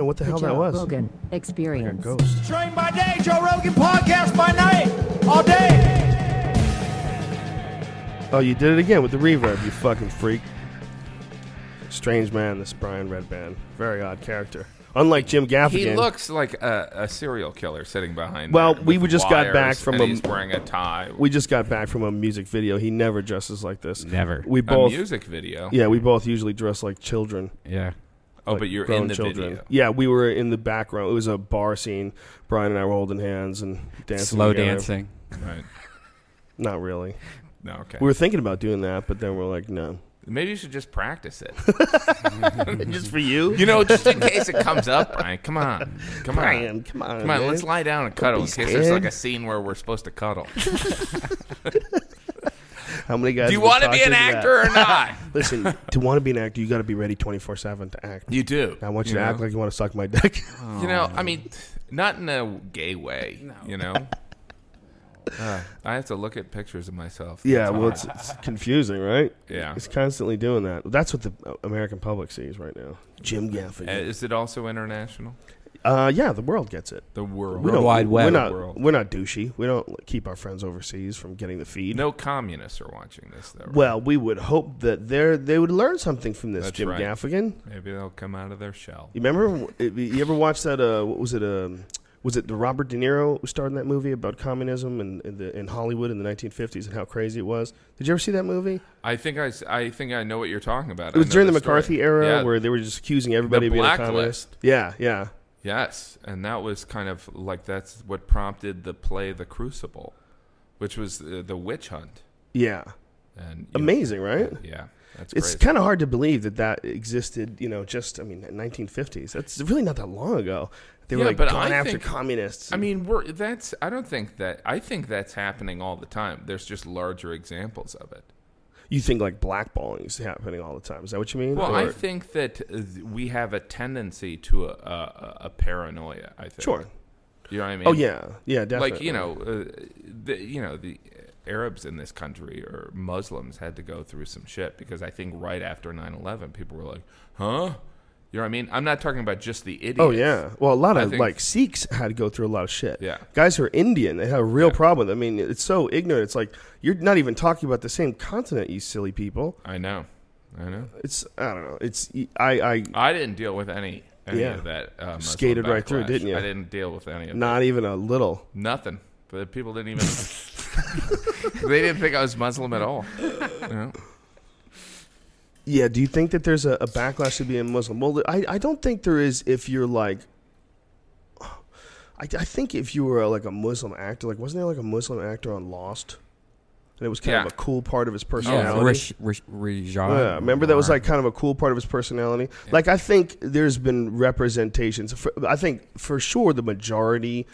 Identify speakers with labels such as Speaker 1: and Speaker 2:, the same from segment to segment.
Speaker 1: know what the, hell that
Speaker 2: Joe
Speaker 1: was.
Speaker 2: Rogan Experience.
Speaker 1: Ghost.
Speaker 3: Train by day, Joe Rogan podcast by night, all day.
Speaker 1: Oh, you did it again with the reverb, you fucking freak. Strange man, this Brian Redband. Very odd character. Unlike Jim Gaffigan.
Speaker 4: He looks like a, a serial killer sitting behind.
Speaker 1: Well,
Speaker 4: there
Speaker 1: we
Speaker 4: with
Speaker 1: just got
Speaker 4: wires,
Speaker 1: back from
Speaker 4: and
Speaker 1: a-
Speaker 4: he's wearing a tie.
Speaker 1: we just got back from a music video. He never dresses like this.
Speaker 5: Never.
Speaker 1: We
Speaker 4: a
Speaker 1: both.
Speaker 4: music video.
Speaker 1: Yeah, we both usually dress like children.
Speaker 5: Yeah.
Speaker 4: oh,
Speaker 1: like
Speaker 4: but you're
Speaker 1: grown
Speaker 4: in the
Speaker 1: children.
Speaker 4: video.
Speaker 1: Yeah, we were in the background. It was a bar scene. Brian and I were holding hands and dancing.
Speaker 5: Slow
Speaker 1: together.
Speaker 5: dancing.
Speaker 4: Right.
Speaker 1: Not really.
Speaker 4: No, okay.
Speaker 1: We were thinking about doing that, but then we're like, no.
Speaker 4: Maybe you should just practice it.
Speaker 1: Just for you?
Speaker 4: You know, just in case it comes up, Brian. Come on, come
Speaker 1: Brian,
Speaker 4: on,
Speaker 1: come on.
Speaker 4: come on.
Speaker 1: man.
Speaker 4: Let's lie down and cuddle in
Speaker 1: be
Speaker 4: case there's like
Speaker 1: scared.
Speaker 4: a scene where we're supposed to cuddle.
Speaker 1: How many guys?
Speaker 4: Do you
Speaker 1: have we
Speaker 4: want to be
Speaker 1: talked
Speaker 4: an
Speaker 1: into that?
Speaker 4: actor or not?
Speaker 1: Listen, to want to be an actor, you got to be ready twenty four seven to act.
Speaker 4: You Oh, do.
Speaker 1: I want you,
Speaker 4: you
Speaker 1: to
Speaker 4: know?
Speaker 1: act like you want to suck my dick.
Speaker 4: You know,
Speaker 1: Oh,
Speaker 4: I mean, not in a gay way. You know. Uh, I have to look at pictures of myself.
Speaker 1: yeah,
Speaker 4: That's
Speaker 1: well,
Speaker 4: hard.
Speaker 1: it's, it's confusing, right?
Speaker 4: Yeah.
Speaker 1: it's constantly doing that. That's what the uh, American public sees right now. Jim
Speaker 4: Uh,
Speaker 1: Gaffigan.
Speaker 4: Is it also international?
Speaker 1: Uh, yeah, the world gets it.
Speaker 4: The world.
Speaker 1: We don't-
Speaker 5: Wide
Speaker 1: We're
Speaker 5: Web.
Speaker 1: not,
Speaker 4: World.
Speaker 1: we're not douchey. We don't keep our friends overseas from getting the feed.
Speaker 4: No communists are watching this, though. right?
Speaker 1: Well, we would hope that they they would learn something from this,
Speaker 4: That's
Speaker 1: Jim
Speaker 4: right.
Speaker 1: Gaffigan.
Speaker 4: Maybe they'll come out of their shell.
Speaker 1: You remember? You ever watched that? Uh, what was it? Um, was it the Robert De Niro who starred in that movie about communism and in, the, in Hollywood in the 1950s and how crazy it was? Did you ever see that movie?
Speaker 4: I think I, s- I think I know what you're talking about.
Speaker 1: It
Speaker 4: I
Speaker 1: was
Speaker 4: know
Speaker 1: during the
Speaker 4: story.
Speaker 1: McCarthy era
Speaker 4: Yeah.
Speaker 1: where they were just accusing everybody of being a communist.
Speaker 4: blacklist.
Speaker 1: Yeah, yeah.
Speaker 4: Yes, and that was kind of like that's what prompted the play The Crucible, which was the, the witch hunt.
Speaker 1: Yeah.
Speaker 4: And you-
Speaker 1: Amazing, right?
Speaker 4: Yeah, that's
Speaker 1: It's
Speaker 4: crazy.
Speaker 1: kind of hard to believe that that existed, you know, just, I mean, 1950s. That's really not that long ago. They were
Speaker 4: Yeah,
Speaker 1: like
Speaker 4: but
Speaker 1: gone
Speaker 4: I
Speaker 1: after
Speaker 4: think-
Speaker 1: communists.
Speaker 4: I mean, we're that's. I don't think that. I think that's happening all the time. There's just larger examples of it.
Speaker 1: you think like blackballing is happening all the time. Is that what you mean?
Speaker 4: Well, I
Speaker 1: Or-
Speaker 4: think that uh, we have a tendency to a, a, a paranoia. I think.
Speaker 1: Sure.
Speaker 4: You know what I mean?
Speaker 1: Oh, yeah. Yeah, definitely.
Speaker 4: Like you know, uh, the, you know the Arabs in this country or Muslims had to go through some shit because I think right after 9-11, people were like, "Huh." You know what I mean? I'm not talking about just the idiots.
Speaker 1: Oh yeah. Well, a lot
Speaker 4: I
Speaker 1: of
Speaker 4: think-
Speaker 1: like Sikhs had to go through a lot of shit.
Speaker 4: Yeah.
Speaker 1: Guys who are Indian, they have a real problem. I mean, it's so ignorant. It's like you're not even talking about the same continent, you silly people.
Speaker 4: I know, I know.
Speaker 1: It's I don't know. It's I I
Speaker 4: I didn't deal with any, any
Speaker 1: Yeah.
Speaker 4: of that. Uh, Muslim
Speaker 1: Skated right through,
Speaker 4: backlash.
Speaker 1: didn't you?
Speaker 4: I didn't deal with any of
Speaker 1: not even a little.
Speaker 4: nothing. But people didn't even. they didn't think I was Muslim at all. You know?
Speaker 1: Yeah. Do you think that there's a, a backlash to being Muslim? Well, I I don't think there is if you're like. I, I think if you were uh, like a Muslim actor, like wasn't there like a Muslim actor on Lost, and it was kind of
Speaker 4: Yeah.
Speaker 1: a cool part of his personality.
Speaker 5: Yeah. Rish, Rish, Rijan.
Speaker 1: Yeah, remember that was like kind of a cool part of his personality. Like I think there's been representations. For, I think for sure the majority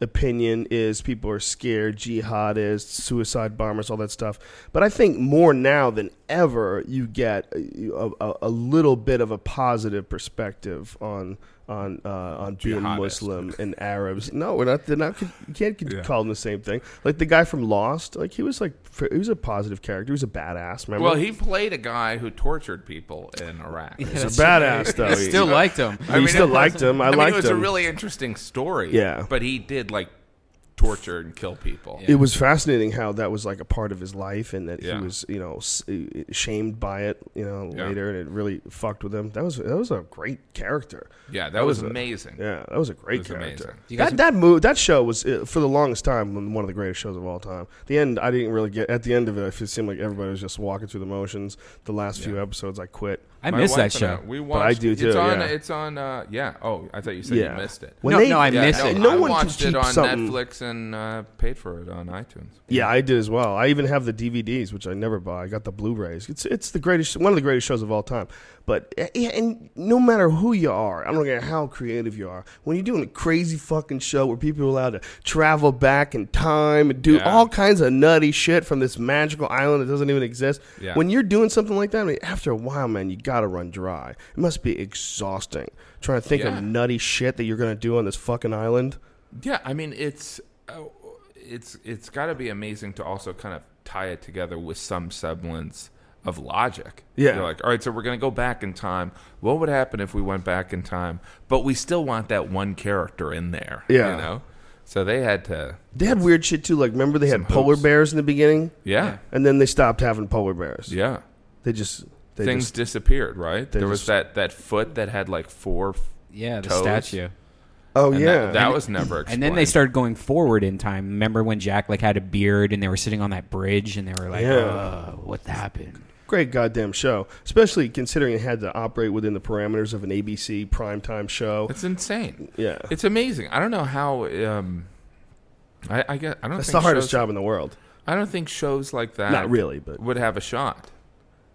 Speaker 1: opinion is people are scared, jihadists, suicide bombers, all that stuff. But I think more now than ever, you get a, a, a little bit of a positive perspective on on uh, on being
Speaker 4: Jihadist.
Speaker 1: Muslim and Arabs. No, we're not. They're not. You can't
Speaker 4: Yeah.
Speaker 1: call them the same thing. Like the guy from Lost, like he was like he was a positive character. He was a badass. Remember?
Speaker 4: Well, he played a guy who tortured people in Iraq.
Speaker 1: He's a badass though.
Speaker 5: I still liked him.
Speaker 1: I still
Speaker 4: it was-
Speaker 1: liked him. I,
Speaker 4: mean,
Speaker 1: liked
Speaker 4: it was
Speaker 1: him.
Speaker 4: a really interesting story.
Speaker 1: Yeah.
Speaker 4: but he did like torture and kill people.
Speaker 1: it was fascinating how that was like a part of his life, and that
Speaker 4: Yeah.
Speaker 1: he was, you know, s- uh, shamed by it, you know,
Speaker 4: Yeah.
Speaker 1: later, and it really fucked with him. That was that was a great character.
Speaker 4: Yeah, that, was,
Speaker 1: a-
Speaker 4: amazing.
Speaker 1: Yeah, that was a great
Speaker 4: was amazing.
Speaker 1: character.
Speaker 5: You guys-
Speaker 1: That that move that show was uh, for the longest time one of the greatest shows of all time. The end, I didn't really get. At the end of it, it seemed like everybody was just walking through the motions. The last few episodes, I quit.
Speaker 5: I
Speaker 4: My
Speaker 5: missed
Speaker 4: wife
Speaker 5: that
Speaker 4: and I-
Speaker 5: show.
Speaker 4: we watched.
Speaker 1: I do
Speaker 4: It's
Speaker 1: too,
Speaker 4: on.
Speaker 1: yeah.
Speaker 4: It's on. Uh, yeah. Oh, I thought you said
Speaker 1: yeah,
Speaker 4: you missed it.
Speaker 1: When
Speaker 5: No,
Speaker 1: they-
Speaker 5: no, I
Speaker 4: Yeah,
Speaker 5: missed
Speaker 4: no,
Speaker 5: it.
Speaker 1: No
Speaker 4: I
Speaker 1: one can
Speaker 4: watched it
Speaker 1: keep
Speaker 4: on
Speaker 1: something-
Speaker 4: Netflix and uh, paid for it on iTunes.
Speaker 1: Yeah, I did as well. I even have the DVDs, which I never buy. I got the Blu-rays. It's it's the greatest, one of the greatest shows of all time. But eh, yeah, and no matter who you are, I don't care how creative you are. When you're doing a crazy fucking show where people are allowed to travel back in time and do
Speaker 4: Yeah.
Speaker 1: all kinds of nutty shit from this magical island that doesn't even exist,
Speaker 4: Yeah.
Speaker 1: when you're doing something like that, I mean, after a while, man, you gotta run dry. It must be exhausting trying to think
Speaker 4: Yeah.
Speaker 1: of nutty shit that you're gonna do on this fucking island.
Speaker 4: Yeah, I mean it's uh, it's it's got to be amazing to also kind of tie it together with some semblance of logic.
Speaker 1: Yeah.
Speaker 4: You're like, all right, so we're going to go back in time. What would happen if we went back in time? But we still want that one character in there.
Speaker 1: Yeah.
Speaker 4: You know? So they had to,
Speaker 1: They had weird shit too. Like, remember they had
Speaker 4: Some
Speaker 1: polar
Speaker 4: hoops.
Speaker 1: bears in the beginning,
Speaker 4: yeah.
Speaker 1: and then they stopped having polar bears.
Speaker 4: Yeah.
Speaker 1: They just they
Speaker 4: Things
Speaker 1: just
Speaker 4: disappeared, right? There was
Speaker 1: just-
Speaker 4: that, that foot that had like four. f-
Speaker 5: Yeah, the
Speaker 4: Toes.
Speaker 5: statue.
Speaker 1: oh
Speaker 4: and
Speaker 1: yeah
Speaker 4: That, that was never explained.
Speaker 5: And then they started going forward in time. Remember when Jack like had a beard and they were sitting on that bridge and they were like,
Speaker 1: Yeah.
Speaker 5: uh, "What happened?"
Speaker 1: great goddamn show. Especially considering it had to operate within the parameters of an ABC primetime show.
Speaker 4: It's insane.
Speaker 1: Yeah,
Speaker 4: It's amazing. I don't know how. Um, I, I guess I don't.
Speaker 1: that's
Speaker 4: think
Speaker 1: the hardest
Speaker 4: shows,
Speaker 1: job in the world.
Speaker 4: I don't think shows like that.
Speaker 1: Not really, but
Speaker 4: Would have a shot.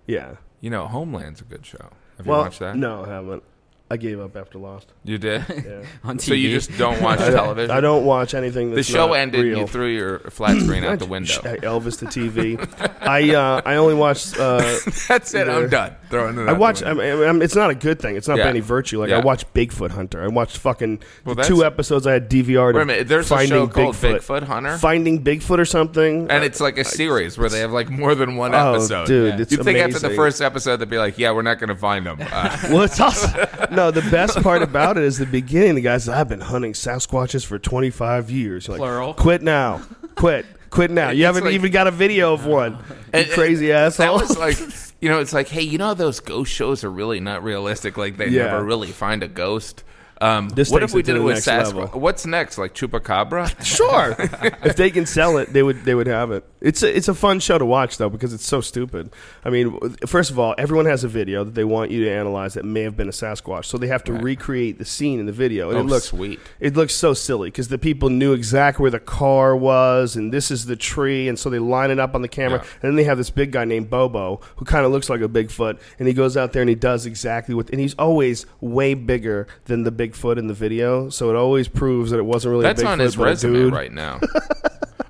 Speaker 1: yeah.
Speaker 4: You know, Homeland's a good show. Have
Speaker 1: well,
Speaker 4: you watched that?
Speaker 1: no, I haven't. I gave up after Lost.
Speaker 4: You did.
Speaker 1: Yeah.
Speaker 5: On TV.
Speaker 4: so you just don't watch television.
Speaker 1: I don't watch anything.
Speaker 4: the
Speaker 1: That's
Speaker 4: show
Speaker 1: not
Speaker 4: ended.
Speaker 1: Real.
Speaker 4: You threw your flat screen out the
Speaker 1: Sh-
Speaker 4: window.
Speaker 1: Elvis the TV. I uh, I only watched. Uh,
Speaker 4: That's it.
Speaker 1: Yeah.
Speaker 4: I'm done. Throwing it. out
Speaker 1: I
Speaker 4: the
Speaker 1: watch. I
Speaker 4: window.
Speaker 1: mean, I mean, it's not a good thing. It's not
Speaker 4: Yeah.
Speaker 1: Benny Virtue. Like I
Speaker 4: Yeah.
Speaker 1: watched Bigfoot Hunter. I watched fucking
Speaker 4: Well,
Speaker 1: the
Speaker 4: that's-
Speaker 1: two episodes. I had DVR.
Speaker 4: Wait a minute. There's a
Speaker 1: finding
Speaker 4: show called
Speaker 1: Bigfoot.
Speaker 4: Bigfoot, Hunter,
Speaker 1: Finding Bigfoot or something.
Speaker 4: and
Speaker 1: Uh,
Speaker 4: it's like a series where they have like more than one
Speaker 1: Oh,
Speaker 4: episode.
Speaker 1: dude, it's
Speaker 4: You'd think after the
Speaker 1: amazing.
Speaker 4: first episode they'd be like, "Yeah, we're not going to find them." Uh,
Speaker 1: well, it's awesome. no, the best part about it is the beginning. The guy says, "I've been hunting Sasquatches for 25 years." You're like,
Speaker 5: Plural.
Speaker 1: Quit now. Quit. Quit now. You
Speaker 4: It's
Speaker 1: haven't
Speaker 4: like-
Speaker 1: even got a video of one. You
Speaker 4: And- and
Speaker 1: crazy asshole.
Speaker 4: That was like, you know, it's like, hey, you know, those ghost shows are really not realistic. Like they
Speaker 1: Yeah.
Speaker 4: never really find a ghost. Um,
Speaker 1: This
Speaker 4: what
Speaker 1: takes
Speaker 4: if we
Speaker 1: it to
Speaker 4: did it
Speaker 1: the next
Speaker 4: with
Speaker 1: level.
Speaker 4: Sasquatch? What's next? Like Chupacabra?
Speaker 1: Sure. if they can sell it, they would they would have it. It's a, it's a fun show to watch though because it's so stupid. I mean, w- first of all, everyone has a video that they want you to analyze that may have been a Sasquatch, so they have to recreate the scene in the video. And
Speaker 4: Oh,
Speaker 1: it looks
Speaker 4: sweet.
Speaker 1: It looks so silly because the people knew exactly where the car was and this is the tree, and so they line it up on the camera.
Speaker 4: Yeah.
Speaker 1: And then they have this big guy named Bobo who kind of looks like a Bigfoot, and he goes out there and he does exactly what. And he's always way bigger than the Bigfoot in the video, so it always proves that it wasn't really.
Speaker 4: That's
Speaker 1: a Bigfoot,
Speaker 4: on his
Speaker 1: but a
Speaker 4: resume
Speaker 1: dude.
Speaker 4: right now.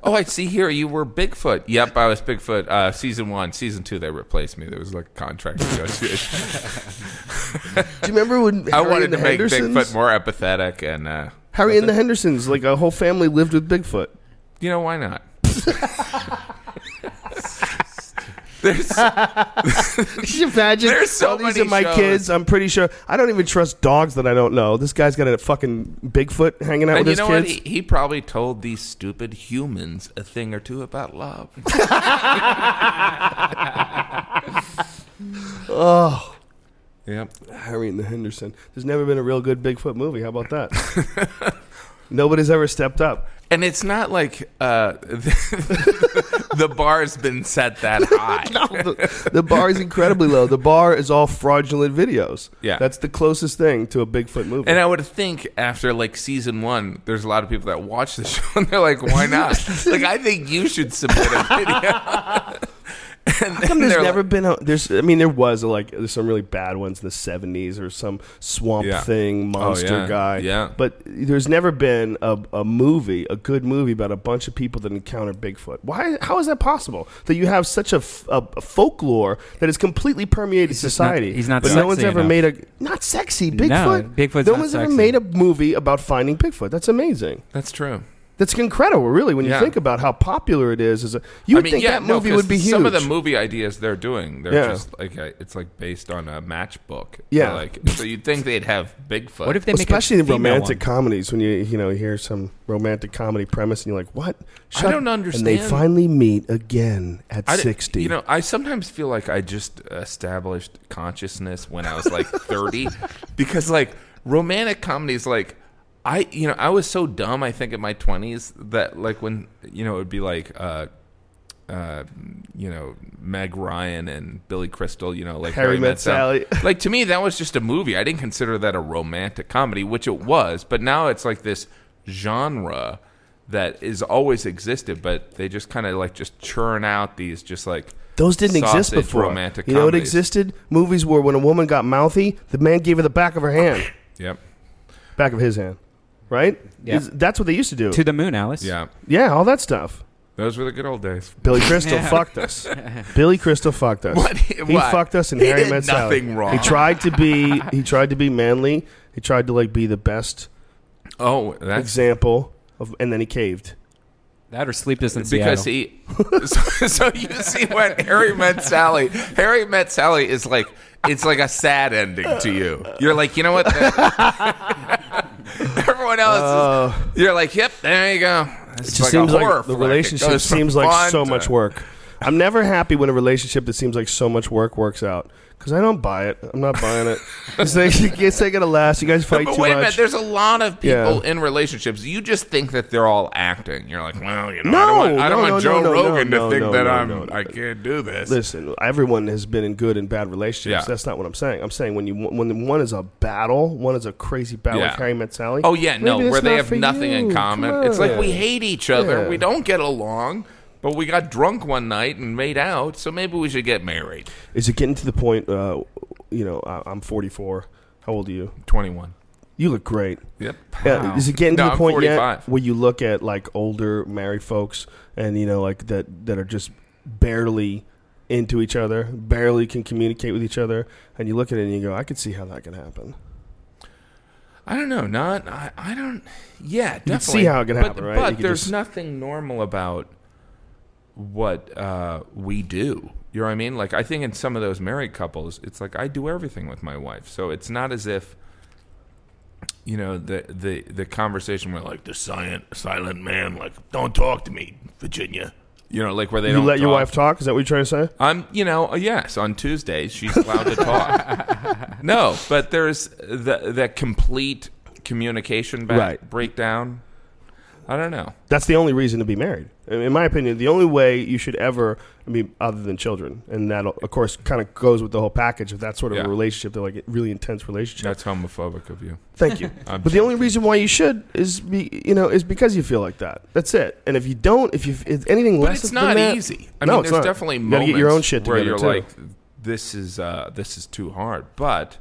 Speaker 4: oh, I see here you were Bigfoot. Yep, I was Bigfoot. Uh, season one, season two, they replaced me. There was like a contract negotiation.
Speaker 1: Do you remember when Harry
Speaker 4: I wanted
Speaker 1: and the
Speaker 4: to make
Speaker 1: Hendersons?
Speaker 4: Bigfoot more apathetic, and uh,
Speaker 1: Harry and the Hendersons, like a whole family lived with Bigfoot.
Speaker 4: you know why not? There's
Speaker 1: Could you imagine?
Speaker 4: There's so
Speaker 1: All these
Speaker 4: many
Speaker 1: are my
Speaker 4: shows.
Speaker 1: kids. I'm pretty sure. I don't even trust dogs that I don't know. This guy's got a fucking Bigfoot hanging out
Speaker 4: And you
Speaker 1: with
Speaker 4: know
Speaker 1: his
Speaker 4: what?
Speaker 1: kids.
Speaker 4: He, he probably told these stupid humans a thing or two about love.
Speaker 1: Oh,
Speaker 4: yep.
Speaker 1: Harry and the Henderson. There's never been a real good Bigfoot movie. How about that? Nobody's ever stepped up.
Speaker 4: And it's not like uh, the, bar's been set that high.
Speaker 1: the, the bar is incredibly low. The bar is all fraudulent videos.
Speaker 4: Yeah.
Speaker 1: that's the closest thing to a Bigfoot movie.
Speaker 4: And I would think after like season one, there's a lot of people that watch the show and they're like, "Why not?" like I think you should submit a video. and
Speaker 1: How come
Speaker 4: then
Speaker 1: there's
Speaker 4: they're
Speaker 1: never
Speaker 4: like-
Speaker 1: been a there's I mean there was a, like there's some really bad ones in the 70s or some swamp
Speaker 4: Yeah. Oh,
Speaker 1: thing monster
Speaker 4: yeah.
Speaker 1: guy
Speaker 4: Yeah.
Speaker 1: but there's never been a, a movie a good movie about a bunch of people that encounter Bigfoot why how is that possible that you have such a, f- a- a folklore that has completely permeated
Speaker 5: just not-
Speaker 1: society
Speaker 5: he's not
Speaker 1: but no
Speaker 5: sexy
Speaker 1: one's ever
Speaker 5: enough.
Speaker 1: made a not sexy Bigfoot
Speaker 5: Bigfoot's
Speaker 1: no
Speaker 5: not
Speaker 1: one's ever
Speaker 5: sexy.
Speaker 1: made a movie about finding Bigfoot that's amazing
Speaker 4: That's true.
Speaker 1: that's incredible really when you
Speaker 4: Yeah.
Speaker 1: think about how popular it is is a, you would think that
Speaker 4: no,
Speaker 1: movie
Speaker 4: 'cause
Speaker 1: would be huge
Speaker 4: Some of the movie ideas they're doing, they're
Speaker 1: Yeah.
Speaker 4: just like uh, it's like based on a matchbook.
Speaker 1: Yeah.
Speaker 4: They're like so you'd think they'd have Bigfoot.
Speaker 5: What if they make
Speaker 1: especially
Speaker 5: a
Speaker 1: in
Speaker 5: female
Speaker 1: romantic
Speaker 5: one?
Speaker 1: comedies when you you know hear some romantic comedy premise and you're like what
Speaker 4: I don't understand.
Speaker 1: and they finally meet again at
Speaker 4: I d-
Speaker 1: 60
Speaker 4: You know, I sometimes feel like I just established consciousness when I was like 30 because like romantic comedies like I you know, I was so dumb I think in my 20s that like when you know, it would be like uh uh, you know, Meg Ryan and Billy Crystal, you know, like
Speaker 1: Harry Met Sally.
Speaker 4: like to me, that was just a movie. I didn't consider that a romantic comedy, which it was. But now it's like this genre that is always existed, but they just kind of like just churn out these just like
Speaker 1: those didn't exist
Speaker 4: sausage
Speaker 1: before
Speaker 4: Romantic,
Speaker 1: you know what
Speaker 4: comedies.
Speaker 1: existed movies where when a woman got mouthy the man gave her the back of her hand
Speaker 4: Yep.
Speaker 1: back of his hand right
Speaker 5: Yeah.
Speaker 1: Is- that's what they used to do
Speaker 5: to the moon, Alice.
Speaker 4: Yeah.
Speaker 1: yeah all that stuff
Speaker 4: Those were the good old days.
Speaker 1: Billy Crystal
Speaker 5: Yeah.
Speaker 1: fucked us. Billy Crystal fucked us.
Speaker 4: What-
Speaker 1: He
Speaker 4: what?
Speaker 1: fucked us, and
Speaker 4: He
Speaker 1: Harry
Speaker 4: did
Speaker 1: met Sally.
Speaker 4: nothing wrong.
Speaker 1: He tried to be. He tried to be manly. He tried to like be the best
Speaker 4: Oh, that's
Speaker 1: example of, and then he caved.
Speaker 5: That or sleepless in
Speaker 4: because
Speaker 5: Seattle.
Speaker 4: he so, so you see when harry met sally harry met sally is like it's like a sad ending to you you're like you know what everyone else is, you're like yep there you go
Speaker 1: Oh. It just seems like the relationship seems like so much
Speaker 4: work.
Speaker 1: work. I'm never happy when a relationship that seems like so much work works out because I don't buy it. I'm not buying it. it's, like, it's not gonna last. You guys fight
Speaker 4: But
Speaker 1: too
Speaker 4: wait a minute,
Speaker 1: much.
Speaker 4: there's a lot of people
Speaker 1: Yeah.
Speaker 4: in relationships. You just think that they're all acting. You're like, well, you know, I
Speaker 1: No,
Speaker 4: don't want, I
Speaker 1: no,
Speaker 4: don't want
Speaker 1: no, no,
Speaker 4: Joe
Speaker 1: no,
Speaker 4: Rogan
Speaker 1: no,
Speaker 4: to think
Speaker 1: no,
Speaker 4: that
Speaker 1: no,
Speaker 4: I'm
Speaker 1: no, no.
Speaker 4: I can't do this.
Speaker 1: Listen, everyone has been in good and bad relationships.
Speaker 4: Yeah.
Speaker 1: That's not what I'm saying. I'm saying when you when one is a battle, one is a crazy battle.
Speaker 4: Yeah.
Speaker 1: Like Harry met Sally.
Speaker 4: Oh yeah, no,
Speaker 1: maybe it's
Speaker 4: where they
Speaker 1: not
Speaker 4: have
Speaker 1: for
Speaker 4: nothing in
Speaker 1: you.
Speaker 4: common.
Speaker 1: Come
Speaker 4: It's like
Speaker 1: on.
Speaker 4: we hate each other.
Speaker 1: Yeah.
Speaker 4: We don't get along, but we got drunk one night and made out, so maybe we should get married.
Speaker 1: Is it getting to the point? Uh, you know, I, I'm 44. How old are you?
Speaker 4: Twenty one.
Speaker 1: You look great.
Speaker 4: Yep.
Speaker 1: Yeah, is it getting to
Speaker 4: No,
Speaker 1: the
Speaker 4: I'm
Speaker 1: point yet
Speaker 4: 45.
Speaker 1: where you look at like older married folks and you know like that that are just barely into each other, barely can communicate with each other, and you look at it and you go, I could see how that can happen.
Speaker 4: I don't know. Not I. I don't. Yeah, definitely.
Speaker 1: can see how it can
Speaker 4: but,
Speaker 1: happen, right? You
Speaker 4: But
Speaker 1: can
Speaker 4: there's
Speaker 1: just-
Speaker 4: nothing normal about what uh, we do. You know what I mean? Like I think in some of those married couples, it's like I do everything with my wife, so it's not as if you know the the the conversation where like the silent silent man like don't talk to me, Virginia. You know, like where they
Speaker 1: You
Speaker 4: don't
Speaker 1: let your
Speaker 4: talk.
Speaker 1: wife talk? Is that what you're trying to say?
Speaker 4: Um, you know, yes, on Tuesdays she's allowed to talk. no, but there's the the complete communication back,
Speaker 1: Right.
Speaker 4: breakdown. I don't know.
Speaker 1: That's the only reason to be married. In in my opinion, the only way you should ever, I mean, other than children, and that, of course, kind of goes with the whole package of that sort of
Speaker 4: Yeah.
Speaker 1: a relationship, they're like a really intense relationship.
Speaker 4: That's homophobic of you.
Speaker 1: Thank you.
Speaker 4: I'm
Speaker 1: but the only reason why you should is be you know is because you feel like that. That's it. And if you don't, if you if anything
Speaker 4: But
Speaker 1: less,
Speaker 4: it's
Speaker 1: than
Speaker 4: not
Speaker 1: that-
Speaker 4: easy. I
Speaker 1: No,
Speaker 4: mean,
Speaker 1: it's
Speaker 4: there's
Speaker 1: not.
Speaker 4: definitely
Speaker 1: You gotta
Speaker 4: moments
Speaker 1: get your own shit
Speaker 4: where
Speaker 1: together,
Speaker 4: you're
Speaker 1: too.
Speaker 4: like, this is uh, this is too hard. But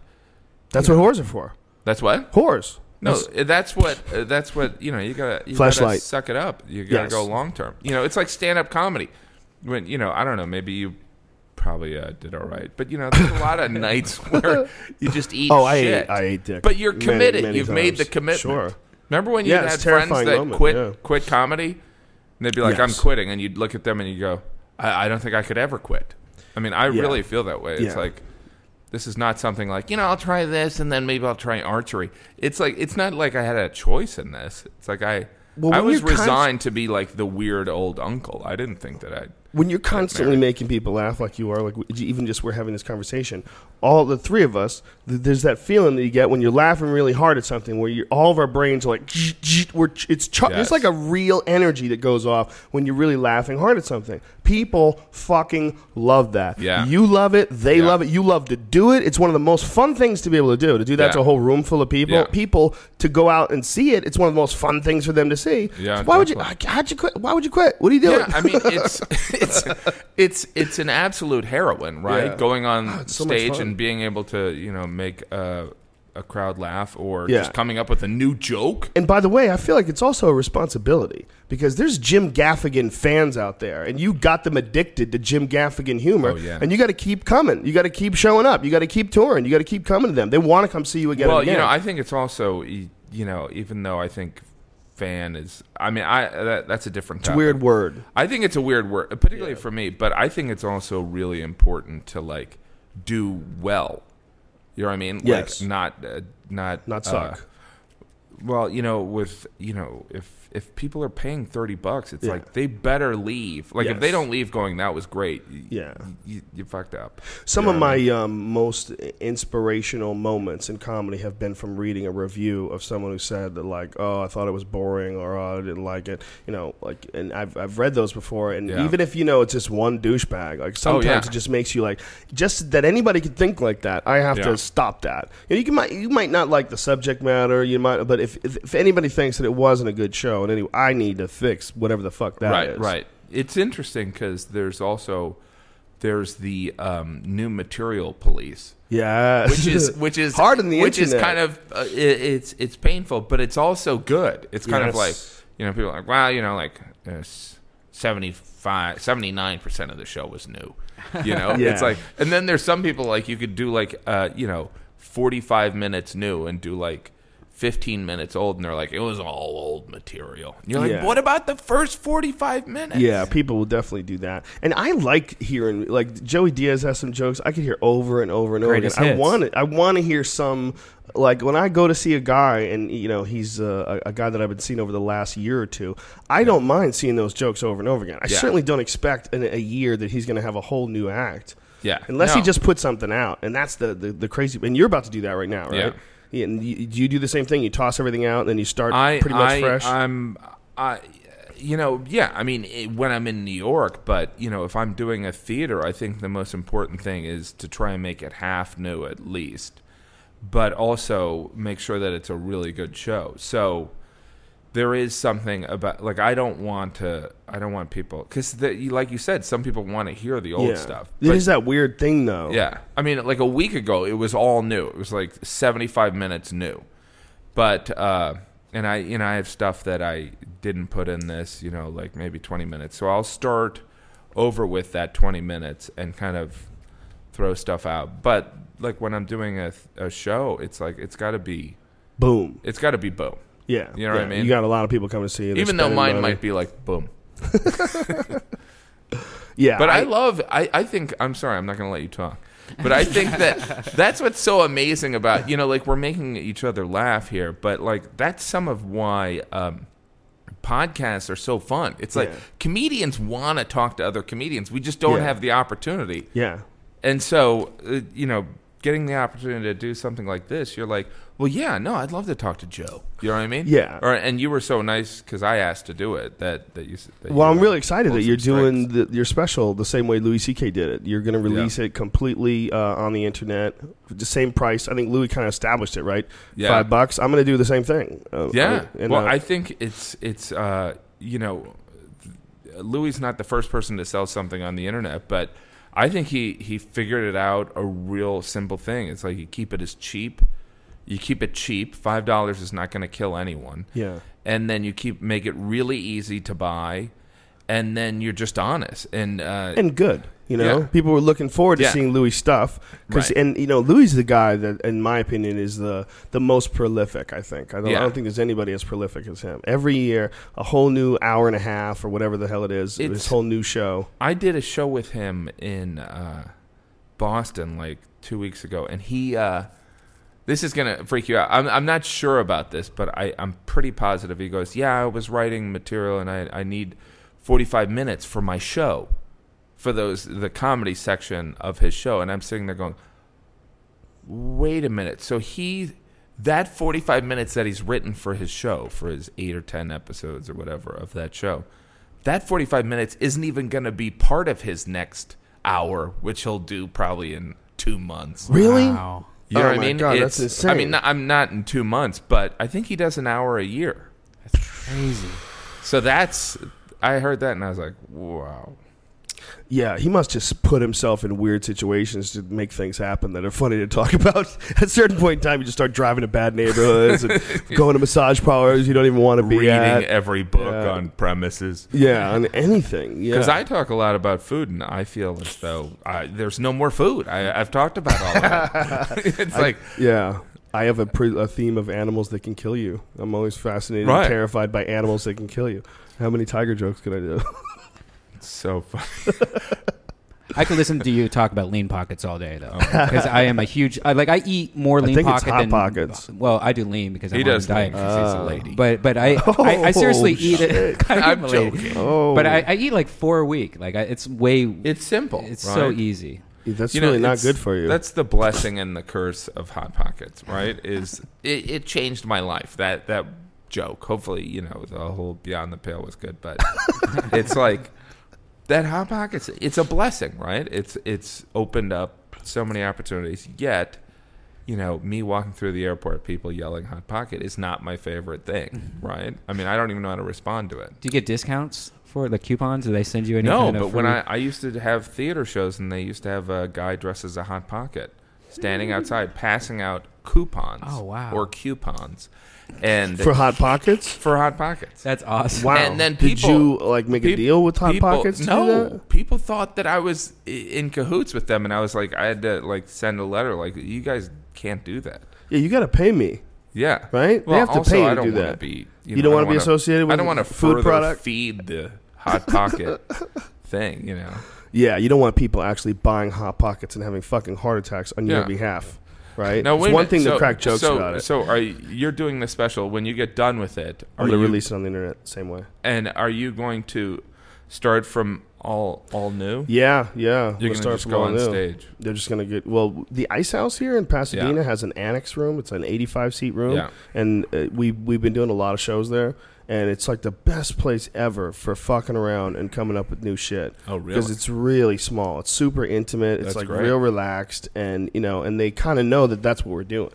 Speaker 1: That's what whores are for.
Speaker 4: that's what.
Speaker 1: Whores.
Speaker 4: No,
Speaker 1: That's-
Speaker 4: that's what uh, that's what you know. You gotta you gotta
Speaker 1: Flashlight.
Speaker 4: suck it up. You gotta
Speaker 1: Yes.
Speaker 4: go long term. You know, it's like stand up comedy. When you know, I don't know, maybe you probably uh, did all right, but you know, there's a lot of nights where you just eat.
Speaker 1: Oh, I
Speaker 4: shit.
Speaker 1: ate, I ate dick.
Speaker 4: But you're
Speaker 1: many,
Speaker 4: committed.
Speaker 1: many
Speaker 4: You've made
Speaker 1: times.
Speaker 4: the commitment.
Speaker 1: Sure.
Speaker 4: Remember when you
Speaker 1: Yeah, it's
Speaker 4: had
Speaker 1: a
Speaker 4: friends
Speaker 1: terrifying
Speaker 4: that
Speaker 1: moment,
Speaker 4: quit
Speaker 1: yeah.
Speaker 4: quit comedy, and they'd be like, "I'm
Speaker 1: Yes.
Speaker 4: quitting," and you'd look at them and you go, "I, I don't think I could ever quit." I mean, I
Speaker 1: Yeah.
Speaker 4: really feel that way. It's
Speaker 1: Yeah.
Speaker 4: like this is not something like you know I'll try this and then maybe I'll try archery. It's like it's not like I had a choice in this. It's like I
Speaker 1: Well,
Speaker 4: I
Speaker 1: when
Speaker 4: was
Speaker 1: you're cons-
Speaker 4: resigned to be like the weird old uncle. I didn't think that I.
Speaker 1: When you're constantly making people laugh like you are, like we- even just we're having this conversation, all the three of us, th- there's that feeling that you get when you're laughing really hard at something, where you all of our brains are like, "Zzz, zzz," we're ch- it's ch-
Speaker 4: Yes.
Speaker 1: there's like a real energy that goes off when you're really laughing hard at something. People fucking love that.
Speaker 4: Yeah.
Speaker 1: you love it, they
Speaker 4: Yeah.
Speaker 1: love it, you love to do it. It's one of the most fun things to be able to do. To do that
Speaker 4: Yeah.
Speaker 1: to a whole room full of people,
Speaker 4: Yeah.
Speaker 1: people to go out and see it. It's one of the most fun things for them to see.
Speaker 4: Yeah,
Speaker 1: So why would you?
Speaker 4: definitely.
Speaker 1: How'd you quit? Why would you quit? What are you doing?
Speaker 4: Yeah, I mean it's it's it's it's an absolute heroin, right?
Speaker 1: Yeah. Oh,
Speaker 4: Going on
Speaker 1: it's so much
Speaker 4: stage
Speaker 1: fun.
Speaker 4: and being able to you know make a, a crowd laugh or
Speaker 1: Yeah.
Speaker 4: just coming up with a new joke.
Speaker 1: And by the way, I feel like it's also a responsibility because there's Jim Gaffigan fans out there, and you got them addicted to Jim Gaffigan humor.
Speaker 4: Oh, yeah.
Speaker 1: And you got to keep coming. You got to keep showing up. You got to keep touring. You got to keep coming to them. They want to come see you again.
Speaker 4: well,
Speaker 1: and again.
Speaker 4: you know, I think it's also y- you know even though I think fan is I mean I that, that's a different
Speaker 1: it's a
Speaker 4: topic.
Speaker 1: weird word.
Speaker 4: I think it's a weird word, particularly for me. But I think it's also really important to like do well. You know what I mean?
Speaker 1: Yes.
Speaker 4: Like not uh, not
Speaker 1: Not
Speaker 4: uh,
Speaker 1: suck.
Speaker 4: well, you know, with you know, if if people are paying thirty bucks, it's
Speaker 1: Yeah.
Speaker 4: like they better leave. Like if
Speaker 1: Yes.
Speaker 4: they don't leave, going that was great. y-
Speaker 1: Yeah.
Speaker 4: y- you, fucked up.
Speaker 1: Some of my um, most inspirational moments in comedy have been from reading a review of someone who said that, like, "Oh, I thought it was boring," or "Oh, I didn't like it." You know, like, and I've I've read those before, and
Speaker 4: Yeah. Oh,
Speaker 1: even if you know it's just one douchebag, like sometimes
Speaker 4: yeah.
Speaker 1: it just makes you like, just that anybody could think like that. I have
Speaker 4: Yeah.
Speaker 1: to stop that. You, know, you can might you might not like the subject matter, you might, but if if, if anybody thinks that it wasn't a good show, and anyway, I need to fix whatever the fuck that is.
Speaker 4: right, right. It's interesting because there's also there's the um, new material police.
Speaker 1: Yeah,
Speaker 4: which is which is
Speaker 1: hard in the
Speaker 4: which is
Speaker 1: internet.
Speaker 4: kind of uh, i it's it's painful, but it's also good. It's kind of
Speaker 1: Yes.
Speaker 4: like you know people are like well you know like uh, s- 75 79 percent of the show was new, you know
Speaker 1: Yeah.
Speaker 4: it's like and then there's some people like you could do like uh you know forty five minutes new and do like. 15 minutes old and they're like, it was all old material. And you're like,
Speaker 1: Yeah.
Speaker 4: what about the first 45 minutes?
Speaker 1: Yeah, people will definitely do that. And I like hearing like Joey Diaz has some jokes I could hear over and over and over
Speaker 5: Greatest
Speaker 1: again. I
Speaker 5: hits.
Speaker 1: want it. I want to hear some like when I go to see a guy and you know he's uh, a, a guy that I've been seeing over the last year or two. I don't mind seeing those jokes over and over again. I
Speaker 4: Yeah.
Speaker 1: certainly don't expect in a year that he's going to have a whole new act.
Speaker 4: Yeah.
Speaker 1: unless he
Speaker 4: No.
Speaker 1: just puts something out, and that's the, the the crazy. And you're about to do that right now,
Speaker 4: Yeah.
Speaker 1: right? Yeah. And you, do you do the same thing? You toss everything out, and then you start
Speaker 4: I,
Speaker 1: pretty much
Speaker 4: I,
Speaker 1: fresh.
Speaker 4: I'm, I, you know, yeah. I mean, it, when I'm in New York, but you know, if I'm doing a theater, I think the most important thing is to try and make it half new at least, but also make sure that it's a really good show. So there is something about like I don't want to, I don't want people because like you said, some people want to hear the old
Speaker 1: yeah.
Speaker 4: stuff.
Speaker 1: It
Speaker 4: but-
Speaker 1: is that weird thing though.
Speaker 4: yeah. I mean, like a week ago, it was all new. It was like 75 minutes new. But, uh, and I, you know, I have stuff that I didn't put in this, you know, like maybe 20 minutes. So I'll start over with that 20 minutes and kind of throw stuff out. But like when I'm doing a, a show, it's like, it's got to be,
Speaker 1: Boom.
Speaker 4: it's got to be boom.
Speaker 1: Yeah,
Speaker 4: You know what I
Speaker 1: yeah.
Speaker 4: mean?
Speaker 1: You got a lot of people coming to see you. They're
Speaker 4: Even though
Speaker 1: spending
Speaker 4: mine
Speaker 1: money.
Speaker 4: might be like boom.
Speaker 1: yeah.
Speaker 4: But I, love. I, I think. I'm sorry. I'm not going to let you talk. But I think that that's what's so amazing about you know like we're making each other laugh here. But like that's some of why. Um, Podcasts are so fun. It's like
Speaker 1: Yeah.
Speaker 4: comedians want to talk to other comedians. We just don't
Speaker 1: Yeah.
Speaker 4: have the opportunity.
Speaker 1: yeah,
Speaker 4: And so, uh, you know, getting the opportunity to do something like this, you're like, well, yeah, no, I'd love to talk to Joe. You know what I mean?
Speaker 1: Yeah.
Speaker 4: Or, and you were so nice because I asked to do it that that you. s- That
Speaker 1: Well,
Speaker 4: you,
Speaker 1: I'm
Speaker 4: uh,
Speaker 1: really excited
Speaker 4: pulled
Speaker 1: that you're
Speaker 4: some strings.
Speaker 1: doing the, your special the same way Louis C.K. did it. You're going to release it completely uh, on the internet, for the same price. I think Louis kind of established it, right?
Speaker 4: Yeah.
Speaker 1: Five bucks. I'm going to do the same thing. Uh,
Speaker 4: Yeah.
Speaker 1: I- and,
Speaker 4: well,
Speaker 1: uh,
Speaker 4: I think it's it's uh, you know, Louis not the first person to sell something on the internet, but I think he he figured it out a real simple thing. It's like you keep it as cheap. You keep it cheap. Five dollars is not going to kill anyone.
Speaker 1: Yeah.
Speaker 4: And then you keep make it really easy to buy, and then you're just honest. And uh,
Speaker 1: and good. You know,
Speaker 4: Yeah.
Speaker 1: people were looking forward to
Speaker 4: Yeah.
Speaker 1: seeing Louis stuff 'cause-
Speaker 4: Right.
Speaker 1: and you know, Louis is the guy that, in my opinion, is the the most prolific. I think. I don't,
Speaker 4: Yeah.
Speaker 1: I don't think there's anybody as prolific as him. Every year, a whole new hour and a half or whatever the hell it is,
Speaker 4: It's-
Speaker 1: this whole new show.
Speaker 4: I did a show with him in uh, Boston like two weeks ago, and he. Uh, this is gonna freak you out. I'm I'm not sure about this, but I I'm pretty positive. He goes, yeah, I was writing material, and I I need 45 minutes for my show, for those the comedy section of his show, and I'm sitting there going, wait a minute. So he that 45 minutes that he's written for his show, for his 8 or 10 episodes or whatever of that show. That 45 minutes isn't even going to be part of his next hour, which he'll do probably in 2 months.
Speaker 1: Really?
Speaker 5: Wow.
Speaker 4: You know
Speaker 1: Oh
Speaker 4: what I
Speaker 1: my
Speaker 4: mean?
Speaker 1: God, that's
Speaker 4: I mean,
Speaker 1: insane.
Speaker 4: not, I'm not in 2 months, but I think he does an hour a year.
Speaker 5: That's crazy.
Speaker 4: So that's I heard that and I was like, "Wow."
Speaker 1: Yeah, he must just put himself in weird situations to make things happen that are funny to talk about. At a certain point in time, you just start driving to bad neighborhoods and going to massage parlors you don't even want to be
Speaker 4: Reading
Speaker 1: at.
Speaker 4: every book
Speaker 1: Yeah.
Speaker 4: on premises.
Speaker 1: yeah, on anything. Yeah.
Speaker 4: Because I talk a lot about food, and I feel as though I, there's no more food. I, I've talked about all of that. it's like,
Speaker 1: Yeah. I have a, pre- a theme of animals that can kill you. I'm always fascinated
Speaker 4: Right.
Speaker 1: and terrified by animals that can kill you. How many tiger jokes could I do?
Speaker 4: it's so fun.
Speaker 5: I could listen to you talk about lean pockets all day though, because I am a huge I, like I eat more lean
Speaker 1: think it's
Speaker 5: pocket
Speaker 1: Hot
Speaker 5: than
Speaker 1: Pockets. Ah.
Speaker 5: Well, I do lean because
Speaker 4: He
Speaker 5: I'm
Speaker 4: does
Speaker 5: on a
Speaker 4: think
Speaker 5: diet,
Speaker 4: he's a lady.
Speaker 5: but but I, I, I seriously
Speaker 1: Oh,
Speaker 5: eat it.
Speaker 4: I'm
Speaker 5: a lady.
Speaker 4: joking.
Speaker 1: oh,
Speaker 5: But I, I eat like four a week. Like I, it's way
Speaker 4: It's simple.
Speaker 5: it's
Speaker 4: right?
Speaker 5: so easy.
Speaker 1: that's
Speaker 4: You know,
Speaker 1: really not
Speaker 4: it's-
Speaker 1: good for you.
Speaker 4: That's the blessing and the curse of Hot Pockets, right? Is it, it changed my life? That that joke. Hopefully, you know the whole Beyond the Pale was good, but it's like that Hot Pockets. It's a blessing, right? It's it's opened up so many opportunities. Yet, you know, me walking through the airport, people yelling "Hot Pocket" is not my favorite thing,
Speaker 1: Mm-hmm.
Speaker 4: right? I mean, I don't even know how to respond to it.
Speaker 5: Do you get discounts for the coupons? Do they send you any?
Speaker 4: No,
Speaker 5: kind of
Speaker 4: but when
Speaker 5: free-
Speaker 4: I, I used to have theater shows and they used to have a guy dressed as a hot pocket standing outside passing out coupons.
Speaker 5: Mm. Oh, wow.
Speaker 4: Or coupons, and
Speaker 1: for
Speaker 4: for,
Speaker 1: Hot Pockets?
Speaker 4: hot pockets.
Speaker 5: that's awesome.
Speaker 1: Wow.
Speaker 4: And then
Speaker 1: Did
Speaker 4: people-
Speaker 1: you like make a
Speaker 4: Peop-
Speaker 1: deal with Hot
Speaker 4: people-
Speaker 1: Pockets? to do that?
Speaker 4: No, people thought that I was i- in cahoots with them, and I was like, I had to like send a letter, like you guys can't do that.
Speaker 1: Yeah, you got to pay me.
Speaker 4: Yeah.
Speaker 1: Right? They
Speaker 4: Well,
Speaker 1: have to
Speaker 4: also,
Speaker 1: pay
Speaker 4: I
Speaker 1: to
Speaker 4: don't
Speaker 1: do
Speaker 4: wanna
Speaker 1: that.
Speaker 4: Be,
Speaker 1: You
Speaker 4: know,
Speaker 1: don't
Speaker 4: I
Speaker 1: wanna be
Speaker 4: wanna-
Speaker 1: associated with
Speaker 4: I don't want to
Speaker 1: food
Speaker 4: further
Speaker 1: product?
Speaker 4: feed the hot pocket thing. You know,
Speaker 1: Yeah, you don't want people actually buying hot pockets and having fucking heart attacks on your
Speaker 4: Yeah.
Speaker 1: behalf, right?
Speaker 4: now
Speaker 1: it's
Speaker 4: wait a
Speaker 1: one
Speaker 4: minute.
Speaker 1: thing
Speaker 4: so,
Speaker 1: to crack jokes
Speaker 4: so,
Speaker 1: about it.
Speaker 4: So are you, you're doing this special when you get done with it? Are
Speaker 1: I'm gonna
Speaker 4: you,
Speaker 1: release it on the internet same way.
Speaker 4: And are you going to start from all all new?
Speaker 1: Yeah, yeah.
Speaker 4: You're
Speaker 1: we'll
Speaker 4: gonna
Speaker 1: start
Speaker 4: just
Speaker 1: from
Speaker 4: go
Speaker 1: all
Speaker 4: on
Speaker 1: new.
Speaker 4: stage.
Speaker 1: They're just gonna get well. The Ice House here in Pasadena
Speaker 4: Yeah.
Speaker 1: has an annex room. It's an 85 seat room,
Speaker 4: Yeah.
Speaker 1: and uh, we we've been doing a lot of shows there, and it's like the best place ever for fucking around and coming up with new shit.
Speaker 4: Oh, really?
Speaker 1: Because it's really small. It's super intimate. It's
Speaker 4: That's
Speaker 1: like
Speaker 4: great.
Speaker 1: real relaxed, and you know, and they kind of know that that's what we're doing.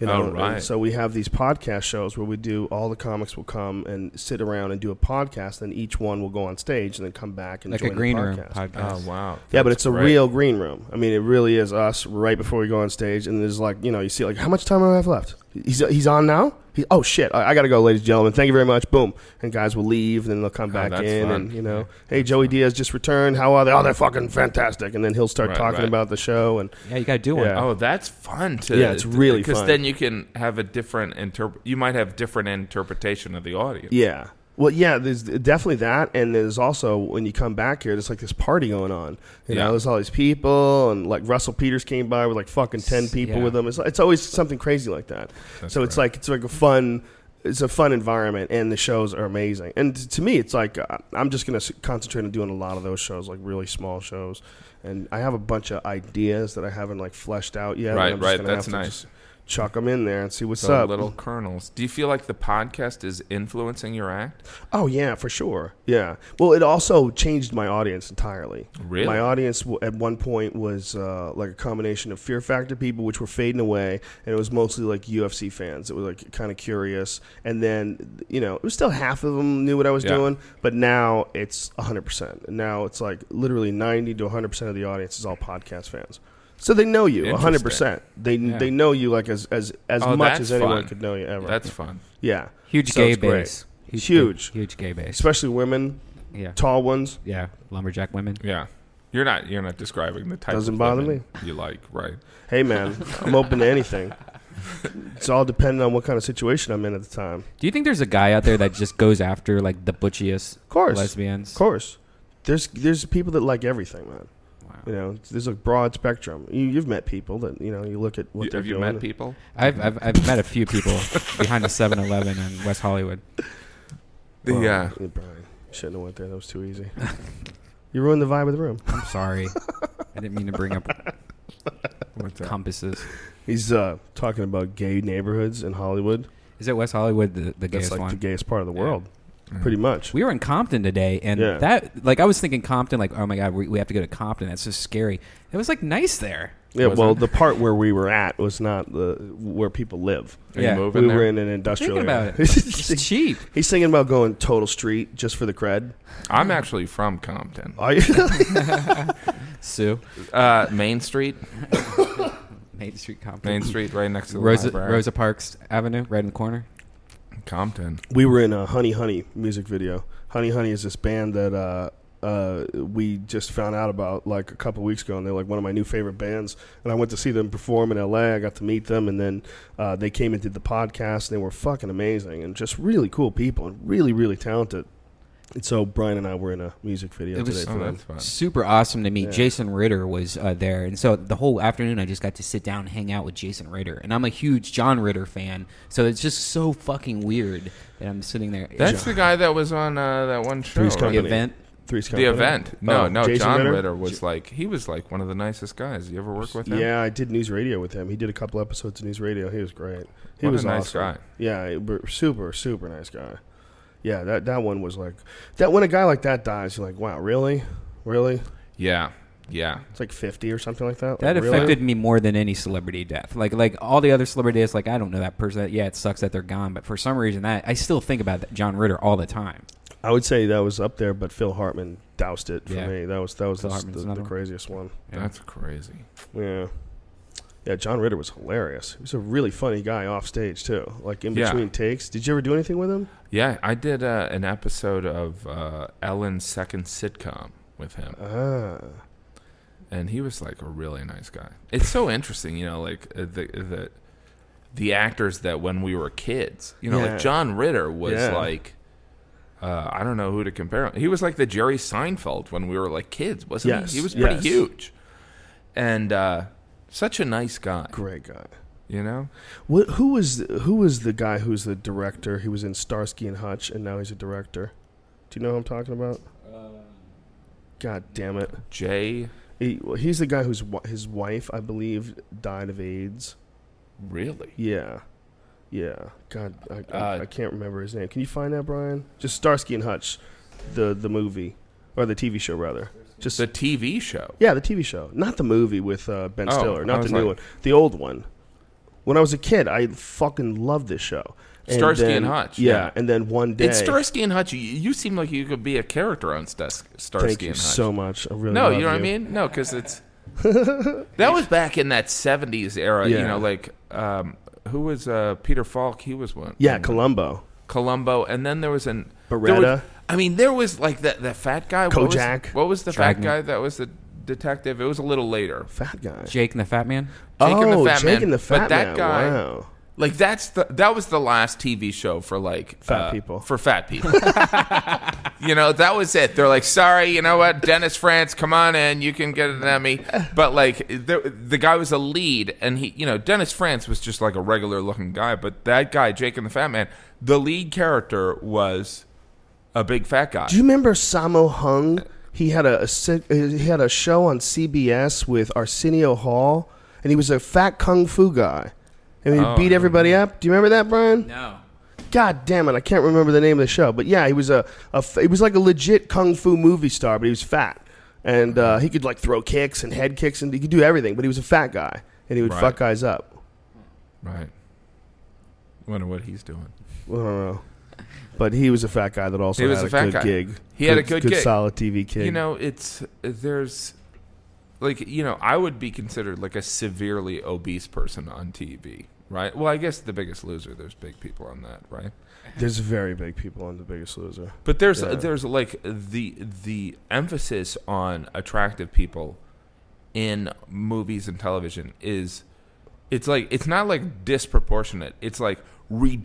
Speaker 1: You know,
Speaker 4: Oh,
Speaker 1: and
Speaker 4: right.
Speaker 1: so we have these podcast shows where we do all the comics will come and sit around and do a podcast, and each one will go on stage and then come back and
Speaker 5: like
Speaker 1: join
Speaker 5: a green
Speaker 1: the
Speaker 5: room
Speaker 1: podcast.
Speaker 5: podcast.
Speaker 4: Oh wow.
Speaker 1: Yeah, but it's a
Speaker 4: great.
Speaker 1: real green room. I mean, it really is us right before we go on stage, and there's like you know you see like how much time do I have left? He's he's on now. He, oh shit, I, I gotta go, ladies and gentlemen. Thank you very much. Boom, and guys will leave, then they'll come back
Speaker 4: that's
Speaker 1: in,
Speaker 4: fun.
Speaker 1: and you know,
Speaker 4: Yeah,
Speaker 1: hey, Joey Diaz just returned. How are they? Oh, they're fucking fantastic. And then he'll start
Speaker 4: Right,
Speaker 1: talking
Speaker 4: right.
Speaker 1: about the show, and
Speaker 5: yeah, you gotta do one.
Speaker 1: Yeah.
Speaker 4: Oh, that's fun to
Speaker 1: Yeah, it's really
Speaker 4: because
Speaker 1: fun.
Speaker 4: then you can have a different interpret. You might have different interpretation of the audience.
Speaker 1: Yeah. Well, yeah, there's definitely that, and there's also when you come back here, there's like this party going on. You
Speaker 4: Yeah.
Speaker 1: know, there's all these people, and like Russell Peters came by with like fucking ten people
Speaker 5: yeah.
Speaker 1: with him. It's, it's always something crazy like that. so it's like it's like a fun, it's a fun environment, and the shows are amazing. And t- to me, it's like uh, I'm just gonna s- concentrate on doing a lot of those shows, like really small shows. And I have a bunch of ideas that I haven't like fleshed out yet. and
Speaker 4: Right,
Speaker 1: I'm
Speaker 4: right,
Speaker 1: Just gonna
Speaker 4: that's
Speaker 1: have to
Speaker 4: nice.
Speaker 1: Just chuck them in there and see what's
Speaker 4: the
Speaker 1: up.
Speaker 4: little kernels. Do you feel like the podcast is influencing your act?
Speaker 1: Oh yeah, for sure. Yeah. Well, it also changed my audience entirely.
Speaker 4: Really?
Speaker 1: My audience w- at one point was uh, like a combination of Fear Factor people, which were fading away, and it was mostly like UFC fans that were like kind of curious. And then you know, it was still half of them knew what I was
Speaker 4: Yeah.
Speaker 1: doing, but now it's hundred percent. Now it's like literally ninety to hundred percent of the audience is all podcast fans. So they know you hundred percent. They they know you like as as as
Speaker 4: Oh,
Speaker 1: much
Speaker 4: that's
Speaker 1: as anyone
Speaker 4: fun.
Speaker 1: could know you ever.
Speaker 4: That's fun.
Speaker 1: yeah,
Speaker 5: Huge
Speaker 1: So
Speaker 5: gay
Speaker 1: it's great.
Speaker 5: base.
Speaker 1: Huge.
Speaker 5: Huge gay base.
Speaker 1: especially women,
Speaker 5: Yeah.
Speaker 1: tall ones.
Speaker 5: Yeah. Lumberjack women.
Speaker 4: Yeah. You're not you're not describing the type
Speaker 1: Doesn't
Speaker 4: of
Speaker 1: bother
Speaker 4: women you like, right?
Speaker 1: Hey man, I'm open to anything. It's all dependent on what kind of situation I'm in at the time.
Speaker 5: Do you think there's a guy out there that just goes after like the butchiest
Speaker 1: course.
Speaker 5: lesbians?
Speaker 1: Of course, there's there's people that like everything, man. You know, there's a broad spectrum. You, you've met people that you know. You look at what
Speaker 4: You-
Speaker 1: they're
Speaker 4: have you
Speaker 1: doing.
Speaker 4: met people?
Speaker 5: I've, I've, I've met a few people behind the 7 Eleven in West Hollywood.
Speaker 1: Well,
Speaker 4: yeah.
Speaker 1: you probably shouldn't have went there. That was too easy. you ruined the vibe of the room.
Speaker 5: I'm sorry. I didn't mean to bring up
Speaker 4: What's that?
Speaker 5: compasses.
Speaker 1: He's uh, talking about gay neighborhoods in Hollywood.
Speaker 5: Is it West Hollywood the, the
Speaker 1: That's
Speaker 5: gayest
Speaker 1: like the
Speaker 5: one?
Speaker 1: gayest part of the world, pretty much.
Speaker 5: we were in Compton today, and
Speaker 1: Yeah.
Speaker 5: that like I was thinking Compton, like oh my god, we, we have to go to Compton. That's so scary. It was like nice there.
Speaker 1: yeah.
Speaker 4: Was
Speaker 1: Well,
Speaker 4: it?
Speaker 1: the part where we were at was not the where people live.
Speaker 4: Are
Speaker 5: Yeah.
Speaker 4: you moving
Speaker 1: We
Speaker 4: there?
Speaker 1: were in an industrial.
Speaker 5: Think about
Speaker 1: area.
Speaker 5: it. It's cheap.
Speaker 1: He's thinking about going total street just for the cred.
Speaker 4: I'm actually from Compton.
Speaker 1: Are you?
Speaker 5: Sue,
Speaker 4: Uh, Main Street.
Speaker 5: Main Street Compton,
Speaker 4: Main Street right next to the
Speaker 5: Rosa
Speaker 4: library.
Speaker 5: Rosa Parks Avenue, right in the corner.
Speaker 4: Compton.
Speaker 1: we were in a Honey Honey music video. Honey Honey is this band that uh, uh, we just found out about like a couple weeks ago, and they're like one of my new favorite bands. And I went to see them perform in L.A. I got to meet them, and then uh, they came and did the podcast. And they were fucking amazing and just really cool people and really really talented. And so Brian and I were in a music video
Speaker 5: It was-
Speaker 1: today
Speaker 4: Oh,
Speaker 1: for them.
Speaker 4: that's fun.
Speaker 5: Super awesome to meet. Jason Ritter was uh, there, and so the whole afternoon I just got to sit down and hang out with Jason Ritter, and I'm a huge John Ritter fan, so it's just so fucking weird that I'm sitting there.
Speaker 4: That's the guy that was on uh, that one show.
Speaker 1: Three's
Speaker 4: right?
Speaker 1: Company.
Speaker 5: the event.
Speaker 1: Three's
Speaker 4: The
Speaker 1: Company.
Speaker 4: event. No,
Speaker 1: Oh,
Speaker 4: no.
Speaker 1: Jason
Speaker 4: John Ritter?
Speaker 1: Ritter?
Speaker 4: was like he was like one of the nicest guys. You ever work with him?
Speaker 1: Yeah, I did news radio with him. He did a couple episodes of news radio. He was great. He
Speaker 4: What a
Speaker 1: was
Speaker 4: nice
Speaker 1: awesome.
Speaker 4: guy.
Speaker 1: Yeah, he- br- super, super nice guy. Yeah, that that one was like that when a guy like that dies, you're like, wow, really, really?
Speaker 4: Yeah. Yeah.
Speaker 1: It's like fifty or something like that.
Speaker 5: That
Speaker 1: Like, really?
Speaker 5: affected me more than any celebrity death. Like like all the other celebrity deaths, like I don't know that person. yeah, it sucks that they're gone, but for some reason that I still think about that John Ritter all the time.
Speaker 1: I would say that was up there, but Phil Hartman doused it for
Speaker 5: Yeah.
Speaker 1: me. That was that was
Speaker 5: Phil
Speaker 1: the,
Speaker 5: Hartman's
Speaker 1: the,
Speaker 5: another
Speaker 1: the
Speaker 5: one.
Speaker 1: craziest one.
Speaker 5: Yeah.
Speaker 4: That's crazy.
Speaker 1: Yeah. Yeah, John Ritter was hilarious. He was a really funny guy off stage too. Like in
Speaker 4: Yeah.
Speaker 1: between takes. Did you ever do anything with him?
Speaker 4: Yeah, I did uh, an episode of uh, Ellen's second sitcom with him,
Speaker 1: Ah.
Speaker 4: and he was like a really nice guy. It's so interesting, you know, like uh, the the the actors that when we were kids, you know,
Speaker 1: Yeah.
Speaker 4: like John Ritter was
Speaker 1: Yeah.
Speaker 4: like. Uh, I don't know who to compare him. He was like the Jerry Seinfeld when we were like kids, wasn't
Speaker 1: Yes,
Speaker 4: he? He was pretty
Speaker 1: yes.
Speaker 4: huge, and uh, such a nice guy.
Speaker 1: Great guy.
Speaker 4: You know,
Speaker 1: What, who was who was the guy who's the director? He was in Starsky and Hutch, and now he's a director. Do you know who I'm talking about? God damn it!
Speaker 4: Jay.
Speaker 1: He, well, he's the guy whose wi- his wife, I believe, died of AIDS.
Speaker 4: Really?
Speaker 1: Yeah, yeah. God, I, I,
Speaker 4: Uh,
Speaker 1: I can't remember his name. Can you find that, Brian? Just Starsky and Hutch, the the movie or the TV show rather. Just
Speaker 4: The TV show.
Speaker 1: yeah, the TV show, not the movie with uh, Ben
Speaker 4: Oh,
Speaker 1: Stiller,
Speaker 4: I
Speaker 1: not the
Speaker 4: was
Speaker 1: new
Speaker 4: like-
Speaker 1: one, the old one. When I was a kid, I fucking loved this show.
Speaker 4: Starsky and Hutch,
Speaker 1: Yeah,
Speaker 4: yeah.
Speaker 1: and then one day,
Speaker 4: It's Starsky and Hutch. You, you seem like you could be a character on Stas- Starsky
Speaker 1: thank you
Speaker 4: and Hutch.
Speaker 1: so much. I really
Speaker 4: no,
Speaker 1: love
Speaker 4: you know what I mean? No, because it's that was back in that '70s era. You
Speaker 1: Yeah.
Speaker 4: know, like um, who was uh, Peter Falk? He was one.
Speaker 1: Yeah, Columbo,
Speaker 4: Columbo, and then there was an there
Speaker 1: Beretta.
Speaker 4: was- I mean, there was like that that fat guy. What was- What
Speaker 1: Kojak.
Speaker 4: was, the fat guy that was the detective? It was a little later.
Speaker 1: fat guy.
Speaker 5: Jake and the Fat Man.
Speaker 4: Jake and the
Speaker 1: oh,
Speaker 4: Fat
Speaker 1: Jake
Speaker 4: Man.
Speaker 1: and the
Speaker 4: But
Speaker 1: Fat
Speaker 4: that
Speaker 1: Man.
Speaker 4: guy-
Speaker 1: wow.
Speaker 4: Like that's the that was the last TV show for like uh,
Speaker 1: Fat people.
Speaker 4: for fat people. you know that was it. They're like, sorry, you know what, Dennis France, come on in, you can get an Emmy. But like the the guy was a lead, and he, you know, Dennis France was just like a regular looking guy, but that guy, Jake and the Fat Man, the lead character was a big fat guy.
Speaker 1: Do you remember Sammo Hung? He had a, a si- uh, he had a show on CBS with Arsenio Hall, and he was a fat kung fu guy, and he
Speaker 4: Oh,
Speaker 1: beat
Speaker 4: I
Speaker 1: everybody up. Do you remember that, Brian?
Speaker 5: No.
Speaker 1: God damn it, I can't remember the name of the show, but yeah, he was a, a f- he was like a legit kung fu movie star, but he was fat, and uh, he could like throw kicks and head kicks, and he could do everything, but he was a fat guy, and he would
Speaker 4: Right.
Speaker 1: fuck guys up.
Speaker 4: right. Wonder what he's doing.
Speaker 1: I don't know, but he was a fat guy that also
Speaker 4: He was
Speaker 1: had
Speaker 4: a
Speaker 1: a,
Speaker 4: fat
Speaker 1: good
Speaker 4: guy.
Speaker 1: gig.
Speaker 4: He had a good gig.
Speaker 1: solid TV gig.
Speaker 4: You know, it's there's like you know, I would be considered like a severely obese person on TV, right? Well, I guess The Biggest Loser, there's big people on that, right?
Speaker 1: there's very big people on The Biggest Loser.
Speaker 4: But there's
Speaker 1: Yeah.
Speaker 4: there's like the the emphasis on attractive people in movies and television is it's like it's not like disproportionate. It's like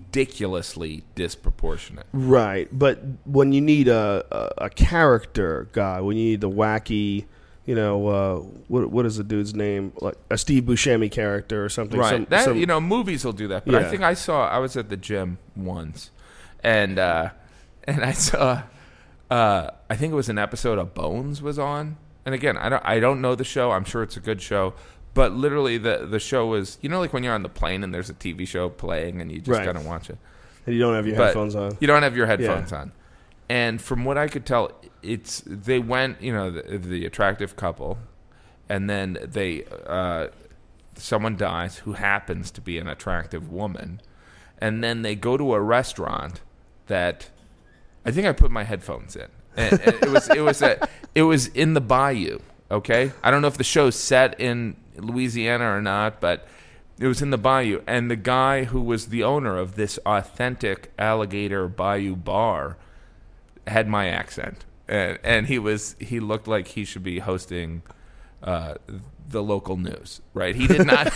Speaker 4: ridiculously disproportionate.
Speaker 1: Right, but when you need a, a a character guy, when you need the wacky, you know, uh, what what is the dude's name? Like a Steve Buscemi character or something.
Speaker 4: Right.
Speaker 1: Some,
Speaker 4: that
Speaker 1: some-
Speaker 4: you know, movies will do that. But I
Speaker 1: Yeah.
Speaker 4: think I saw I was at the gym once and uh and I saw uh I think it was an episode of Bones was on. And again, I don't I don't know the show. I'm sure it's a good show. But literally the the show was you know like when you're on the plane and there's a TV show playing and you just
Speaker 1: Right.
Speaker 4: kind of watch it.
Speaker 1: and you don't have your
Speaker 4: But
Speaker 1: headphones on.
Speaker 4: You don't have your headphones on. And from what I could tell, it's they went, you know, the, the attractive couple, and then they uh, someone dies who happens to be an attractive woman, and then they go to a restaurant that I think I put my headphones in. And, and it was it was a, it was in the bayou. Okay, I don't know if the show's set in Louisiana or not, but it was in the bayou. And the guy who was the owner of this authentic alligator bayou bar had my accent, and and he was he looked like he should be hosting. Uh, the local news, right? He did not.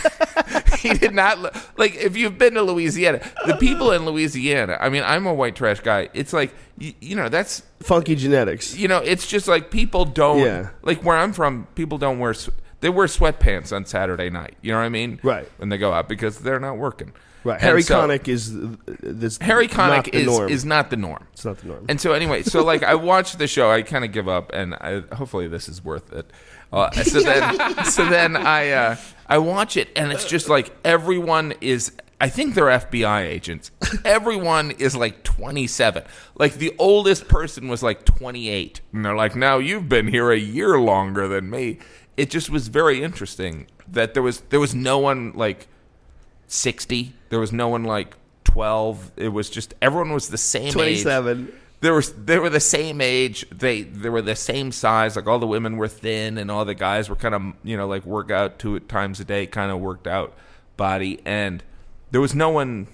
Speaker 4: he did not look like. If you've been to Louisiana, the people in Louisiana. I mean, I'm a white trash guy. It's like you, you know that's
Speaker 1: Funky genetics.
Speaker 4: you know, it's just like people don't
Speaker 1: Yeah.
Speaker 4: like where I'm from. People don't wear sw- they wear sweatpants on Saturday night. You know what I mean?
Speaker 1: Right.
Speaker 4: When they go out because they're not working.
Speaker 1: Right.
Speaker 4: And
Speaker 1: Harry
Speaker 4: so-
Speaker 1: Connick is th- this.
Speaker 4: Harry
Speaker 1: not
Speaker 4: Connick
Speaker 1: the
Speaker 4: is
Speaker 1: norm.
Speaker 4: is not the norm.
Speaker 1: It's not the norm.
Speaker 4: And so anyway, so like I watched the show, I kind of give up, and I, hopefully this is worth it. Uh, so then, so then I uh, I watch it, and it's just like everyone is. I think they're FBI agents. Everyone is like 27. Like the oldest person was like 28, and they're like, "Now you've been here a year longer than me." It just was very interesting that there was there was no one like 60. There was no one like 12. It was just everyone was the same age
Speaker 1: Twenty-seven.
Speaker 4: there was they were the same age. They they were the same size. Like all the women were thin, and all the guys were kind of you know like work out two times a day, kind of worked out body. And there was no one.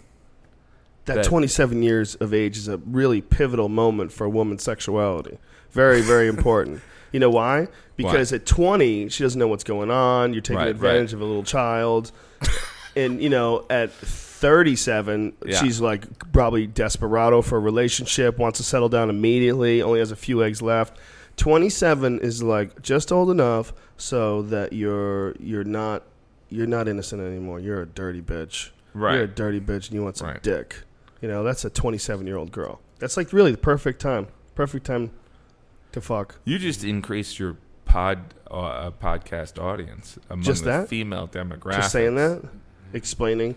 Speaker 1: That,
Speaker 4: that-
Speaker 1: 27 years of age is a really pivotal moment for a woman's sexuality. Very, very important. You know why? Because at 20, she doesn't know what's going on. You're taking
Speaker 4: Right,
Speaker 1: advantage of a little child. and you know, at 37,
Speaker 4: Yeah.
Speaker 1: she's like probably desperado for a relationship, wants to settle down immediately, only has a few eggs left. 27 is like just old enough so that you're you're not you're not innocent anymore. You're a dirty bitch.
Speaker 4: Right.
Speaker 1: You're a dirty bitch and you want some
Speaker 4: Right.
Speaker 1: dick. You know, that's a 27-year-old girl. That's like really the perfect time. Perfect time to fuck.
Speaker 4: You just increased your pod uh, podcast audience among
Speaker 1: Just
Speaker 4: the
Speaker 1: that?
Speaker 4: female demographic.
Speaker 1: Just saying that, explaining.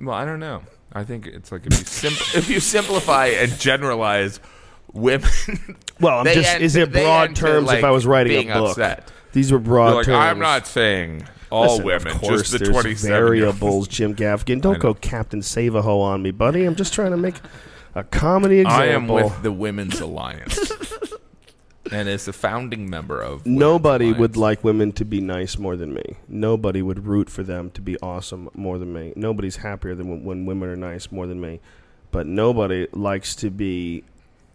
Speaker 4: Well, I don't know. I think it's like if you sim- if you simplify and generalize women,
Speaker 1: Well, I'm
Speaker 4: They
Speaker 1: just
Speaker 4: end-
Speaker 1: is it
Speaker 4: they
Speaker 1: broad
Speaker 4: end to,
Speaker 1: terms
Speaker 4: like,
Speaker 1: if I was writing
Speaker 4: being
Speaker 1: a book.
Speaker 4: upset.
Speaker 1: These were broad
Speaker 4: you're like
Speaker 1: terms.
Speaker 4: I'm not saying all
Speaker 1: Listen,
Speaker 4: women,
Speaker 1: of course
Speaker 4: just the
Speaker 1: there's
Speaker 4: 27 year olds.
Speaker 1: variables, Jim Gaffigan.
Speaker 4: I
Speaker 1: Don't
Speaker 4: know.
Speaker 1: go Captain Save a Ho on me, buddy. I'm just trying to make a comedy example.
Speaker 4: I am with the Women's Alliance, and is a founding member of. Women's
Speaker 1: Nobody
Speaker 4: Alliance.
Speaker 1: would like women to be nice more than me. Nobody would root for them to be awesome more than me. Nobody's happier than when, when women are nice more than me. But nobody likes to be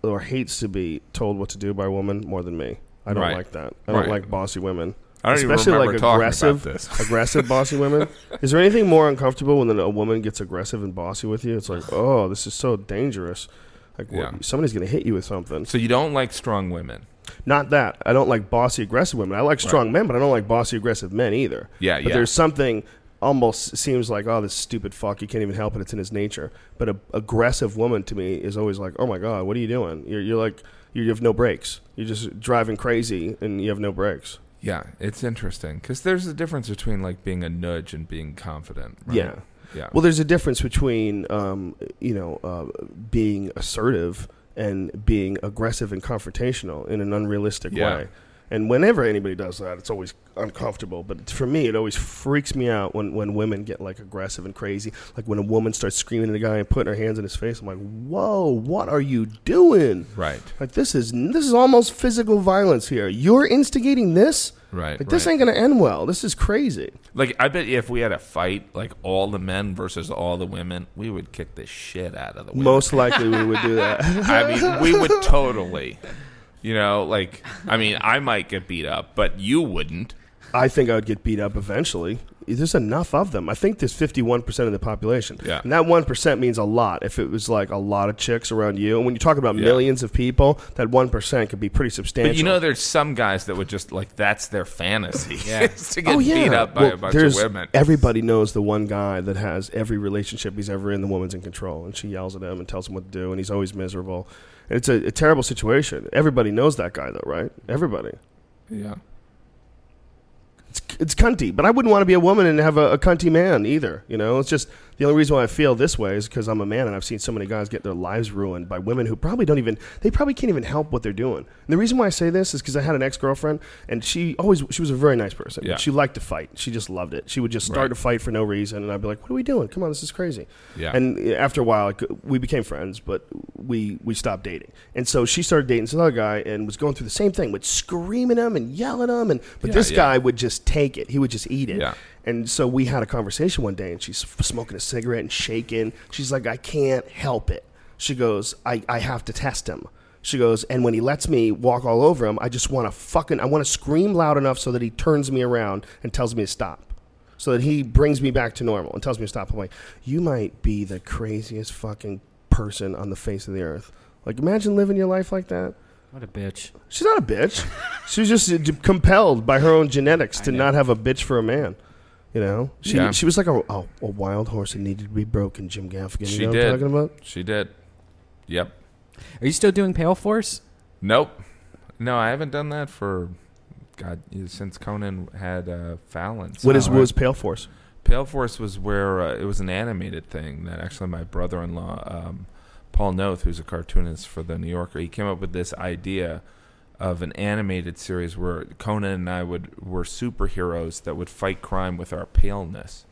Speaker 1: or hates to be told what to do by a woman more than me. I don't
Speaker 4: Right.
Speaker 1: like that. I don't
Speaker 4: Right.
Speaker 1: like bossy women.
Speaker 4: I don't even
Speaker 1: Especially
Speaker 4: remember
Speaker 1: like
Speaker 4: talking
Speaker 1: aggressive,
Speaker 4: about this.
Speaker 1: aggressive bossy women. Is there anything more uncomfortable when a woman gets aggressive and bossy with you? It's like, oh, this is so dangerous. Like, what-
Speaker 4: Yeah.
Speaker 1: somebody's going to hit you with something.
Speaker 4: So you don't like strong women.
Speaker 1: Not that I don't like bossy aggressive women. I like strong men, but I don't like bossy aggressive men either.
Speaker 4: Yeah,
Speaker 1: but
Speaker 4: yeah.
Speaker 1: there's something almost seems like oh this stupid fuck you can't even help it it's in his nature. But a aggressive woman to me is always like oh my god what are you doing? You're, you're like you have no brakes. You're just driving crazy and you have no brakes.
Speaker 4: Yeah, it's interesting because there's a difference between like being a nudge and being confident. right?
Speaker 1: Yeah.
Speaker 4: yeah.
Speaker 1: Well, there's a difference between um, you know uh, being assertive and being aggressive and confrontational in an unrealistic
Speaker 4: Yeah.
Speaker 1: way. And whenever anybody does that, it's always uncomfortable. But for me, it always freaks me out when, when women get like aggressive and crazy. Like when a woman starts screaming at a guy and putting her hands in his face, I'm like, "Whoa, what are you doing?"
Speaker 4: right,
Speaker 1: Like this is this is almost physical violence here. You're instigating this.
Speaker 4: right.
Speaker 1: Like this
Speaker 4: right.
Speaker 1: ain't gonna end well. This is crazy.
Speaker 4: Like I bet if we had a fight, like all the men versus all the women, we would kick the shit out of the women.
Speaker 1: Most likely, we would do that.
Speaker 4: I mean, we would totally. You know, like I mean, I might get beat up, but you wouldn't.
Speaker 1: I think I would get beat up eventually. There's enough of them. I think there's 51% of the population.
Speaker 4: Yeah.
Speaker 1: And that 1% means a lot if it was like a lot of chicks around you. And when you talk about
Speaker 4: Yeah.
Speaker 1: millions of people, that 1% could be pretty substantial.
Speaker 4: But you know, there's some guys that would just like that's their fantasy is to get
Speaker 1: oh, yeah.
Speaker 4: beat up by
Speaker 1: Well,
Speaker 4: a bunch of
Speaker 1: there's-
Speaker 4: women.
Speaker 1: Everybody knows the one guy that has every relationship he's ever in, the woman's in control. And she yells at him and tells him what to do, and he's always miserable. And it's a, a terrible situation. Everybody knows that guy, though, right? Everybody.
Speaker 4: yeah,
Speaker 1: it's, it's cunty, but I wouldn't want to be a woman and have a, a cunty man either. You know, it's just the only reason why I feel this way is because I'm a man and I've seen so many guys get their lives ruined by women who probably don't even, they probably can't even help what they're doing. And the reason why I say this is because I had an ex girlfriend and she always, she was a very nice person.
Speaker 4: Yeah.
Speaker 1: She liked to fight. She just loved it. She would just start
Speaker 4: Right.
Speaker 1: to fight for no reason. And I'd be like, what are we doing? Come on, this is crazy.
Speaker 4: Yeah.
Speaker 1: And after a while, like, we became friends, but we we stopped dating. And so she started dating this other guy and was going through the same thing, would scream at him and yell at him. And but
Speaker 4: Yeah,
Speaker 1: this
Speaker 4: yeah.
Speaker 1: guy would just take it. He would just eat it.
Speaker 4: Yeah.
Speaker 1: And so we had a conversation one day, and she's smoking a cigarette and shaking. She's like, I can't help it. She goes, I, I have to test him. She goes, and when he lets me walk all over him, I just want to fucking, I want to scream loud enough so that he turns me around and tells me to stop. So that he brings me back to normal and tells me to stop. I'm like, you might be the craziest fucking person on the face of the earth. Like, imagine living your life like that.
Speaker 5: What a bitch.
Speaker 1: She's not a bitch. she was just uh, d- compelled by her own genetics to not have a bitch for a man. You know, she
Speaker 4: Yeah.
Speaker 1: she was like a, a, a wild horse that needed to be broken. Jim Gaffigan, you
Speaker 4: She
Speaker 1: know
Speaker 4: did.
Speaker 1: what I'm talking about?
Speaker 4: she did. Yep.
Speaker 5: Are you still doing Pale Force?
Speaker 4: Nope. No, I haven't done that for God since Conan had uh, Fallon.
Speaker 1: What is
Speaker 4: So
Speaker 1: what is Pale Force?
Speaker 4: Pale Force was where uh, it was an animated thing that actually my brother-in-law um, Paul Noth, who's a cartoonist for the New Yorker, he came up with this idea of an animated series where Conan and I would were superheroes that would fight crime with our paleness.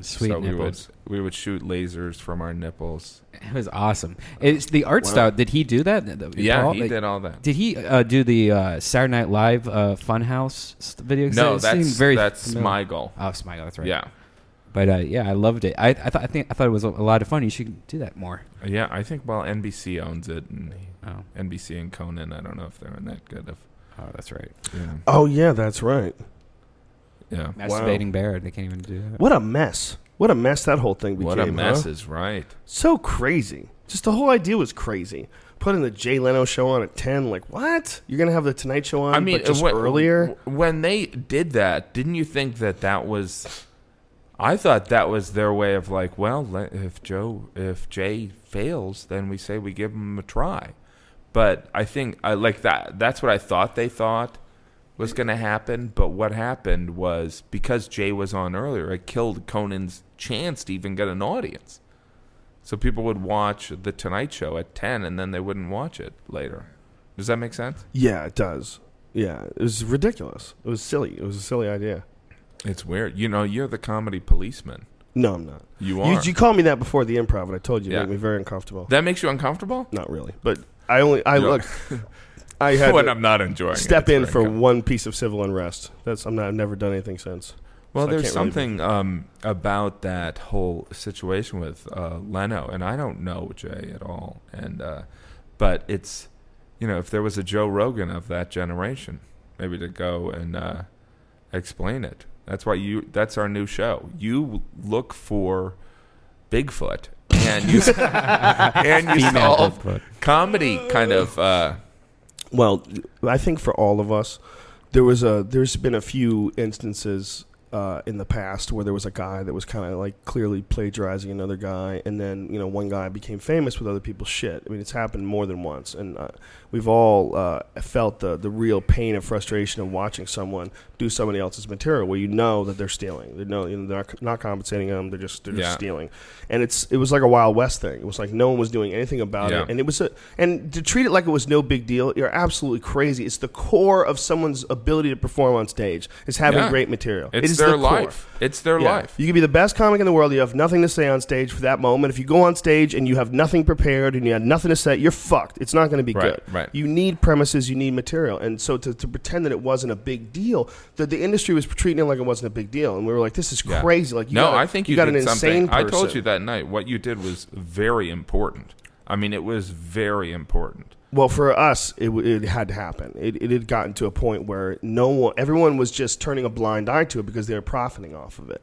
Speaker 5: Sweet
Speaker 4: so
Speaker 5: nipples.
Speaker 4: we would we would shoot lasers from our nipples.
Speaker 5: It was awesome. It's the art style. Did he do that? The- the-
Speaker 4: yeah,
Speaker 5: Paul,
Speaker 4: he
Speaker 5: like-
Speaker 4: did all that.
Speaker 5: Did he uh, do the uh, Saturday Night Live uh, Funhouse st- video? 'Cause
Speaker 4: no,
Speaker 5: it seemed
Speaker 4: that's
Speaker 5: very
Speaker 4: that's
Speaker 5: familiar.
Speaker 4: Smigel.
Speaker 5: Oh, Smigel. That's right.
Speaker 4: Yeah,
Speaker 5: But uh, yeah, I loved it. I, I thought I think I thought it was a lot of fun. You should do that more.
Speaker 4: yeah. I think well, NBC owns it, and
Speaker 5: Oh,
Speaker 4: NBC and Conan. I don't know if they're in that good of.
Speaker 5: oh that's right.
Speaker 4: you know.
Speaker 1: Oh yeah, that's right.
Speaker 4: Yeah.
Speaker 5: Masturbating bear. They can't even do that.
Speaker 1: What a mess. What a mess that whole thing became.
Speaker 4: What a mess
Speaker 1: huh?
Speaker 4: is right.
Speaker 1: So crazy. Just the whole idea was crazy. Putting the Jay Leno show on at 10, like, what? You're going to have the Tonight Show on
Speaker 4: I mean,
Speaker 1: but just
Speaker 4: when-
Speaker 1: earlier?
Speaker 4: when they did that, didn't you think that that was? I thought that was their way of like, well, le- if Joe, if Jay fails, then we say we give him a try. But I think I like that. That's what I thought they thought was going to happen. But what happened was because Jay was on earlier, it killed Conan's chance to even get an audience. So people would watch the Tonight Show at ten, and then they wouldn't watch it later. Does that make sense?
Speaker 1: Yeah, it does. Yeah, it was ridiculous. It was silly. It was a silly idea.
Speaker 4: It's weird. You know, you're the comedy policeman.
Speaker 1: No, I'm not.
Speaker 4: You
Speaker 1: You,
Speaker 4: are.
Speaker 1: you called me that before the improv, and I told you it
Speaker 4: Yeah.
Speaker 1: made me very uncomfortable.
Speaker 4: that makes you uncomfortable?
Speaker 1: not really, but I only I
Speaker 4: Yeah.
Speaker 1: look. I had
Speaker 4: when
Speaker 1: to
Speaker 4: I'm not enjoying it,
Speaker 1: step
Speaker 4: it's
Speaker 1: in
Speaker 4: very
Speaker 1: for
Speaker 4: uncomfortable.
Speaker 1: one piece of civil unrest. That's I'm not. I've never done anything since.
Speaker 4: Well,
Speaker 1: so I
Speaker 4: there's
Speaker 1: can't really-
Speaker 4: something um, about that whole situation with uh, Leno, and I don't know Jay at all. And uh, but it's you know, if there was a Joe Rogan of that generation, maybe to go and uh, explain it. That's why you. That's our new show. You look for Bigfoot, and you and you
Speaker 5: Female
Speaker 4: solve
Speaker 5: Bigfoot.
Speaker 4: comedy kind of. Uh,
Speaker 1: Well, I think for all of us, there was a there's been a few instances uh, in the past where there was a guy that was kind of like clearly plagiarizing another guy, and then you know one guy became famous with other people's shit. I mean, it's happened more than once, and uh, we've all uh, felt the the real pain and frustration of watching someone do somebody else's material where you know that they're stealing. They know, you know they're not, not compensating them. They're just they're
Speaker 4: Yeah.
Speaker 1: just stealing, and it's it was like a Wild West thing. It was like no one was doing anything about
Speaker 4: Yeah.
Speaker 1: it, and it was a and to treat it like it was no big deal, you're absolutely crazy. It's the core of someone's ability to perform on stage is having
Speaker 4: Yeah.
Speaker 1: great material. It
Speaker 4: It's
Speaker 1: is
Speaker 4: their
Speaker 1: the core.
Speaker 4: life. It's their
Speaker 1: Yeah.
Speaker 4: life.
Speaker 1: You can be the best comic in the world. You have nothing to say on stage for that moment. If you go on stage and you have nothing prepared and you had nothing to say, you're fucked. It's not going to be
Speaker 4: Right,
Speaker 1: good.
Speaker 4: right.
Speaker 1: You need premises. You need material. And so to, to pretend that it wasn't a big deal, that the industry was treating it like it wasn't a big deal, and we were like, this is
Speaker 4: Yeah.
Speaker 1: crazy. Like, you
Speaker 4: no,
Speaker 1: got a-
Speaker 4: I think you,
Speaker 1: got
Speaker 4: did
Speaker 1: an insane
Speaker 4: something. I told
Speaker 1: person.
Speaker 4: you that night what you did was very important. I mean, it was very important.
Speaker 1: Well, for us, it, w- it had to happen. It, it had gotten to a point where no one, everyone was just turning a blind eye to it because they were profiting off of it.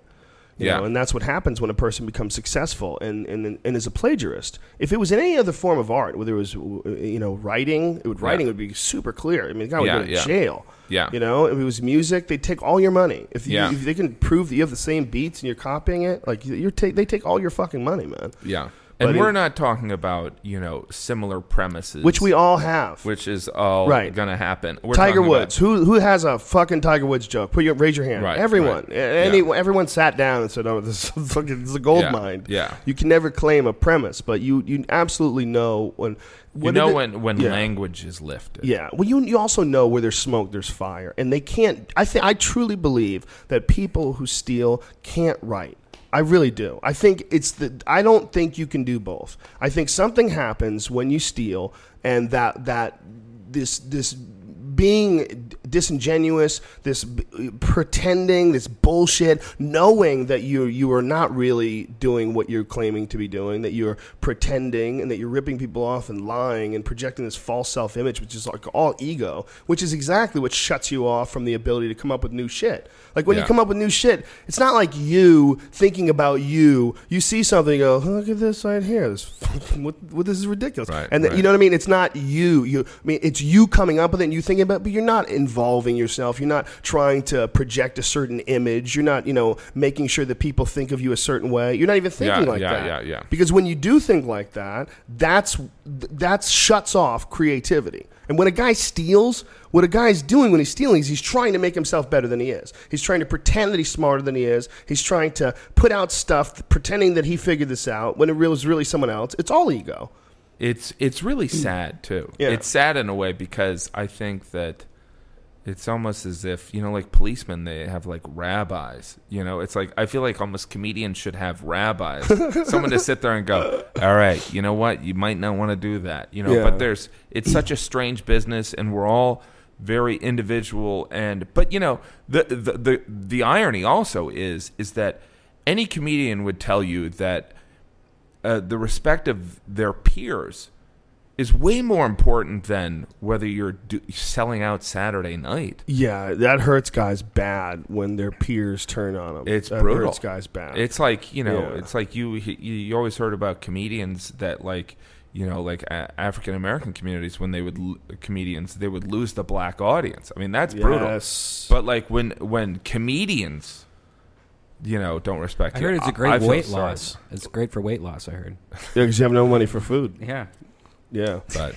Speaker 1: You
Speaker 4: Yeah.
Speaker 1: know, and that's what happens when a person becomes successful and, and, and is a plagiarist. If it was in any other form of art, whether it was w- uh, you know writing, it would, writing
Speaker 4: Yeah.
Speaker 1: would be super clear. I mean, the guy would
Speaker 4: Yeah,
Speaker 1: go to
Speaker 4: yeah.
Speaker 1: jail.
Speaker 4: Yeah.
Speaker 1: you know, if it was music, they take all your money. If, you,
Speaker 4: Yeah.
Speaker 1: if they can prove that you have the same beats and you're copying it, like you- you're ta- they take all your fucking money, man.
Speaker 4: Yeah. And
Speaker 1: But
Speaker 4: we're
Speaker 1: it-
Speaker 4: not talking about, you know, similar premises.
Speaker 1: Which we all have.
Speaker 4: which is all
Speaker 1: Right.
Speaker 4: going to happen. We're
Speaker 1: Tiger
Speaker 4: talking about-
Speaker 1: Woods. Who who has a fucking Tiger Woods joke? Put your raise your hand.
Speaker 4: Right,
Speaker 1: everyone.
Speaker 4: right.
Speaker 1: Any,
Speaker 4: Yeah.
Speaker 1: Everyone sat down and said, "Oh, this is fucking this is a gold
Speaker 4: Yeah,
Speaker 1: mine."
Speaker 4: yeah.
Speaker 1: You can never claim a premise, but you you absolutely know when.
Speaker 4: you
Speaker 1: what
Speaker 4: know
Speaker 1: did it-
Speaker 4: when, when
Speaker 1: yeah.
Speaker 4: language is lifted.
Speaker 1: Yeah. Well, you you also know where there's smoke, there's fire, and they can't. I think I truly believe that people who steal can't write. I really do. I think it's the. I don't think you can do both. I think something happens when you steal, and that that this this being disingenuous, this b- pretending, this bullshit, knowing that you you are not really doing what you're claiming to be doing, that you're pretending and that you're ripping people off and lying and projecting this false self image, which is like all ego, which is exactly what shuts you off from the ability to come up with new shit. Like when you
Speaker 4: Yeah.
Speaker 1: come up with new shit, it's not like you thinking about you. You see something, you go, look at this right here. This, fucking- what, what this is ridiculous.
Speaker 4: Right,
Speaker 1: and then, you
Speaker 4: right.
Speaker 1: know what I mean? It's not you. You, I mean, it's you coming up with it and you thinking about, it, but you're not involving yourself. You're not trying to project a certain image. You're not, you know, making sure that people think of you a certain way. You're not even thinking
Speaker 4: Yeah,
Speaker 1: like
Speaker 4: yeah,
Speaker 1: that.
Speaker 4: yeah, yeah.
Speaker 1: Because when you do think like that, that's th- that shuts off creativity. And when a guy steals, what a guy's doing when he's stealing is he's trying to make himself better than he is. He's trying to pretend that he's smarter than he is. He's trying to put out stuff pretending that he figured this out when it really was really someone else. It's all ego.
Speaker 4: It's it's really sad too.
Speaker 1: Hmm. Yeah.
Speaker 4: It's sad in a way because I think that it's almost as if you know, like policemen, they have like rabbis. You know, it's like I feel like almost comedians should have rabbis, someone to sit there and go, "All right, you know what? You might not want to do that." You know,
Speaker 1: Yeah.
Speaker 4: but there's it's such a strange business, and we're all very individual. And but you know, the the the, the irony also is is that any comedian would tell you that uh, the respect of their peers is way more important than whether you're do- selling out Saturday night.
Speaker 1: Yeah, that hurts guys bad when their peers turn on them.
Speaker 4: It's
Speaker 1: that
Speaker 4: brutal.
Speaker 1: Hurts guys bad.
Speaker 4: It's like you know,
Speaker 1: Yeah.
Speaker 4: it's like you, you you always heard about comedians that like you know like a- African American communities when they would l- comedians they would lose the black audience. I mean that's brutal.
Speaker 1: Yes.
Speaker 4: But like when when comedians, you know, don't respect.
Speaker 5: I
Speaker 4: you,
Speaker 5: heard it's a great
Speaker 4: I feel
Speaker 5: weight
Speaker 4: sorry.
Speaker 5: loss. It's great for weight loss. I heard.
Speaker 1: Yeah, because you have no money for food.
Speaker 5: Yeah.
Speaker 1: Yeah,
Speaker 4: But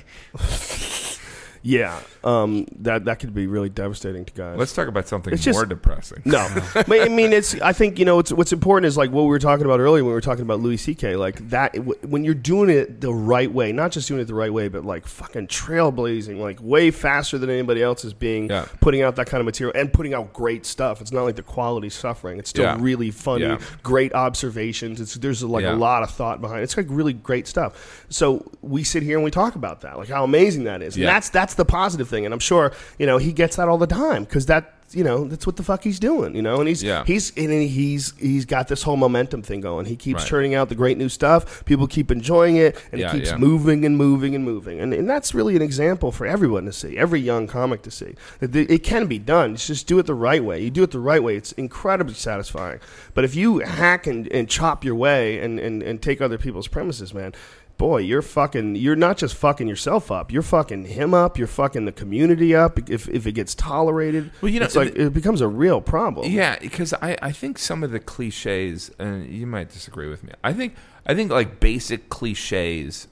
Speaker 1: yeah. Um, that that could be really devastating to guys.
Speaker 4: let's talk about something
Speaker 1: It's just-
Speaker 4: more depressing.
Speaker 1: no, but I mean, it's. I think you know, it's what's important is like what we were talking about earlier when we were talking about Louis C.K. Like that w- when you're doing it the right way, not just doing it the right way, but like fucking trailblazing, like way faster than anybody else is being
Speaker 4: Yeah.
Speaker 1: putting out that kind of material and putting out great stuff. It's not like the quality suffering. It's still
Speaker 4: Yeah.
Speaker 1: really funny,
Speaker 4: Yeah.
Speaker 1: great observations. It's there's like
Speaker 4: Yeah.
Speaker 1: a lot of thought behind. it. It's like really great stuff. So we sit here and we talk about that, like how amazing that is. And
Speaker 4: Yeah.
Speaker 1: that's that's the positive thing. And I'm sure you know he gets that all the time because that you know that's what the fuck he's doing. You know, and he's
Speaker 4: Yeah.
Speaker 1: he's and he's he's got this whole momentum thing going. He keeps
Speaker 4: Right.
Speaker 1: churning out the great new stuff. People keep enjoying it, and
Speaker 4: Yeah,
Speaker 1: it keeps
Speaker 4: yeah.
Speaker 1: moving and moving and moving. And, and that's really an example for everyone to see, every young comic to see. That th- it can be done. It's just do it the right way. You do it the right way, it's incredibly satisfying. But if you hack and, and chop your way and, and, and take other people's premises, man, boy, you're fucking, you're not just fucking yourself up. You're fucking him up. You're fucking the community up. If, if it gets tolerated,
Speaker 4: Well, you know,
Speaker 1: it's like,
Speaker 4: the-
Speaker 1: it becomes a real problem.
Speaker 4: Yeah, because I, I think some of the cliches, and you might disagree with me. I think I think like basic cliches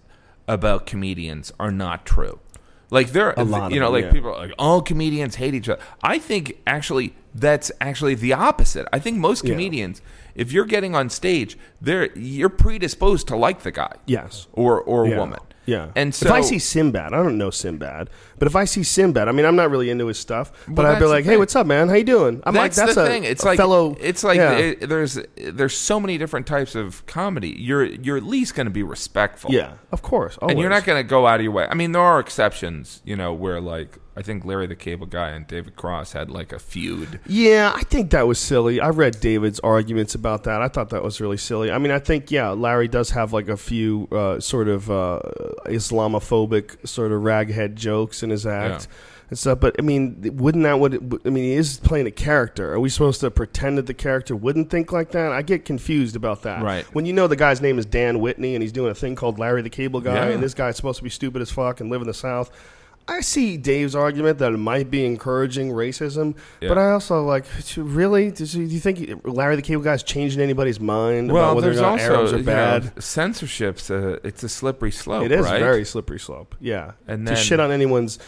Speaker 4: about comedians are not true. Like there,
Speaker 1: A lot of
Speaker 4: you know,
Speaker 1: them,
Speaker 4: like
Speaker 1: yeah.
Speaker 4: people are like all comedians hate each other. I think actually that's actually the opposite. I think most
Speaker 1: Yeah.
Speaker 4: comedians, if you're getting on stage, there you're predisposed to like the guy,
Speaker 1: Yes.
Speaker 4: or or
Speaker 1: Yeah.
Speaker 4: woman,
Speaker 1: Yeah.
Speaker 4: And so
Speaker 1: if I see Sinbad, I don't know Sinbad, but if I see Sinbad, I mean, I'm not really into his stuff, but
Speaker 4: Well,
Speaker 1: I'd be
Speaker 4: that's the
Speaker 1: like, hey,
Speaker 4: thing.
Speaker 1: what's up, man? How you doing? I'm
Speaker 4: that's,
Speaker 1: like, that's
Speaker 4: the
Speaker 1: a,
Speaker 4: thing. It's
Speaker 1: a
Speaker 4: like
Speaker 1: fellow.
Speaker 4: It's like
Speaker 1: yeah.
Speaker 4: it- there's there's so many different types of comedy. You're you're at least going to be respectful.
Speaker 1: yeah, of course. Always.
Speaker 4: and you're not going to go out of your way. I mean, there are exceptions, you know, where like I think Larry the Cable Guy and David Cross had like a feud.
Speaker 1: Yeah, I think that was silly. I read David's arguments about that. I thought that was really silly. I mean, I think yeah, Larry does have like a few uh, sort of uh, Islamophobic sort of raghead jokes in his act. And stuff, but I mean, wouldn't that what? It, I mean, he is playing a character. Are we supposed to pretend that the character wouldn't think like that? I get confused about that.
Speaker 4: Right.
Speaker 1: When you know the guy's name is Dan Whitney and he's doing a thing called Larry the Cable Guy,
Speaker 4: Yeah.
Speaker 1: and this guy's supposed to be stupid as fuck and live in the South. I see Dave's argument that it might be encouraging racism, but
Speaker 4: Yeah.
Speaker 1: I also like really. Do you do you think Larry the Cable Guy's changing anybody's mind about whether or
Speaker 4: there's
Speaker 1: not
Speaker 4: also
Speaker 1: Arabs are
Speaker 4: you know,
Speaker 1: bad?
Speaker 4: censorship's a it's a slippery slope.
Speaker 1: it is
Speaker 4: right?
Speaker 1: very slippery slope. Yeah,
Speaker 4: And
Speaker 1: to
Speaker 4: then-
Speaker 1: shit on anyone's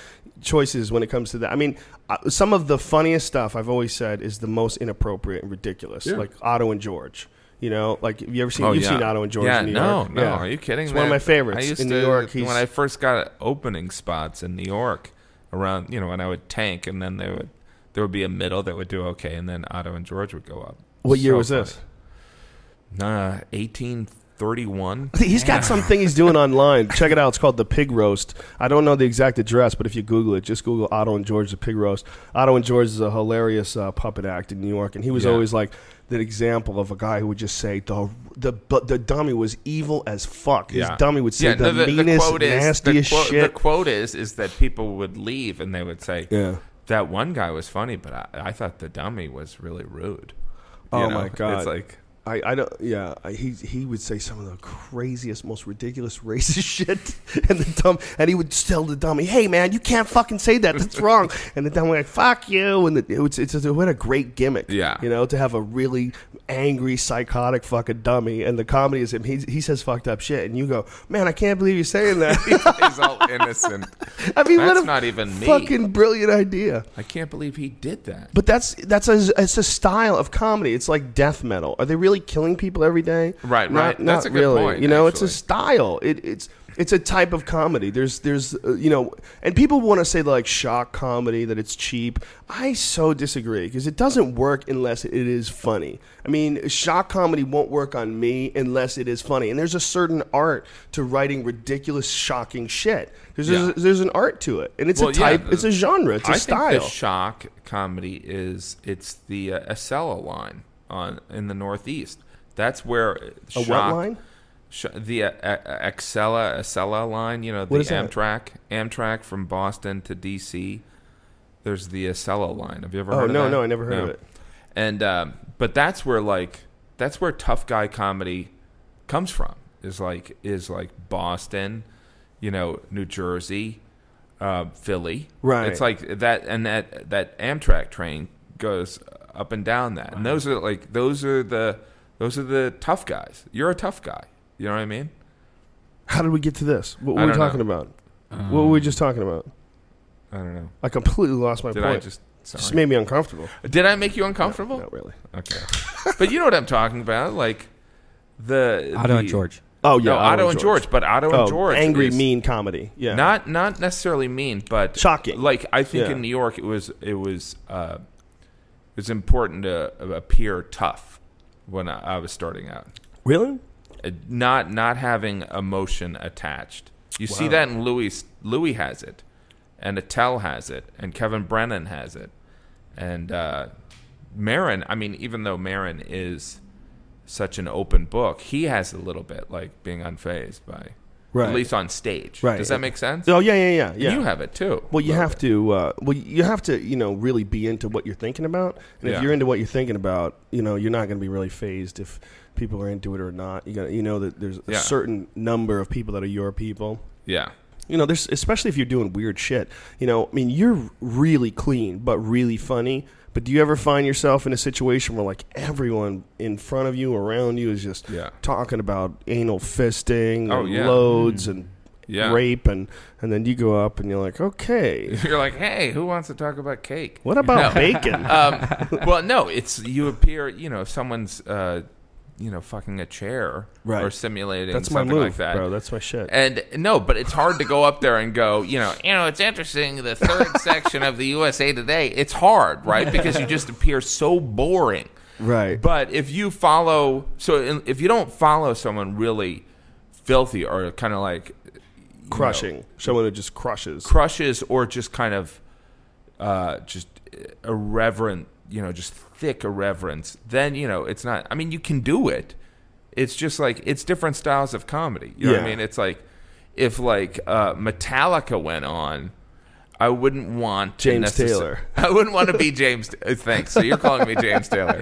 Speaker 1: choices when it comes to that. I mean, uh, some of the funniest stuff I've always said is the most inappropriate and ridiculous,
Speaker 4: Yeah.
Speaker 1: like Otto and George. You know, like have you ever seen
Speaker 4: Oh,
Speaker 1: you've
Speaker 4: yeah.
Speaker 1: seen Otto and George
Speaker 4: yeah,
Speaker 1: in New
Speaker 4: no,
Speaker 1: York?
Speaker 4: No, Are you kidding?
Speaker 1: It's one of
Speaker 4: man?
Speaker 1: my favorites
Speaker 4: I used
Speaker 1: in
Speaker 4: to,
Speaker 1: New York. He's-
Speaker 4: When I first got opening spots in New York, around you know, when I would tank, and then they would there would be a middle that would do okay, and then Otto and George would go up.
Speaker 1: What year
Speaker 4: So
Speaker 1: was this?
Speaker 4: funny. Nah, eighteen thirty-one.
Speaker 1: He's got something he's doing online. Check it out. It's called the Pig Roast. I don't know the exact address, but if you Google it, just Google Otto and George the Pig Roast. Otto and George is a hilarious uh, puppet act in New York, and he was
Speaker 4: Yeah.
Speaker 1: always like the example of a guy who would just say the the but the dummy was evil as fuck. His dummy would say
Speaker 4: Yeah,
Speaker 1: the,
Speaker 4: no,
Speaker 1: meanest,
Speaker 4: quote is-
Speaker 1: nastiest
Speaker 4: the quote, The
Speaker 1: shit.
Speaker 4: quote is is that people would leave and they would say,
Speaker 1: Yeah.
Speaker 4: that one guy was funny, but I, I thought the dummy was really rude." You
Speaker 1: Oh
Speaker 4: know,
Speaker 1: my god!
Speaker 4: It's like
Speaker 1: I, I don't yeah I, he he would say some of the craziest most ridiculous racist shit and the dumb and he would tell the dummy hey man you can't fucking say that that's wrong and the dummy like fuck you and the, it was it's, it what a great gimmick
Speaker 4: Yeah.
Speaker 1: you know to have a really angry psychotic fucking dummy and the comedy is him he he says fucked up shit and you go man I can't believe you're saying that
Speaker 4: he's all innocent.
Speaker 1: I mean what
Speaker 4: That's
Speaker 1: a
Speaker 4: not even me.
Speaker 1: fucking brilliant idea
Speaker 4: I can't believe he did that.
Speaker 1: but that's that's a it's a style of comedy. It's like death metal. Are they really killing people every day?
Speaker 4: Right,
Speaker 1: Not-
Speaker 4: right.
Speaker 1: Not
Speaker 4: That's a good
Speaker 1: really.
Speaker 4: point,
Speaker 1: You know, it's a
Speaker 4: actually.
Speaker 1: style. It, it's it's a type of comedy. There's there's uh, you know, and people want to say like shock comedy that it's cheap. I so disagree because it doesn't work unless it is funny. I mean, shock comedy won't work on me unless it is funny. And there's a certain art to writing ridiculous, shocking shit. There's
Speaker 4: Yeah.
Speaker 1: there's, there's an art to it, and it's
Speaker 4: Well,
Speaker 1: a
Speaker 4: yeah,
Speaker 1: type. it's a genre. It's a
Speaker 4: I
Speaker 1: style.
Speaker 4: think the shock comedy is it's the uh, Acela line on in the Northeast. That's where
Speaker 1: A what
Speaker 4: shock,
Speaker 1: line?
Speaker 4: sh- the uh, uh, Excella Excella line. You know the
Speaker 1: What is that?
Speaker 4: Amtrak Amtrak from Boston to D.C. There's the Acela line. Have you ever
Speaker 1: Oh
Speaker 4: heard of
Speaker 1: no,
Speaker 4: that?
Speaker 1: no, I never heard of it.
Speaker 4: And um, but that's where like that's where tough guy comedy comes from. Is like is like Boston, you know, New Jersey, uh, Philly.
Speaker 1: Right.
Speaker 4: It's like that, and that that Amtrak train goes up and down that. And those are like those are the those are the tough guys. You're a tough guy. You know what I mean?
Speaker 1: How did we get to this? What were
Speaker 4: I
Speaker 1: we
Speaker 4: don't know.
Speaker 1: talking about? what were we just talking about?
Speaker 4: I don't know.
Speaker 1: I completely lost my
Speaker 4: Did
Speaker 1: point.
Speaker 4: I just?
Speaker 1: Just
Speaker 4: sorry.
Speaker 1: made me uncomfortable.
Speaker 4: Did I make you uncomfortable?
Speaker 1: Not really.
Speaker 4: Okay. but you know what I'm talking about, like the
Speaker 5: Otto
Speaker 4: the,
Speaker 5: and George.
Speaker 1: Oh
Speaker 4: No,
Speaker 1: yeah,
Speaker 4: Otto and George, but Otto
Speaker 1: Oh,
Speaker 4: and George
Speaker 1: angry,
Speaker 4: is
Speaker 1: mean comedy. Yeah,
Speaker 4: Not not necessarily mean, but
Speaker 1: Shocking.
Speaker 4: Like I think
Speaker 1: Yeah.
Speaker 4: in New York, it was it was uh, it was important to uh, appear tough when I, I was starting out.
Speaker 1: really.
Speaker 4: Uh, Not not having emotion attached. You see that in Louis. Louis has it, and Attell has it, and Kevin Brennan has it, and uh, Marin. I mean, even though Marin is such an open book, he has a little bit like being unfazed by,
Speaker 1: Right.
Speaker 4: at least on stage.
Speaker 1: Right.
Speaker 4: Does that make sense?
Speaker 1: Oh yeah, yeah, yeah, yeah.
Speaker 4: You have it too.
Speaker 1: Well, you have to. Uh, well, you have to. You know, really be into what you're thinking about. And
Speaker 4: Yeah.
Speaker 1: if you're into what you're thinking about, you know, you're not going to be really phased if people are into it or not. You got. You know that there's a
Speaker 4: Yeah.
Speaker 1: certain number of people that are your people.
Speaker 4: Yeah.
Speaker 1: You know, there's especially if you're doing weird shit. You know, I mean, you're really clean but really funny. But do you ever find yourself in a situation where like everyone in front of you, around you, is just
Speaker 4: Yeah.
Speaker 1: talking about anal fisting,
Speaker 4: Oh,
Speaker 1: and
Speaker 4: yeah.
Speaker 1: loads, and
Speaker 4: Yeah.
Speaker 1: rape, and and then you go up and you're like, okay,
Speaker 4: You're like, hey, who wants to talk about cake?
Speaker 1: what about
Speaker 4: No.
Speaker 1: bacon?
Speaker 4: Um, well, no, it's you appear. You know, if someone's uh, you know fucking a chair
Speaker 1: Right.
Speaker 4: or simulating
Speaker 1: That's my
Speaker 4: something
Speaker 1: move,
Speaker 4: like that.
Speaker 1: bro. That's my shit.
Speaker 4: And no, but it's hard to go up there and go, you know, you know, it's interesting. The third section of the USA Today, it's hard, right? Because you just appear so boring.
Speaker 1: Right.
Speaker 4: But if you follow, so in- if you don't follow someone really filthy or kind of like
Speaker 1: Crushing. Someone who just crushes.
Speaker 4: crushes or just kind of uh, just irreverent, you know, just thick irreverence, then you know it's not. I mean, you can do it. It's just like it's different styles of comedy. You know what I
Speaker 1: Yeah.
Speaker 4: mean? It's like if like uh, Metallica went on. I wouldn't want to
Speaker 1: James
Speaker 4: necessa-
Speaker 1: Taylor.
Speaker 4: I wouldn't want to be James. uh, Thanks. So you're calling me James Taylor.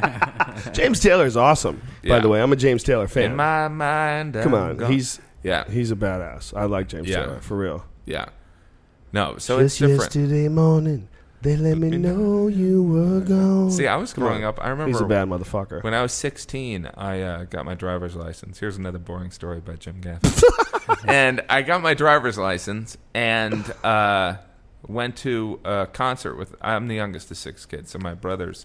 Speaker 1: James Taylor's awesome.
Speaker 4: Yeah.
Speaker 1: By the way, I'm a James Taylor fan.
Speaker 4: In my mind,
Speaker 1: Come
Speaker 4: I'm
Speaker 1: on,
Speaker 4: gone.
Speaker 1: he's
Speaker 4: yeah,
Speaker 1: he's a badass. I like James
Speaker 4: Yeah.
Speaker 1: Taylor for real.
Speaker 4: yeah. No, so it's
Speaker 1: Just
Speaker 4: different.
Speaker 1: yesterday morning, they let me know you were gone.
Speaker 4: See, I was growing up. I remember
Speaker 1: He's a bad motherfucker.
Speaker 4: When I was 16, I uh, got my driver's license. Here's another boring story by Jim Gaffigan. and I got my driver's license and uh, went to a concert with. I'm the youngest of six kids, so my brothers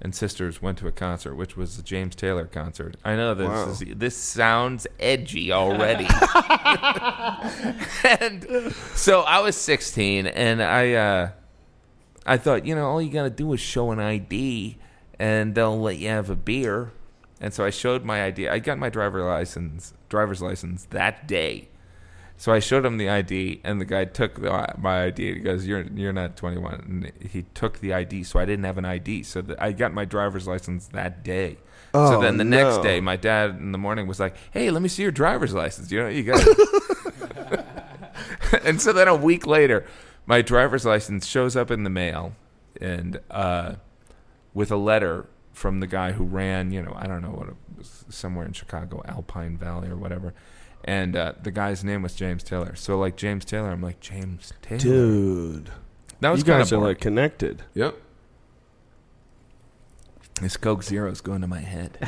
Speaker 4: and sisters went to a concert, which was the James Taylor concert. I know this
Speaker 1: Wow.
Speaker 4: is, this sounds edgy already. and so I was 16, and I. Uh, I thought, you know, all you gotta do is show an ID, and they'll let you have a beer. And so I showed my ID. I got my driver license, driver's license that day. So I showed him the ID, and the guy took the, my ID. He goes, "You're you're not 21." And he took the ID, so I didn't have an ID. So the, I got my driver's license that day. so
Speaker 1: Oh,
Speaker 4: then the next
Speaker 1: no.
Speaker 4: day, my dad in the morning was like, "Hey, let me see your driver's license. You know, you got." It. and so then a week later, my driver's license shows up in the mail, and uh, with a letter from the guy who ran, you know, I don't know what it was, somewhere in Chicago, Alpine Valley or whatever. And uh, the guy's name was James Taylor. So like James Taylor, I'm like James Taylor.
Speaker 1: Dude,
Speaker 4: that was
Speaker 1: you
Speaker 4: kind of
Speaker 1: guys are like connected.
Speaker 4: yep. This Coke Zero's going to my head.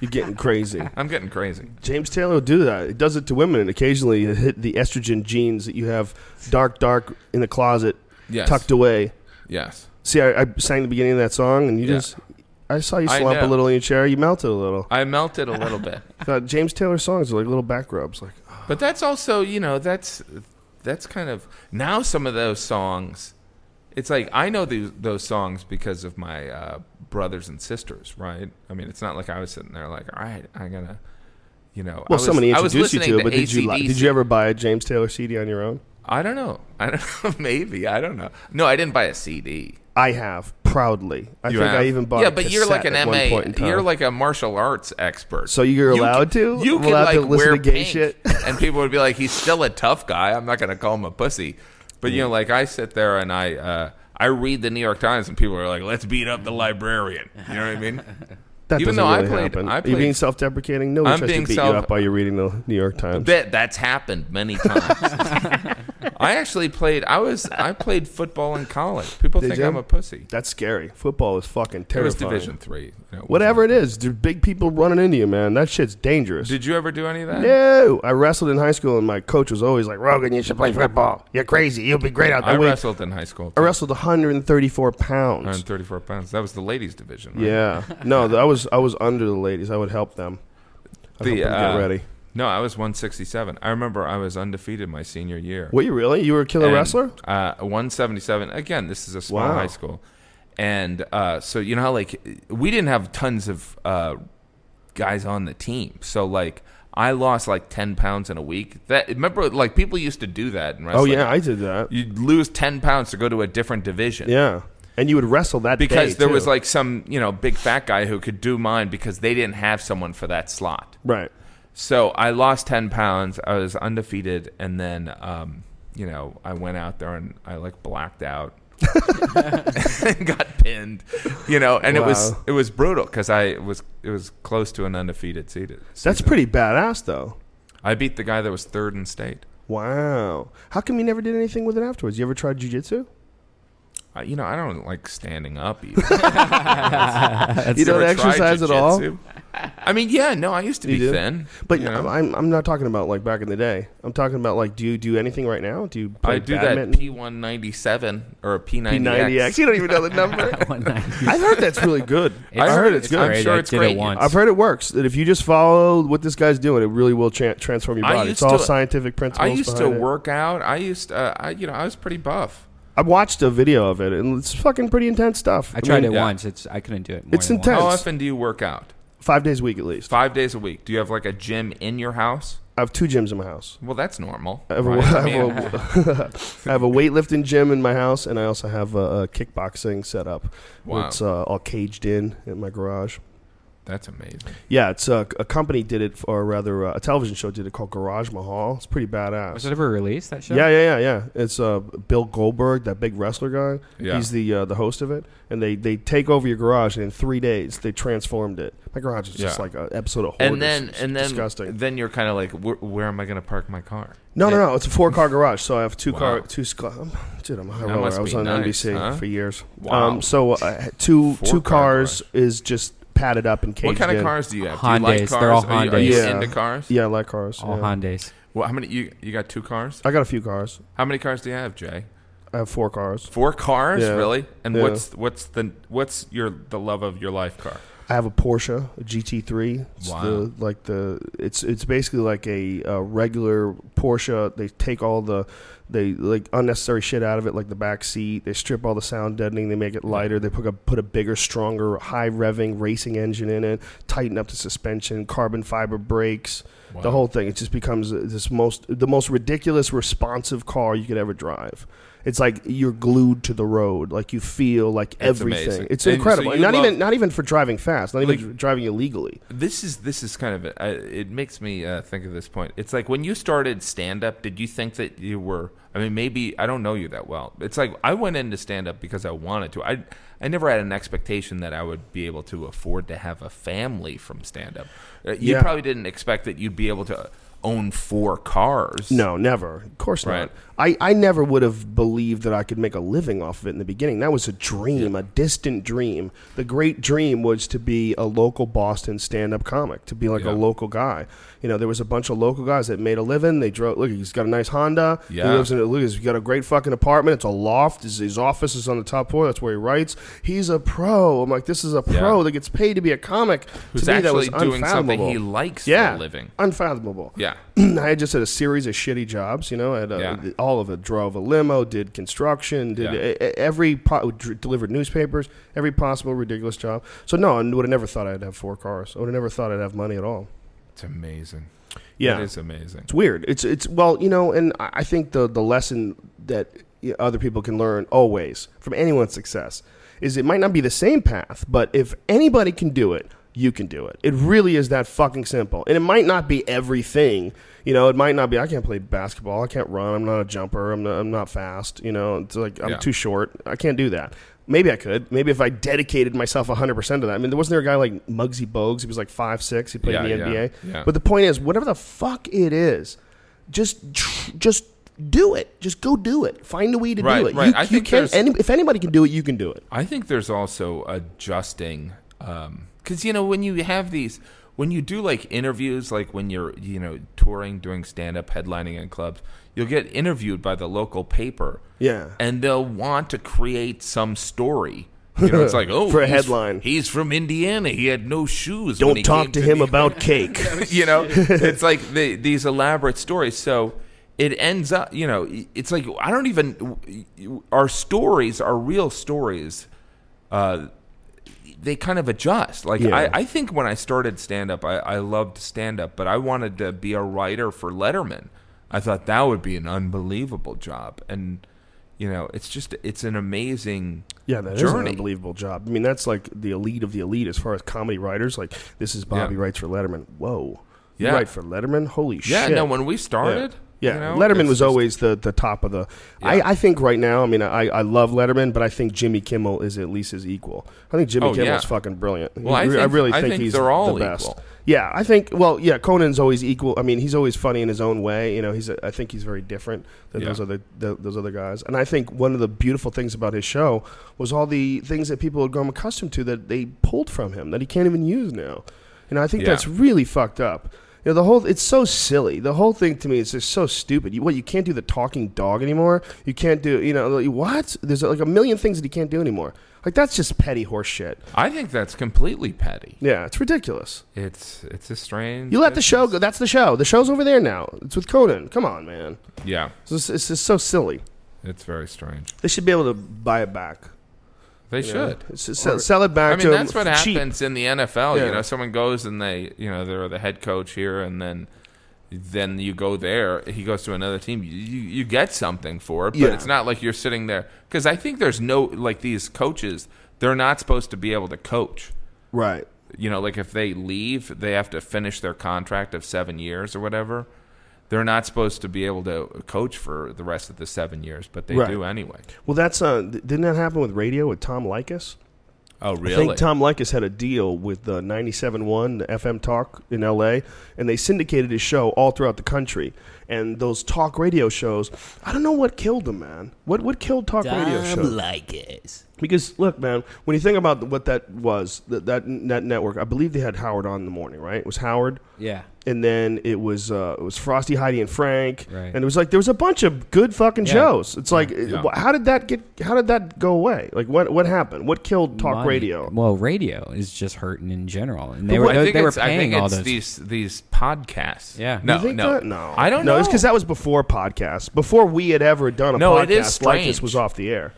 Speaker 1: You're getting crazy.
Speaker 4: I'm getting crazy.
Speaker 1: James Taylor will do that. It does it to women, and occasionally it hit the estrogen genes that you have dark, dark in the closet,
Speaker 4: Yes.
Speaker 1: tucked away.
Speaker 4: Yes.
Speaker 1: See, I, I sang the beginning of that song, and you
Speaker 4: Yeah.
Speaker 1: just. I saw you
Speaker 4: I
Speaker 1: slump a
Speaker 4: know.
Speaker 1: little in your chair. You melted a little.
Speaker 4: I melted a little bit.
Speaker 1: Uh, James Taylor songs are like little back rubs. Like,
Speaker 4: But that's also, you know, that's that's kind of now some of those songs. It's like I know these, those songs because of my uh, brothers and sisters, right? I mean, it's not like I was sitting there like, all right, I gotta, you know. I
Speaker 1: well,
Speaker 4: was,
Speaker 1: somebody
Speaker 4: I was
Speaker 1: introduced you to
Speaker 4: listening
Speaker 1: it, but did you like,
Speaker 4: AC/DC.
Speaker 1: did you ever buy a James Taylor CD on your own?
Speaker 4: I don't know. I don't know. Maybe I don't know. No, I didn't buy a CD.
Speaker 1: I have proudly. I
Speaker 4: You
Speaker 1: think
Speaker 4: have-
Speaker 1: I even bought.
Speaker 4: Yeah,
Speaker 1: a
Speaker 4: but you're like an
Speaker 1: cassette at one point in
Speaker 4: MA.
Speaker 1: time.
Speaker 4: You're like a martial arts expert.
Speaker 1: So you're
Speaker 4: You
Speaker 1: allowed
Speaker 4: can-
Speaker 1: to?
Speaker 4: You
Speaker 1: I'm
Speaker 4: can
Speaker 1: allowed
Speaker 4: like
Speaker 1: to listen
Speaker 4: wear
Speaker 1: to gay
Speaker 4: pink,
Speaker 1: shit?
Speaker 4: and people would be like, "He's still a tough guy." I'm not going to call him a pussy, but you know, like I sit there and I uh, I read the New York Times, and people are like, "Let's beat up the librarian." You know what I mean?
Speaker 1: that doesn't
Speaker 4: even though I
Speaker 1: really
Speaker 4: played-
Speaker 1: happen.
Speaker 4: I
Speaker 1: Are you
Speaker 4: played-
Speaker 1: being self-deprecating? No
Speaker 4: I'm
Speaker 1: one tries
Speaker 4: being
Speaker 1: to beat
Speaker 4: self-
Speaker 1: you up while you're reading the New York Times.
Speaker 4: That that's happened many times. I actually played. I was I played football in college. People
Speaker 1: Did
Speaker 4: think
Speaker 1: you?
Speaker 4: I'm a pussy.
Speaker 1: That's scary. Football is fucking
Speaker 4: It was
Speaker 1: terrifying.
Speaker 4: Division Three. You know, it
Speaker 1: Whatever
Speaker 4: wasn't-
Speaker 1: it is, there's big people running into you, man. That shit's dangerous.
Speaker 4: Did you ever do any of that?
Speaker 1: no, I wrestled in high school, and my coach was always like, "Rogan, you should play football. You're crazy. You'll be great out
Speaker 4: I
Speaker 1: there." I,
Speaker 4: wrestled in high school.
Speaker 1: I wrestled 134 pounds.
Speaker 4: 134 pounds. That was the ladies' division. Right?
Speaker 1: Yeah, no, th- I was I was under the ladies. I would help them. I
Speaker 4: The,
Speaker 1: help them
Speaker 4: uh,
Speaker 1: get ready.
Speaker 4: No, I was 167. I remember I was undefeated my senior year.
Speaker 1: Were you really? You were a killer
Speaker 4: And,
Speaker 1: wrestler?
Speaker 4: Uh, 177. Again, this is a small
Speaker 1: Wow.
Speaker 4: high school. And uh, so, you know how, like, we didn't have tons of uh, guys on the team. So, like, I lost like 10 pounds in a week. That Remember, like, people used to do that in
Speaker 1: Oh
Speaker 4: wrestling.
Speaker 1: yeah, I did that.
Speaker 4: You'd lose 10 pounds to go to a different division.
Speaker 1: Yeah, and you would wrestle that
Speaker 4: Because
Speaker 1: day,
Speaker 4: there
Speaker 1: too.
Speaker 4: was, like, some, you know, big fat guy who could do mine because they didn't have someone for that slot.
Speaker 1: right.
Speaker 4: So I lost ten pounds. I was undefeated, and then um, you know I went out there and I like blacked out and got pinned. You know, and it was
Speaker 1: Wow.
Speaker 4: it was brutal because I was it was close to an undefeated seed.
Speaker 1: That's pretty badass though.
Speaker 4: I beat the guy that was third in state.
Speaker 1: Wow. How come you never did anything with it afterwards? You ever tried jujitsu?
Speaker 4: I, you know, I don't like standing up. Either.
Speaker 1: You don't
Speaker 4: Never tried
Speaker 1: exercise at all.
Speaker 4: jujitsu. I mean, yeah, no, I used to
Speaker 1: You
Speaker 4: be
Speaker 1: do?
Speaker 4: thin,
Speaker 1: But
Speaker 4: you know?
Speaker 1: I'm I'm not talking about like back in the day. I'm talking about like do you do anything right now? Do you play
Speaker 4: I do
Speaker 1: badminton?
Speaker 4: that P one ninety seven or a P ninety X.
Speaker 1: P90X. You don't even know the number. I've heard that's really good. I heard it's good.
Speaker 4: I'm
Speaker 5: great.
Speaker 4: sure
Speaker 5: I
Speaker 4: it's
Speaker 5: did
Speaker 4: great.
Speaker 5: It once.
Speaker 1: I've heard it works. That if you just follow what this guy's doing, it really will tra- transform your
Speaker 4: I
Speaker 1: body. It's
Speaker 4: used
Speaker 1: all
Speaker 4: to-
Speaker 1: scientific
Speaker 4: I
Speaker 1: principles.
Speaker 4: used to
Speaker 1: behind it.
Speaker 4: work out. I used uh, I you know I was pretty buff.
Speaker 1: I watched a video of it, and it's fucking pretty intense stuff.
Speaker 5: I tried
Speaker 1: mean,
Speaker 5: it
Speaker 4: yeah.
Speaker 5: once. It's I couldn't do it. More
Speaker 1: It's
Speaker 5: than Oh,
Speaker 1: intense.
Speaker 4: How
Speaker 1: Yes.
Speaker 4: often do you work out?
Speaker 1: five days a week at least.
Speaker 4: Five days a week. Do you have like a gym in your house?
Speaker 1: I have two gyms in my house.
Speaker 4: Well, that's normal.
Speaker 1: I have, a,
Speaker 4: right? I
Speaker 1: I,
Speaker 4: mean,
Speaker 1: have a, I have a weightlifting gym in my house, and I also have a, a kickboxing set up.
Speaker 4: Wow.
Speaker 1: It's uh, all caged in in my garage.
Speaker 4: that's amazing.
Speaker 1: Yeah, it's uh, a company did it, or rather, uh, a television show did it called Garage Mahal. It's pretty badass.
Speaker 5: Was it ever released that show?
Speaker 1: Yeah, yeah, yeah, yeah. It's uh, Bill Goldberg, that big wrestler guy.
Speaker 4: Yeah.
Speaker 1: He's the uh, the host of it, and they they take over your garage, and in three days they transformed it. My garage is just
Speaker 4: Yeah.
Speaker 1: like an episode of Hoarders.
Speaker 4: And then
Speaker 1: It's
Speaker 4: and then
Speaker 1: disgusting.
Speaker 4: then you're kind of like, where, where am I going to park my car?
Speaker 1: No, no, no. It's a four car garage, so I have two car
Speaker 4: Wow.
Speaker 1: two. Sc- um, dude, I'm a high
Speaker 4: That
Speaker 1: roller.
Speaker 4: must
Speaker 1: I was
Speaker 4: be
Speaker 1: on
Speaker 4: nice,
Speaker 1: NBC
Speaker 4: huh?
Speaker 1: for years.
Speaker 4: Wow.
Speaker 1: Um, so uh, two two
Speaker 4: Four-car
Speaker 1: cars is just padded up and caged
Speaker 4: what kind
Speaker 1: in.
Speaker 4: of cars do you have? Do you like
Speaker 5: Hondas.
Speaker 4: cars?
Speaker 5: They're all
Speaker 4: Are you, are you
Speaker 1: Hondas. Yeah.
Speaker 4: into cars?
Speaker 1: Yeah, I like cars.
Speaker 5: All
Speaker 1: yeah.
Speaker 5: Hondas.
Speaker 4: Well, how many you you got? Two cars?
Speaker 1: I got a few cars.
Speaker 4: How many cars do you have, Jay?
Speaker 1: I have four cars.
Speaker 4: Four cars,
Speaker 1: Yeah.
Speaker 4: really? And
Speaker 1: Yeah.
Speaker 4: what's what's the what's your the love of your life car?
Speaker 1: I have a Porsche a GT3. It's
Speaker 4: Wow.
Speaker 1: the like the it's it's basically like a, uh regular Porsche. They take all the they like unnecessary shit out of it, like the back seat. They strip all the sound deadening. They make it lighter. They put a put a bigger, stronger, high revving racing engine in it. Tighten up the suspension, carbon fiber brakes, the
Speaker 4: Wow.
Speaker 1: whole thing. It just becomes this most the most ridiculous responsive car you could ever drive. It's like you're glued to the road. Like you feel like
Speaker 4: That's
Speaker 1: everything.
Speaker 4: amazing.
Speaker 1: It's
Speaker 4: And so
Speaker 1: incredible.
Speaker 4: you
Speaker 1: And not
Speaker 4: love-
Speaker 1: even not even for driving fast, not even
Speaker 4: Like-
Speaker 1: dr- driving illegally.
Speaker 4: This is this is kind of a, I, it makes me uh, think of this point. It's like when you started stand up, did you think that you were? I mean, maybe I don't know you that well. It's like I went into stand up because I wanted to. I I never had an expectation that I would be able to afford to have a family from stand up. You
Speaker 1: Yeah.
Speaker 4: probably didn't expect that you'd be able to own four cars.
Speaker 1: No, never. Of course
Speaker 4: Right.
Speaker 1: not. I, I never would have believed that I could make a living off of it in the beginning. That was a dream, a distant dream. The great dream was to be a local Boston stand up comic, to be like
Speaker 4: Yeah.
Speaker 1: a local guy. You know, there was a bunch of local guys that made a living. They drove look, he's got a nice Honda.
Speaker 4: Yeah.
Speaker 1: He lives in look, he's got a great fucking apartment. It's a loft. His, his office is on the top floor. That's where he writes. He's a pro. I'm like, this is a pro
Speaker 4: Yeah.
Speaker 1: that gets paid to be a comic.
Speaker 4: who's
Speaker 1: to me, that was
Speaker 4: actually doing something
Speaker 1: unfathomable.
Speaker 4: he likes
Speaker 1: yeah,
Speaker 4: for a living.
Speaker 1: Unfathomable.
Speaker 4: Yeah,
Speaker 1: I had just had a series of shitty jobs, you know. I had uh
Speaker 4: Yeah.
Speaker 1: all of it. Drove a limo, did construction, did
Speaker 4: Yeah.
Speaker 1: e- e- every po- dr- delivered newspapers, every possible ridiculous job. So no, I would have never thought I'd have four cars. I would have never thought I'd have money at all.
Speaker 4: it's amazing.
Speaker 1: Yeah,
Speaker 4: it is amazing.
Speaker 1: it's weird. It's it's well, you know, and I I think the the lesson that y- other people can learn always from anyone's success is it might not be the same path, but if anybody can do it, you can do it. It really is that fucking simple. And it might not be everything. You know, it might not be. I can't play basketball. I can't run. I'm not a jumper. I'm not, I'm not fast. You know, it's like I'm
Speaker 4: Yeah.
Speaker 1: too short. I can't do that. Maybe I could. Maybe if I dedicated myself 100% to that. I mean, there wasn't there a guy like Muggsy Bogues. He was like five six. He played in the
Speaker 4: Yeah, yeah,
Speaker 1: NBA.
Speaker 4: yeah.
Speaker 1: But the point is, whatever the fuck it is, just tr- just do it. Just go do it. Find a way to
Speaker 4: Right,
Speaker 1: do it.
Speaker 4: right.
Speaker 1: You,
Speaker 4: I
Speaker 1: you
Speaker 4: think
Speaker 1: can't.
Speaker 4: there's-
Speaker 1: Any, if anybody can do it, you can do it.
Speaker 4: I think there's also adjusting because you know when you have these when you do like interviews like when you're you know touring doing stand up headlining in clubs you'll get interviewed by the local paper
Speaker 1: Yeah.
Speaker 4: and they'll want to create some story you know it's like oh
Speaker 1: For a
Speaker 4: he's-
Speaker 1: headline.
Speaker 4: he's from Indiana he had no shoes when
Speaker 1: Don't
Speaker 4: he
Speaker 1: talk
Speaker 4: came
Speaker 1: to him
Speaker 4: the-
Speaker 1: about cake.
Speaker 4: you know it's like the, these elaborate stories so it ends up you know it's like i don't even our stories our real stories uh, they kind of adjust like
Speaker 1: Yeah.
Speaker 4: I, I think when i started stand up I, I loved stand up but i wanted to be a writer for letterman i thought that would be an unbelievable job and you know it's just it's an amazing
Speaker 1: Yeah, that is an
Speaker 4: journey
Speaker 1: unbelievable job. I mean, that's like the elite of the elite as far as comedy writers. Like, this is Bobby
Speaker 4: Yeah.
Speaker 1: writes for Letterman. Whoa, you
Speaker 4: Yeah.
Speaker 1: write for Letterman? Holy
Speaker 4: yeah
Speaker 1: shit!
Speaker 4: no when we started
Speaker 1: Yeah,
Speaker 4: you know,
Speaker 1: Letterman
Speaker 4: it's
Speaker 1: was
Speaker 4: just-
Speaker 1: always the, the top of the. I, I think right now, I mean, I, I love Letterman, but I think Jimmy Kimmel is at least his equal. I think Jimmy
Speaker 4: Oh,
Speaker 1: Kimmel's
Speaker 4: yeah.
Speaker 1: fucking brilliant.
Speaker 4: Well, I
Speaker 1: He-
Speaker 4: think-
Speaker 1: really
Speaker 4: I
Speaker 1: think,
Speaker 4: think
Speaker 1: he's
Speaker 4: they're all
Speaker 1: the best.
Speaker 4: equal.
Speaker 1: Yeah, I think. Well, yeah, Conan's always equal. I mean, he's always funny in his own way. You know, he's. a- I think he's very different than
Speaker 4: Yeah.
Speaker 1: those other th those other guys. And I think one of the beautiful things about his show was all the things that people had grown accustomed to that they pulled from him that he can't even use now. And I think
Speaker 4: Yeah.
Speaker 1: that's really fucked up. You know, the whole it's so silly. The whole thing to me is just so stupid. You, what you can't do the talking dog anymore. You can't do you know like, what? There's like a million things that he can't do anymore. Like that's just petty horse shit.
Speaker 4: i think that's completely petty
Speaker 1: Yeah, it's ridiculous.
Speaker 4: It's it's a strange.
Speaker 1: You let the show go. That's the show. The show's over there now. It's with Conan. Come on, man.
Speaker 4: Yeah,
Speaker 1: It's just, it's just so silly.
Speaker 4: it's very strange.
Speaker 1: They should be able to buy it back.
Speaker 4: They
Speaker 1: you know?
Speaker 4: should.
Speaker 1: S- sell, sell it back
Speaker 4: I mean,
Speaker 1: to
Speaker 4: that's
Speaker 1: them
Speaker 4: what
Speaker 1: cheap.
Speaker 4: happens in the NFL.
Speaker 1: Yeah.
Speaker 4: You know, someone goes and they, you know, they're the head coach here, and then then you go there. He goes to another team. You you, you get something for it, but
Speaker 1: Yeah.
Speaker 4: it's not like you're sitting there because I think there's no like these coaches. They're not supposed to be able to coach.
Speaker 1: Right.
Speaker 4: you know, like if they leave, they have to finish their contract of seven years or whatever. They're not supposed to be able to coach for the rest of the seven years, but they
Speaker 1: Right.
Speaker 4: do anyway.
Speaker 1: Well, that's uh, th- didn't that happen with radio with Tom Likas?
Speaker 4: Oh,
Speaker 1: I think Tom Likas had a deal with the 97.1, the FM Talk in LA, and they syndicated his show all throughout the country. And those talk radio shows, I don't know what killed them, man. What what killed talk radio shows?
Speaker 5: like it.
Speaker 1: Because look, man, when you think about what that was, that that, that network, I believe they had Howard on in the morning, right? It was Howard
Speaker 5: Yeah.
Speaker 1: and then it was uh, it was Frosty, Heidi, and Frank,
Speaker 5: Right.
Speaker 1: and it was like there was a bunch of good fucking
Speaker 5: Yeah.
Speaker 1: shows. It's like uh,
Speaker 4: Yeah.
Speaker 1: wh- how did that get? How did that go away? Like what what happened? What killed talk
Speaker 5: Money.
Speaker 1: radio?
Speaker 5: Well, radio is just hurting in general, and they
Speaker 1: But
Speaker 5: were uh,
Speaker 1: what-
Speaker 5: they, they were
Speaker 4: it's, I
Speaker 5: paying
Speaker 4: think
Speaker 5: all
Speaker 4: it's
Speaker 5: those.
Speaker 4: these these podcasts.
Speaker 5: Yeah.
Speaker 4: no,
Speaker 1: you think
Speaker 4: no,
Speaker 1: that? no,
Speaker 4: I don't
Speaker 1: no,
Speaker 4: know.
Speaker 1: It's because that was before podcasts. Before we had ever done a
Speaker 4: No,
Speaker 1: podcast
Speaker 4: it is
Speaker 1: like this
Speaker 4: strange.
Speaker 1: was off the air.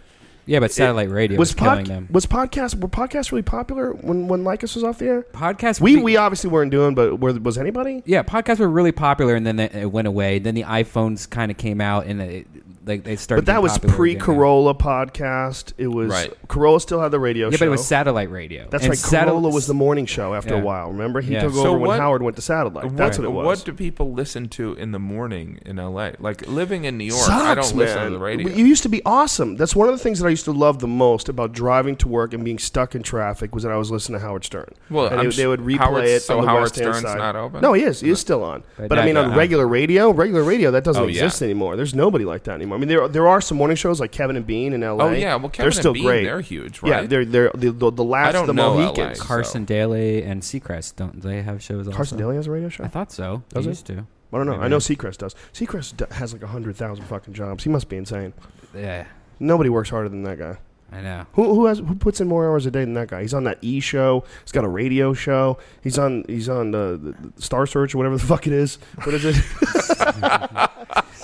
Speaker 5: yeah, but satellite radio was,
Speaker 1: was pod-
Speaker 5: killing them.
Speaker 1: was podcast were podcasts really popular when when Lycus was off the air?
Speaker 5: Podcasts,
Speaker 1: We
Speaker 5: be-
Speaker 1: we obviously weren't doing, but were, was anybody?
Speaker 5: yeah, podcasts were really popular, and then they, it went away. Then the iPhones kind of came out, and it, like they started.
Speaker 1: But that
Speaker 5: being
Speaker 1: was
Speaker 5: popular
Speaker 1: pre
Speaker 5: again.
Speaker 1: Corolla podcast. It was
Speaker 4: Right.
Speaker 1: Corolla still had the radio
Speaker 5: Yeah,
Speaker 1: show.
Speaker 5: but it was satellite radio.
Speaker 1: That's
Speaker 5: and
Speaker 1: right.
Speaker 5: satel-
Speaker 1: Corolla was the morning show after a
Speaker 5: Yeah.
Speaker 1: while. Remember, he
Speaker 5: Yeah.
Speaker 1: took
Speaker 5: So
Speaker 1: over when
Speaker 4: what-
Speaker 1: Howard went to satellite.
Speaker 4: What,
Speaker 1: That's what it was.
Speaker 4: What do people listen to in the morning in L.A.? Like living in New York,
Speaker 1: Sucks,
Speaker 4: I don't listen
Speaker 1: man.
Speaker 4: to the radio.
Speaker 1: You used to be awesome. That's one of the things that I used to love the most about driving to work and being stuck in traffic was that I was listening to Howard Stern.
Speaker 4: Well,
Speaker 1: and
Speaker 4: I'm
Speaker 1: they, they would
Speaker 4: s-
Speaker 1: replay
Speaker 4: Howard's-
Speaker 1: it.
Speaker 4: so
Speaker 1: on the
Speaker 4: Howard
Speaker 1: west hand
Speaker 4: Stern's
Speaker 1: side.
Speaker 4: not open?
Speaker 1: No, he is. He is still on. But,
Speaker 5: But
Speaker 1: I
Speaker 5: not
Speaker 1: mean, on
Speaker 5: yet.
Speaker 1: regular radio, regular radio that doesn't
Speaker 4: Oh, yeah.
Speaker 1: exist anymore. There's nobody like that anymore. I mean, there there are some morning shows like Kevin and Bean in L.A.
Speaker 4: Oh, yeah. Well, Kevin
Speaker 1: they're
Speaker 4: and
Speaker 1: still
Speaker 4: Bean,
Speaker 1: great.
Speaker 4: they're huge,
Speaker 1: Yeah,
Speaker 4: right?
Speaker 1: they're they're the, the, the last
Speaker 4: don't
Speaker 1: of the
Speaker 4: know LA.
Speaker 1: Mohicans.
Speaker 5: Carson Daly and Seacrest. Don't they have shows? Also?
Speaker 1: Carson Daly has a radio show.
Speaker 5: I thought so.
Speaker 1: Does
Speaker 5: they
Speaker 1: it?
Speaker 5: used to.
Speaker 1: I don't know. I
Speaker 5: Maybe.
Speaker 1: know Seacrest does. Seacrest d- has like 100,000 fucking jobs. He must be insane.
Speaker 5: Yeah,
Speaker 1: Nobody works harder than that guy.
Speaker 5: I know.
Speaker 1: Who who has who puts in more hours a day than that guy? He's on that E show. He's got a radio show. He's on he's on the, the Star Search or whatever the fuck it is. What is it?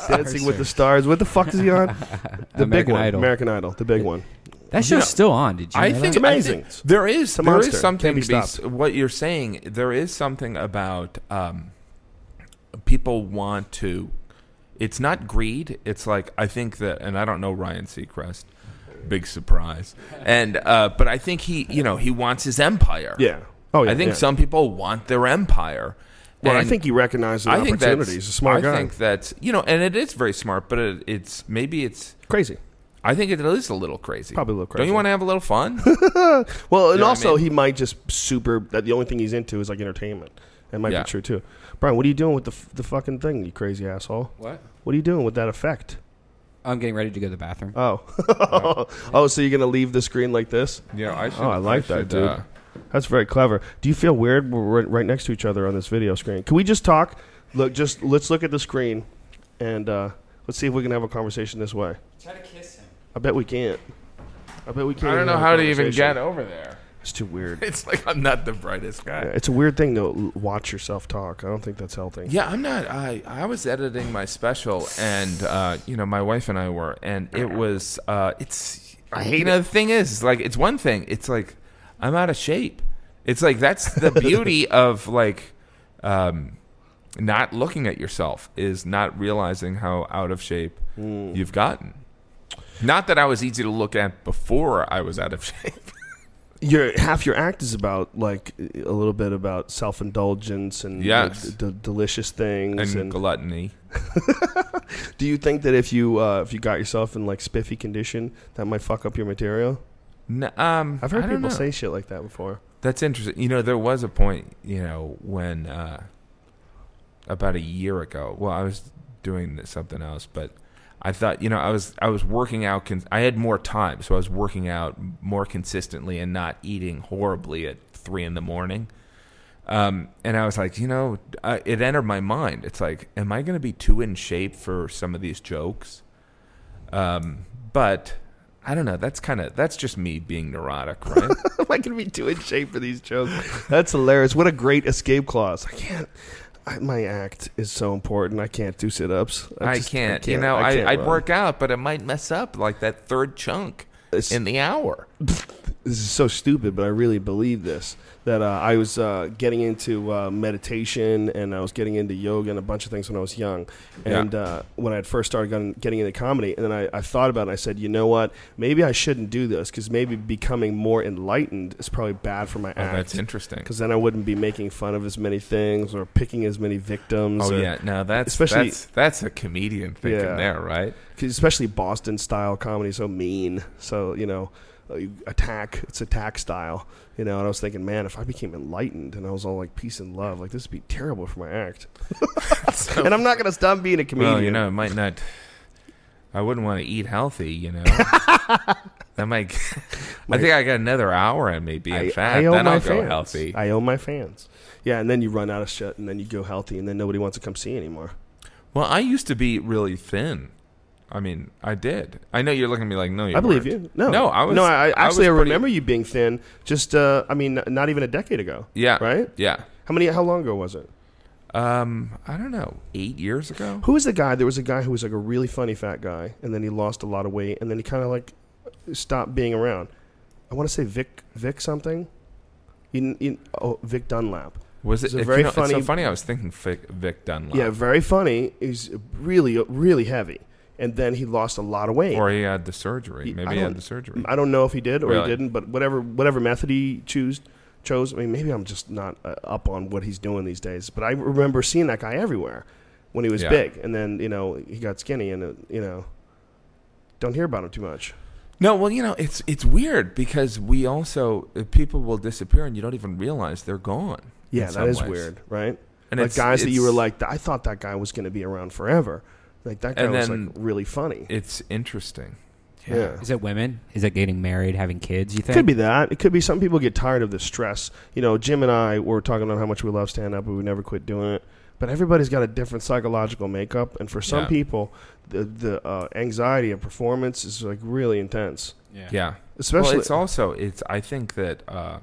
Speaker 1: Dancing with the
Speaker 5: Search.
Speaker 1: Stars. What the fuck is he on? The big
Speaker 5: American
Speaker 1: one.
Speaker 5: Idol.
Speaker 1: American Idol. The big one.
Speaker 5: That show's
Speaker 4: know,
Speaker 5: still on. Did you?
Speaker 4: I
Speaker 5: know
Speaker 4: think
Speaker 5: that?
Speaker 1: It's
Speaker 4: I
Speaker 1: amazing.
Speaker 4: think there is
Speaker 1: a
Speaker 4: there
Speaker 1: monster.
Speaker 4: is something
Speaker 1: Can't be
Speaker 4: to be s-
Speaker 1: stopped.
Speaker 4: what you're saying. There is something about um, people want to. It's not greed. It's like I think that, and I don't know Ryan Seacrest, Big surprise. And uh, but I think he, you know, he wants his empire.
Speaker 1: Yeah. Oh, yeah,
Speaker 4: I think
Speaker 1: yeah.
Speaker 4: some people want their empire.
Speaker 1: Well, I
Speaker 4: And-
Speaker 1: think he recognizes
Speaker 4: I think that's-
Speaker 1: opportunities. He's a smart guy.
Speaker 4: I think that's you know, and it is very smart, but it, it's maybe it's.
Speaker 1: Crazy.
Speaker 4: I think it is a little crazy.
Speaker 1: Probably a little
Speaker 4: Don't
Speaker 1: crazy.
Speaker 4: you want to have a little fun?
Speaker 1: Well, and
Speaker 4: know what I
Speaker 1: also
Speaker 4: mean?
Speaker 1: he might just super. That the only thing he's into is like entertainment. That might
Speaker 4: Yeah.
Speaker 1: be true too. Brian, what are you doing with the f- the fucking thing? You crazy asshole.
Speaker 5: What?
Speaker 1: What are you doing with that effect?
Speaker 5: I'm getting ready to go to the bathroom.
Speaker 1: Oh, oh, so you're gonna leave the screen like this?
Speaker 4: yeah, I should.
Speaker 1: Oh, I like that,
Speaker 4: should,
Speaker 1: dude.
Speaker 4: uh,
Speaker 1: That's very clever. Do you feel weird? We're right- right next to each other on this video screen. Can we just talk? Look, just let's look at the screen, and uh, let's see if we can have a conversation this way.
Speaker 5: Try to kiss him.
Speaker 1: I bet we can't. I bet we can't.
Speaker 4: I don't
Speaker 1: even
Speaker 4: know
Speaker 1: have a
Speaker 4: how to even
Speaker 1: conversation.
Speaker 4: get over there.
Speaker 1: It's too weird.
Speaker 4: It's like I'm not the brightest guy.
Speaker 1: Yeah, it's a weird thing to l- watch yourself talk. I don't think that's healthy.
Speaker 4: Yeah, I'm not. I I was editing my special, and uh, you know, my wife and I were, and it was. Uh, it's. I hate. You know, the thing is, like, it's one thing. It's like I'm out of shape. It's like that's the beauty of like, um, not looking at yourself is not realizing how out of shape
Speaker 1: Hmm.
Speaker 4: you've gotten. Not that I was easy to look at before I was out of shape.
Speaker 1: your half your act is about like a little bit about self indulgence and
Speaker 4: Yes.
Speaker 1: d- d- delicious things.
Speaker 4: and
Speaker 1: And,
Speaker 4: gluttony.
Speaker 1: do you think that if you uh, if you got yourself in like spiffy condition, that might fuck up your material?
Speaker 4: N- um,
Speaker 1: I've heard
Speaker 4: I don't
Speaker 1: people
Speaker 4: know.
Speaker 1: say shit like that before.
Speaker 4: That's interesting. You know, there was a point, you know, when uh, about a year ago. Well, I was doing something else, but I thought, you know, I was I was working out. Cons- I had more time, so I was working out more consistently and not eating horribly at three in the morning. Um, and I was like, you know, I, it entered my mind. It's like, am I going to be too in shape for some of these jokes? Um, but I don't know. That's kind of that's just me being neurotic, right?
Speaker 1: Am I gonna be too in shape for these jokes? That's hilarious. What a great escape clause. I can't. I, my act is so important. I can't do sit ups.
Speaker 4: I, can't, You know, I I, would work out, but it might mess up like that third chunk
Speaker 1: It's-
Speaker 4: in the hour.
Speaker 1: this is so stupid, but I really believe this. That uh, I was uh, getting into uh, meditation and I was getting into yoga and a bunch of things when I was young.
Speaker 4: Yeah.
Speaker 1: And uh, when I had first started gon- getting into comedy, and then I, I thought about it and I said, you know what? Maybe I shouldn't do this because maybe becoming more enlightened is probably bad for my act.
Speaker 4: Oh, that's interesting.
Speaker 1: Because then I wouldn't be making fun of as many things or picking as many victims.
Speaker 4: Oh
Speaker 1: or-
Speaker 4: yeah, no, that's
Speaker 1: especially-
Speaker 4: that's, that's a comedian thinking
Speaker 1: Yeah.
Speaker 4: there, right?
Speaker 1: 'cause especially Boston style comedy, is so mean. So you know, uh, you attack. It's attack style. You know, and I was thinking, man, if I became enlightened and I was all like peace and love, like this would be terrible for my act.
Speaker 4: So,
Speaker 1: And I'm not gonna stop being a comedian.
Speaker 4: well, you know, it might not. I wouldn't want to eat healthy, you know. that might. I think I got another hour in me being fat. then I'll go
Speaker 1: fans.
Speaker 4: healthy.
Speaker 1: I owe my fans. Yeah, and then you run out of shit, and then you go healthy, and then nobody wants to come see you anymore.
Speaker 4: well, I used to be really thin. I mean, I did. I know you're looking at me like, no, you
Speaker 1: I believe
Speaker 4: weren't.
Speaker 1: you. No,
Speaker 4: no, I was
Speaker 1: no. I, I
Speaker 4: I
Speaker 1: actually I,
Speaker 4: was pretty-
Speaker 1: remember you being thin. Just, uh, I mean, n- not even a decade ago.
Speaker 4: Yeah,
Speaker 1: Right?
Speaker 4: Yeah.
Speaker 1: How many? How long ago was it?
Speaker 4: Um, I don't know, eight years ago.
Speaker 1: Who was the guy? There was a guy who was like a really funny fat guy, and then he lost a lot of weight, and then he kind of like stopped being around. I want to say Vic Vic something. You, you, oh, Vic Dunlap.
Speaker 4: Was it
Speaker 1: It's a
Speaker 4: if-
Speaker 1: very
Speaker 4: you know, It's
Speaker 1: funny-
Speaker 4: so funny. I was thinking Vic, Vic Dunlap.
Speaker 1: Yeah, very funny. He's really really heavy, and then he lost a lot of weight.
Speaker 4: Or he had the surgery.
Speaker 1: He-
Speaker 4: Maybe
Speaker 1: I
Speaker 4: he
Speaker 1: don't-
Speaker 4: had the surgery.
Speaker 1: I don't know if he did or
Speaker 4: Really?
Speaker 1: he didn't, but whatever whatever method he choose chose. I mean, maybe I'm just not uh, up on what he's doing these days. But I remember seeing that guy everywhere when he was
Speaker 4: Yeah.
Speaker 1: big, and then you know he got skinny, and it, you know don't hear about him too much.
Speaker 4: No, well, you know, it's it's weird because we also uh, people will disappear and you don't even realize they're gone. in
Speaker 1: Yeah, that
Speaker 4: some
Speaker 1: is
Speaker 4: ways.
Speaker 1: weird, right?
Speaker 4: And
Speaker 1: like
Speaker 4: it's-
Speaker 1: guys that you were
Speaker 4: it's-
Speaker 1: like, I thought that guy was going to be around forever. Like that guy
Speaker 4: And
Speaker 1: was
Speaker 4: then-
Speaker 1: like really funny.
Speaker 4: It's interesting.
Speaker 1: yeah.
Speaker 5: Is it women? Is it getting married, having kids? You think?
Speaker 1: Could be that. It could be some people get tired of the stress. You know, Jim and I were talking about how much we love stand up, but we never quit doing it. But everybody's got a different psychological makeup, and for some
Speaker 4: Yeah.
Speaker 1: people, the the uh, anxiety of performance is like really intense.
Speaker 4: Yeah.
Speaker 1: Especially,
Speaker 4: well, it's also it's. I think that uh,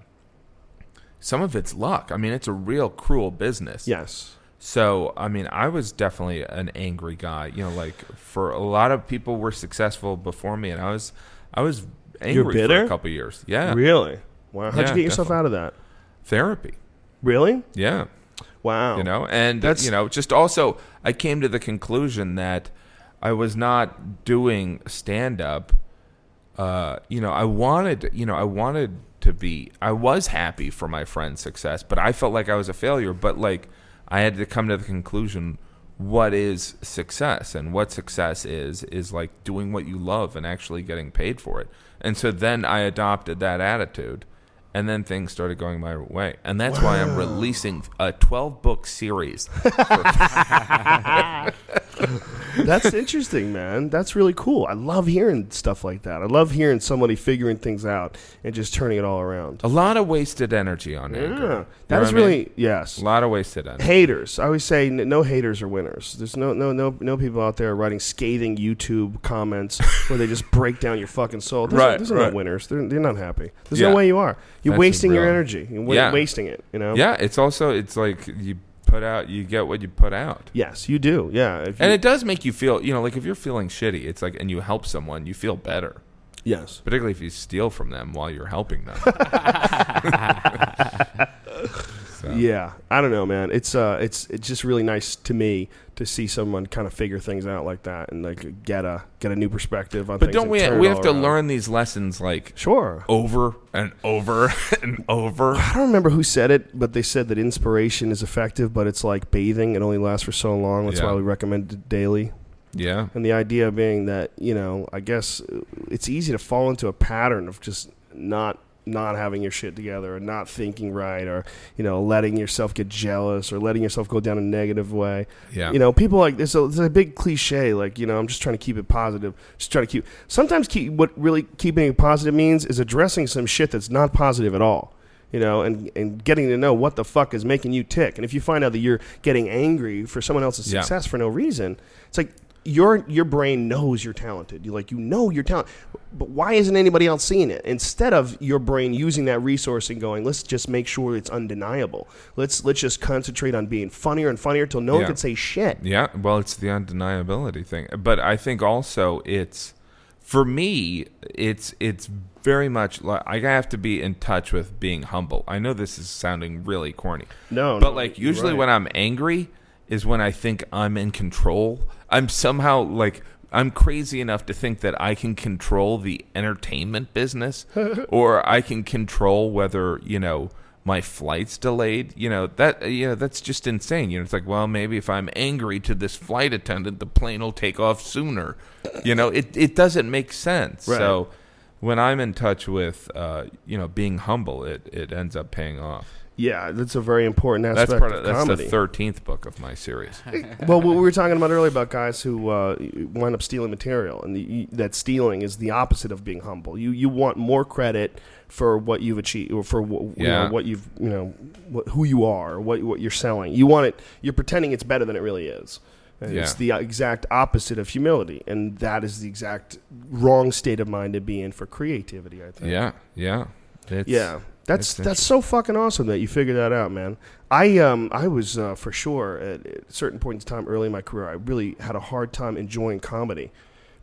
Speaker 4: some of it's luck. I mean, it's a real cruel business.
Speaker 1: yes,
Speaker 4: So, I mean, I was definitely an angry guy. You know, like for a lot of people were successful before me, and I was, I was angry for
Speaker 1: bitter?
Speaker 4: a couple years. Yeah,
Speaker 1: really. Wow, how'd
Speaker 4: Yeah,
Speaker 1: you get yourself
Speaker 4: definitely.
Speaker 1: out of that?
Speaker 4: therapy.
Speaker 1: Really?
Speaker 4: Yeah,
Speaker 1: Wow.
Speaker 4: you know, and
Speaker 1: Oh. That's-
Speaker 4: you know, just also, I came to the conclusion that I was not doing stand up uh, you know, I wanted, you know, I wanted to be, I was happy for my friend's success, but I felt like I was a failure. But like, I had to come to the conclusion what is success and what success is is like doing what you love and actually getting paid for it. And so then I adopted that attitude and then things started going my way. And that's why I'm releasing a 12 book series.
Speaker 1: That's interesting, man. That's really cool. I love hearing stuff like that. I love hearing somebody figuring things out and just turning it all around.
Speaker 4: a lot of wasted energy on Anchor. You know
Speaker 1: Yeah,
Speaker 4: what
Speaker 1: that is
Speaker 4: I mean?
Speaker 1: really yes.
Speaker 4: a lot of wasted energy.
Speaker 1: Haters. I always say n- no haters are winners. There's no no no no people out there writing scathing YouTube comments where they just break down your fucking soul. There's,
Speaker 4: Right,
Speaker 1: there's
Speaker 4: right.
Speaker 1: no winners. They're, they're not happy. There's
Speaker 4: Yeah.
Speaker 1: no way you are. You're
Speaker 4: That's
Speaker 1: wasting your
Speaker 4: real.
Speaker 1: energy. You're wa-
Speaker 4: Yeah.
Speaker 1: wasting it. You know.
Speaker 4: Yeah, it's also it's like you put out, you get what you put out.
Speaker 1: Yes, you do. Yeah. If you,
Speaker 4: And it does make you feel, you know, like if you're feeling shitty, it's like, and you help someone, you feel better.
Speaker 1: yes.
Speaker 4: Particularly if you steal from them while you're helping them.
Speaker 1: Yeah, I don't know, man. It's uh, it's it's just really nice to me to see someone kind of figure things out like that and like get a get a new perspective on.
Speaker 4: but
Speaker 1: things
Speaker 4: don't
Speaker 1: and
Speaker 4: we?
Speaker 1: turn it
Speaker 4: We
Speaker 1: all
Speaker 4: have to
Speaker 1: around.
Speaker 4: learn these lessons like
Speaker 1: Sure.
Speaker 4: over and over and over.
Speaker 1: I don't remember who said it, but they said that inspiration is effective, but it's like bathing; it only lasts for so long. That's
Speaker 4: Yeah.
Speaker 1: why we recommend it daily.
Speaker 4: Yeah.
Speaker 1: And the idea being that you know, I guess uh, it's easy to fall into a pattern of just not not having your shit together or not thinking right or you know letting yourself get jealous or letting yourself go down a negative way
Speaker 4: Yeah.
Speaker 1: you know people like there's a, there's a big cliche like you know i'm just trying to keep it positive just trying to keep sometimes keep what really keeping it positive means is addressing some shit that's not positive at all you know and and getting to know what the fuck is making you tick and if you find out that you're getting angry for someone else's
Speaker 4: Yeah.
Speaker 1: success for no reason it's like your your brain knows you're talented you like you know you're talented but why isn't anybody else seeing it instead of your brain using that resource and going let's just make sure it's undeniable let's let's just concentrate on being funnier and funnier till no
Speaker 4: Yeah.
Speaker 1: one can say shit
Speaker 4: Yeah, well, it's the undeniability thing, but I think also it's for me, it's it's very much like I have to be in touch with being humble. I know this is sounding really corny,
Speaker 1: No,
Speaker 4: but
Speaker 1: no,
Speaker 4: like
Speaker 1: you're
Speaker 4: usually
Speaker 1: right.
Speaker 4: when I'm angry is when I think I'm in control. I'm somehow like. I'm crazy enough to think that I can control the entertainment business or I can control whether, you know, my flight's delayed you know that you know that's just insane you know it's like well maybe if i'm angry to this flight attendant the plane will take off sooner you know it it doesn't make sense
Speaker 1: Right.
Speaker 4: so when i'm in touch with uh you know being humble it it ends up paying off
Speaker 1: Yeah, that's a very important aspect
Speaker 4: that's part of,
Speaker 1: of,
Speaker 4: that's
Speaker 1: comedy.
Speaker 4: the 13th book of my series
Speaker 1: well, what we were talking about earlier about guys who uh, wind up stealing material, and the, you, that stealing is the opposite of being humble. You you want more credit for what you've achieved, or for wh- you
Speaker 4: Yeah.
Speaker 1: know, what you've you know what, who you are, what what you're selling. You want it. You're pretending it's better than it really is. And It's
Speaker 4: Yeah.
Speaker 1: the uh, exact opposite of humility, and that is the exact wrong state of mind to be in for creativity. I think.
Speaker 4: yeah yeah it's,
Speaker 1: Yeah. That's
Speaker 4: That's
Speaker 1: that's so fucking awesome that you figured that out, man. I um I was uh, for sure at, at certain points in time early in my career, I really had a hard time enjoying comedy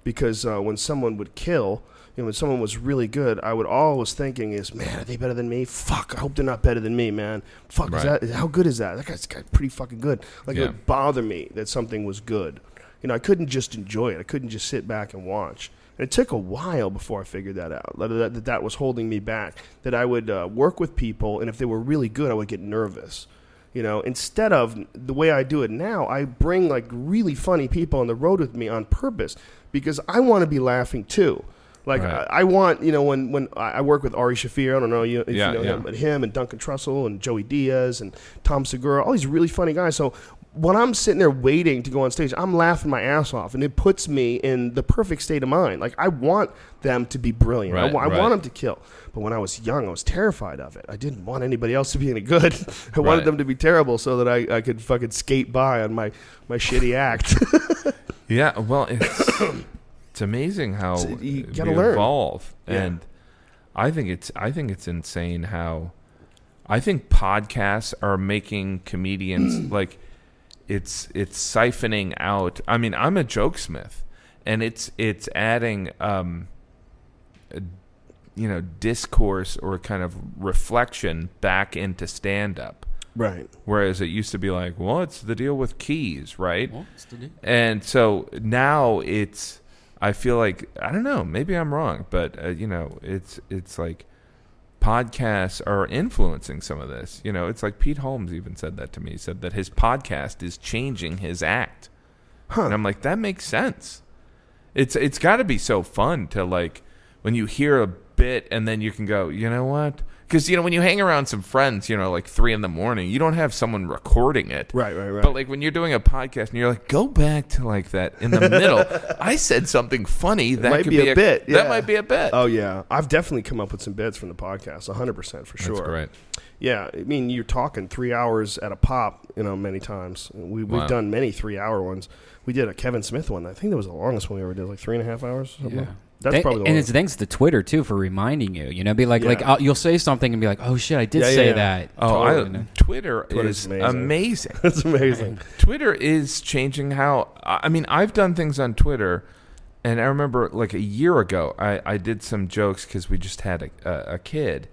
Speaker 1: because uh, when someone would kill, you know, when someone was really good, I would always thinking is, man, are they better than me? Fuck, I hope they're not better than me, man. Fuck, is
Speaker 4: Right.
Speaker 1: that how good is that? That guy's got pretty fucking good. Like
Speaker 4: Yeah.
Speaker 1: it would bother me that something was good. You know, I couldn't just enjoy it. I couldn't just sit back and watch. And it took a while before I figured that out. That that, that, that was holding me back. That I would uh, work with people, and if they were really good, I would get nervous. You know, instead of the way I do it now, I bring like really funny people on the road with me on purpose because I want to be laughing too. Like
Speaker 4: Right.
Speaker 1: I, I want, you know, when when I I work with Ari Shafir, I don't know you, if
Speaker 4: Yeah,
Speaker 1: you know
Speaker 4: yeah.
Speaker 1: him, but him and Duncan Trussell and Joey Diaz and Tom Segura, all these really funny guys. So when I'm sitting there waiting to go on stage, I'm laughing my ass off, and it puts me in the perfect state of mind. Like I want them to be brilliant. I
Speaker 4: Right,
Speaker 1: wa- I,
Speaker 4: right.
Speaker 1: want them to kill. But when I was young, I was terrified of it. I didn't want anybody else to be any good. I
Speaker 4: Right.
Speaker 1: wanted them to be terrible so that I, I could fucking skate by on my my shitty act.
Speaker 4: Yeah, well, it's it's amazing how
Speaker 1: It's- you
Speaker 4: we
Speaker 1: gotta learn.
Speaker 4: evolve,
Speaker 1: Yeah.
Speaker 4: and I think it's I think it's insane how I think podcasts are making comedians like it's it's siphoning out. I mean, I'm a jokesmith, and it's it's adding. um you know discourse or kind of reflection back into stand up
Speaker 1: right.
Speaker 4: whereas it used to be like what's the deal with keys right and so now it's I feel like I don't know. Maybe I'm wrong, but uh, you know, it's it's like podcasts are influencing some of this. You know, it's like Pete Holmes even said that to me. He said that his podcast is changing his act, and I'm like, that makes sense. It's it's got to be so fun to like when you hear a bit and then you can go, you know what? Because you know when you hang around some friends, you know, like three in the morning, you don't have someone recording it,
Speaker 1: Right, right, right.
Speaker 4: But like when you're doing a podcast and you're like, go back to like that in the middle. I said something funny that
Speaker 1: might
Speaker 4: could
Speaker 1: be a bit, yeah.
Speaker 4: That might be a bit.
Speaker 1: Oh yeah, I've definitely come up with some bits from the podcast, 100% for sure.
Speaker 4: That's great.
Speaker 1: Yeah, I mean, you're talking three hours at a pop, you know, many times. We,
Speaker 4: Wow.
Speaker 1: We've done many three hour ones. We did a Kevin Smith one. I think that was the longest one we ever did, like three and a half hours. or something.
Speaker 4: Yeah.
Speaker 1: That's
Speaker 5: Th-
Speaker 1: probably the
Speaker 5: and
Speaker 1: longest.
Speaker 5: it's thanks to Twitter too for reminding you. You know, be like, like
Speaker 1: Yeah.
Speaker 5: i you'll say something and be like, oh shit, I did
Speaker 1: Yeah, yeah,
Speaker 5: say
Speaker 1: yeah.
Speaker 5: that.
Speaker 4: Oh,
Speaker 5: Totally,
Speaker 4: I,
Speaker 5: no.
Speaker 4: Twitter
Speaker 1: Twitter's
Speaker 4: is
Speaker 1: amazing.
Speaker 4: amazing.
Speaker 1: That's amazing.
Speaker 4: Twitter is changing how. I I mean, I've done things on Twitter, and I remember like a year ago, I, I did some jokes because we just had a, a, a kid,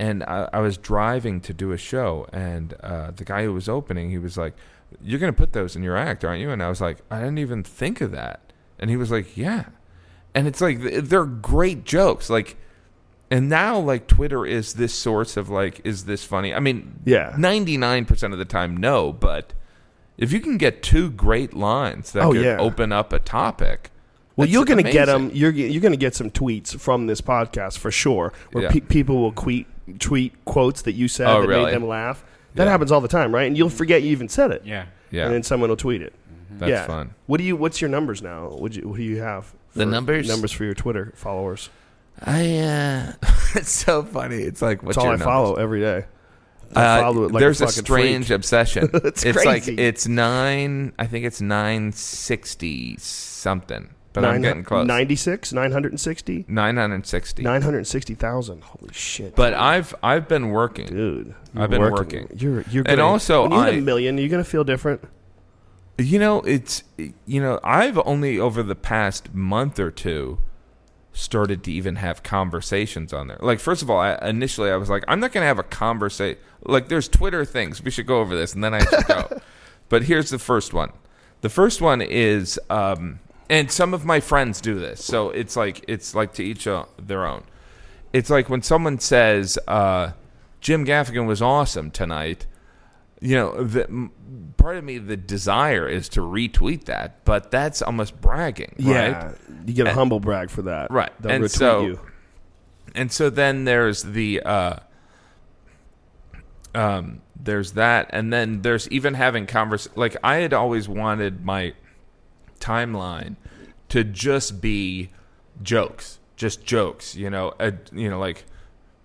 Speaker 4: and I, I was driving to do a show, and uh, the guy who was opening, he was like, "You're going to put those in your act, aren't you?" And I was like, "I didn't even think of that," and he was like, "Yeah," and it's like th- they're great jokes, like. And now, like Twitter is this source of like, is this funny? I mean,
Speaker 1: Yeah.
Speaker 4: ninety nine percent of the time, no. But if you can get two great lines that
Speaker 1: Oh,
Speaker 4: could
Speaker 1: yeah.
Speaker 4: open up a topic,
Speaker 1: Well,
Speaker 4: that's
Speaker 1: you're going to get
Speaker 4: amazing.
Speaker 1: them. You're you're going to get some tweets from this podcast for sure, where
Speaker 4: Yeah.
Speaker 1: pe- people will tweet tweet quotes that you said
Speaker 4: Oh,
Speaker 1: that
Speaker 4: really?
Speaker 1: made them laugh. That
Speaker 4: Yeah.
Speaker 1: happens all the time, right? And you'll forget you even said it.
Speaker 5: yeah.
Speaker 4: Yeah,
Speaker 1: And then someone will tweet it.
Speaker 4: that's
Speaker 1: yeah.
Speaker 4: fun.
Speaker 1: What do you? What's your numbers now? What do you, what do you have?
Speaker 4: The
Speaker 1: for-
Speaker 4: numbers?
Speaker 1: Numbers for your Twitter followers.
Speaker 4: I uh, it's so funny. It's like what's
Speaker 1: That's all I
Speaker 4: your numbers?
Speaker 1: follow every day.
Speaker 4: Uh,
Speaker 1: follow it like a
Speaker 4: there's a,
Speaker 1: fucking
Speaker 4: strange obsession.
Speaker 1: It's
Speaker 4: like
Speaker 1: crazy.
Speaker 4: it's nine. I think it's nine sixty something. But i I'm getting close.
Speaker 1: 96, 960,
Speaker 4: Nine hundred sixty.
Speaker 1: 960,000. Holy shit.
Speaker 4: But I've I've been working.
Speaker 1: dude,
Speaker 4: I've been working.
Speaker 1: You're you're
Speaker 4: And
Speaker 1: gonna,
Speaker 4: also
Speaker 1: when you hit a
Speaker 4: I-
Speaker 1: million, you're going to feel different.
Speaker 4: You know, it's you know, I've only over the past month or two started to even have conversations on there. Like, first of all, I, initially I was like, I'm not going to have a conversation. Like, there's Twitter things we should go over this, and then I should go. but here's the first one. The first one is, um, and some of my friends do this, so it's like it's like to each uh, their own. It's like when someone says, uh, "Jim Gaffigan was awesome tonight." you know, the, m- part of me, the desire is to retweet that, but that's almost bragging, right?
Speaker 1: You get a
Speaker 4: And-
Speaker 1: humble brag for that.
Speaker 4: Right.
Speaker 1: They'll
Speaker 4: And
Speaker 1: retweet
Speaker 4: so-
Speaker 1: you.
Speaker 4: And so then there's the, uh, um, there's that, and then there's even having convers. Like I had always wanted my timeline to just be jokes, just jokes. You know, a, you know, like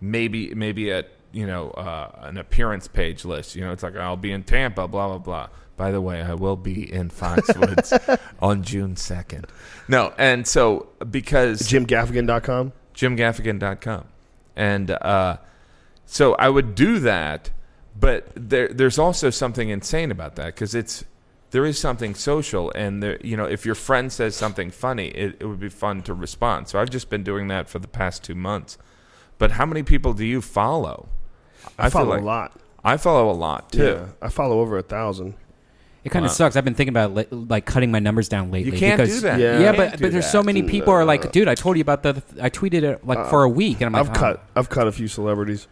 Speaker 4: maybe maybe a you know uh, an appearance page list. You know, it's like I'll be in Tampa, blah blah blah. By the way, I will be in Foxwoods on June second. No, and so because
Speaker 1: JimGaffigan.com.
Speaker 4: jimgaffigan.com. And uh, so I would do that, but there, there's also something insane about that because it's there is something social, and there, you know, if your friend says something funny, it, it would be fun to respond. So I've just been doing that for the past two months. But how many people do you follow?
Speaker 1: I,
Speaker 4: feel
Speaker 1: follow
Speaker 4: like-
Speaker 1: a lot.
Speaker 4: I follow a lot too.
Speaker 1: Yeah. I follow over a thousand.
Speaker 5: It kind of sucks. I've been thinking about li- like cutting my numbers down lately.
Speaker 4: can't do
Speaker 5: because,
Speaker 4: that.
Speaker 1: Yeah.
Speaker 5: Yeah,
Speaker 1: You
Speaker 5: but,
Speaker 4: can't do
Speaker 5: but there's
Speaker 4: that.
Speaker 5: so many people are like, dude, I told you about the. I tweeted it like for a week, and I'm
Speaker 1: Uh,
Speaker 5: like,
Speaker 1: I've
Speaker 5: oh.
Speaker 1: cut. I've cut a few celebrities.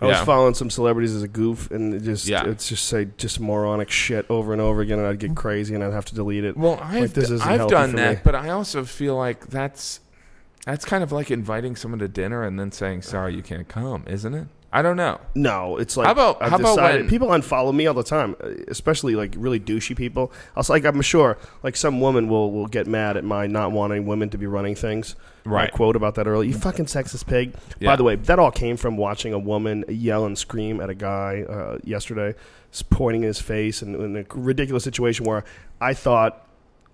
Speaker 1: I was
Speaker 4: Yeah.
Speaker 1: following some celebrities as a goof, and it just
Speaker 4: Yeah. Mm.
Speaker 1: it's just say just moronic shit over and over again, and I'd get crazy, and I'd have to delete it.
Speaker 4: Well,
Speaker 1: Like,
Speaker 4: I've,
Speaker 1: this isn't
Speaker 4: I've
Speaker 1: healthy
Speaker 4: done
Speaker 1: for
Speaker 4: that,
Speaker 1: me.
Speaker 4: but I also feel like that's that's kind of like inviting someone to dinner and then saying, "Sorry, you can't come," isn't it? I don't know.
Speaker 1: No, it's like
Speaker 4: How about-
Speaker 1: I've
Speaker 4: how about
Speaker 1: decided,
Speaker 4: when-
Speaker 1: people unfollow me all the time, especially like really douchey people. Also, like I'm sure like some woman will will get mad at my not wanting women to be running things. My
Speaker 4: Right.
Speaker 1: quote about that earlier. You fucking sexist pig. By
Speaker 4: Yeah.
Speaker 1: the way, that all came from watching a woman yell and scream at a guy uh, yesterday, s- pointing in his face, and in a ridiculous situation where I thought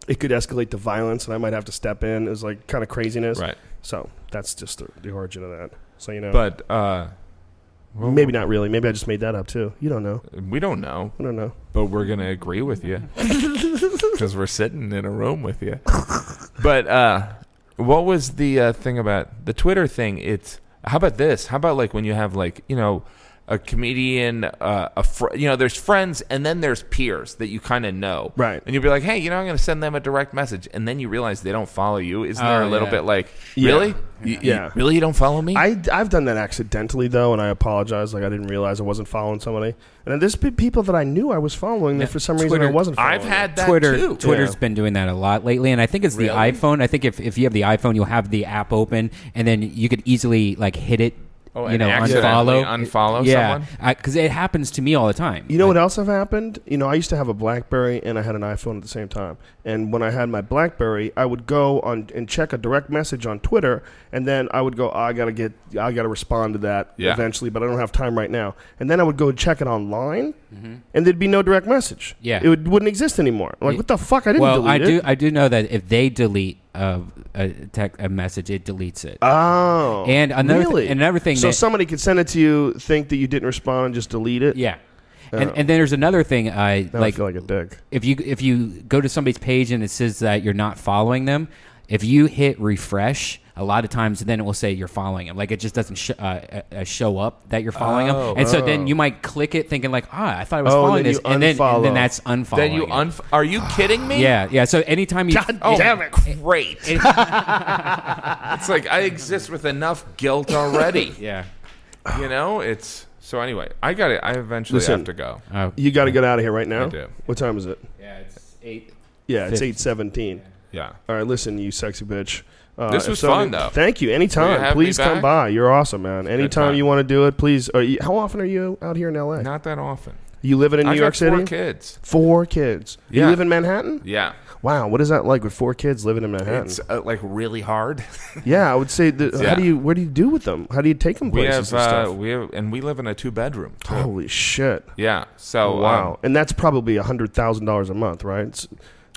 Speaker 1: it could escalate to violence, and I might have to step in. It was like kind of craziness.
Speaker 4: Right.
Speaker 1: So that's just the, the origin of that. So you know,
Speaker 4: But uh, well,
Speaker 1: maybe not really. Maybe I just made that up too. You don't know.
Speaker 4: we don't know.
Speaker 1: I don't know.
Speaker 4: But we're gonna agree with you because we're sitting in a room with you. But uh, what was the uh, thing about the Twitter thing? It's how about this? How about like when you have like you know a comedian, uh, a fr- you know, there's friends, and then there's peers that you kind of know,
Speaker 1: Right.
Speaker 4: And you'd be like, hey, you know, I'm going to send them a direct message, and then you realize they don't follow you. Isn't there a
Speaker 5: Oh,
Speaker 4: little
Speaker 5: yeah.
Speaker 4: bit like, really, You- you-
Speaker 1: Yeah.
Speaker 4: really, you don't follow me?
Speaker 1: I, I've done that accidentally though, and I apologize. Like I didn't realize I wasn't following somebody, and then there's pe- people that I knew I was following that for some reason I
Speaker 5: Twitter-
Speaker 1: wasn't. Following
Speaker 4: I've had that
Speaker 5: Twitter
Speaker 4: too.
Speaker 5: Twitter's
Speaker 1: Yeah.
Speaker 5: been doing that a lot lately, and I think it's the
Speaker 4: Really?
Speaker 5: iPhone. I think if, if you have the iPhone, you'll have the app open, and then you could easily like hit it.
Speaker 4: Oh,
Speaker 5: you
Speaker 4: and
Speaker 5: know,
Speaker 4: accidentally
Speaker 5: unfollow,
Speaker 4: unfollow
Speaker 5: yeah,
Speaker 4: someone?
Speaker 5: because it happens to me all the time.
Speaker 1: You know what else have happened? You know, I used to have a BlackBerry and I had an iPhone at the same time. And when I had my BlackBerry, I would go on and check a direct message on Twitter, and then I would go, "Oh, I gotta get, I gotta respond to that
Speaker 4: Yeah.
Speaker 1: eventually, but I don't have time right now. And then I would go check it online, and there'd be no direct message.
Speaker 5: Mm-hmm. Yeah.
Speaker 1: it would, wouldn't exist anymore. Like, what the fuck? I didn't
Speaker 5: well,
Speaker 1: delete
Speaker 5: I do.
Speaker 1: it.
Speaker 5: I do know that if they delete a a, tech, a message, it deletes it.
Speaker 1: Oh,
Speaker 5: And another thi-
Speaker 1: really?
Speaker 5: and another thing
Speaker 1: So
Speaker 5: that-
Speaker 1: somebody could send it to you, think that you didn't respond, and just delete it.
Speaker 5: yeah, and and then there's another thing. I
Speaker 1: Now I
Speaker 5: like
Speaker 1: feel like a dick.
Speaker 5: if you if you go to somebody's page and it says that you're not following them, if you hit refresh, a lot of times then it will say you're following them. Like it just doesn't sh- uh, uh, uh, show up that you're following
Speaker 4: Oh.
Speaker 5: them, and so then you might click it thinking like, ah, I thought I was
Speaker 1: Oh, and
Speaker 5: following
Speaker 1: then
Speaker 5: this,
Speaker 1: you
Speaker 5: and then and
Speaker 1: unfollow.
Speaker 5: then that's unfollowing.
Speaker 4: Then you
Speaker 5: it.
Speaker 4: unf- are you kidding me?
Speaker 5: yeah, yeah. So anytime you,
Speaker 4: Oh,
Speaker 1: Damn it.
Speaker 4: Great. it's like I exist with enough guilt already.
Speaker 5: yeah.
Speaker 4: You know, it's so anyway. I got it. I eventually
Speaker 1: Listen. Uh,
Speaker 4: have to go.
Speaker 5: Oh.
Speaker 1: You got to get out of here right now.
Speaker 4: I do.
Speaker 1: What time is it?
Speaker 5: yeah, it's eight.
Speaker 1: Yeah, it's
Speaker 5: Fifth.
Speaker 1: eight seventeen.
Speaker 4: Yeah.
Speaker 1: All right, listen, you sexy bitch. Uh,
Speaker 4: This
Speaker 1: if
Speaker 4: was
Speaker 1: somebody-
Speaker 4: fun, though.
Speaker 1: Thank you.
Speaker 4: Will you
Speaker 1: Anytime,
Speaker 4: have
Speaker 1: please
Speaker 4: me
Speaker 1: come
Speaker 4: back?
Speaker 1: by. You're awesome, man. Anytime
Speaker 4: time.
Speaker 1: you want to do it, please. Are you, how often are you out here in L.A.?
Speaker 4: Not that often.
Speaker 1: You living in New
Speaker 4: I
Speaker 1: York
Speaker 4: got
Speaker 1: City?
Speaker 4: Four kids.
Speaker 1: Four kids. You
Speaker 4: Yeah.
Speaker 1: live in Manhattan?
Speaker 4: Yeah.
Speaker 1: Wow, what is that like with four kids living in Manhattan?
Speaker 4: It's uh, like really hard.
Speaker 1: yeah, I would say. That, How
Speaker 4: Yeah.
Speaker 1: do you? Where do you do with them? How do you take them
Speaker 4: we
Speaker 1: places and
Speaker 4: have uh,
Speaker 1: stuff?
Speaker 4: we have and we live in a two bedroom.
Speaker 1: Holy shit!
Speaker 4: Yeah. So um,
Speaker 1: Oh, wow, and that's probably a hundred thousand dollars a month, right? It's,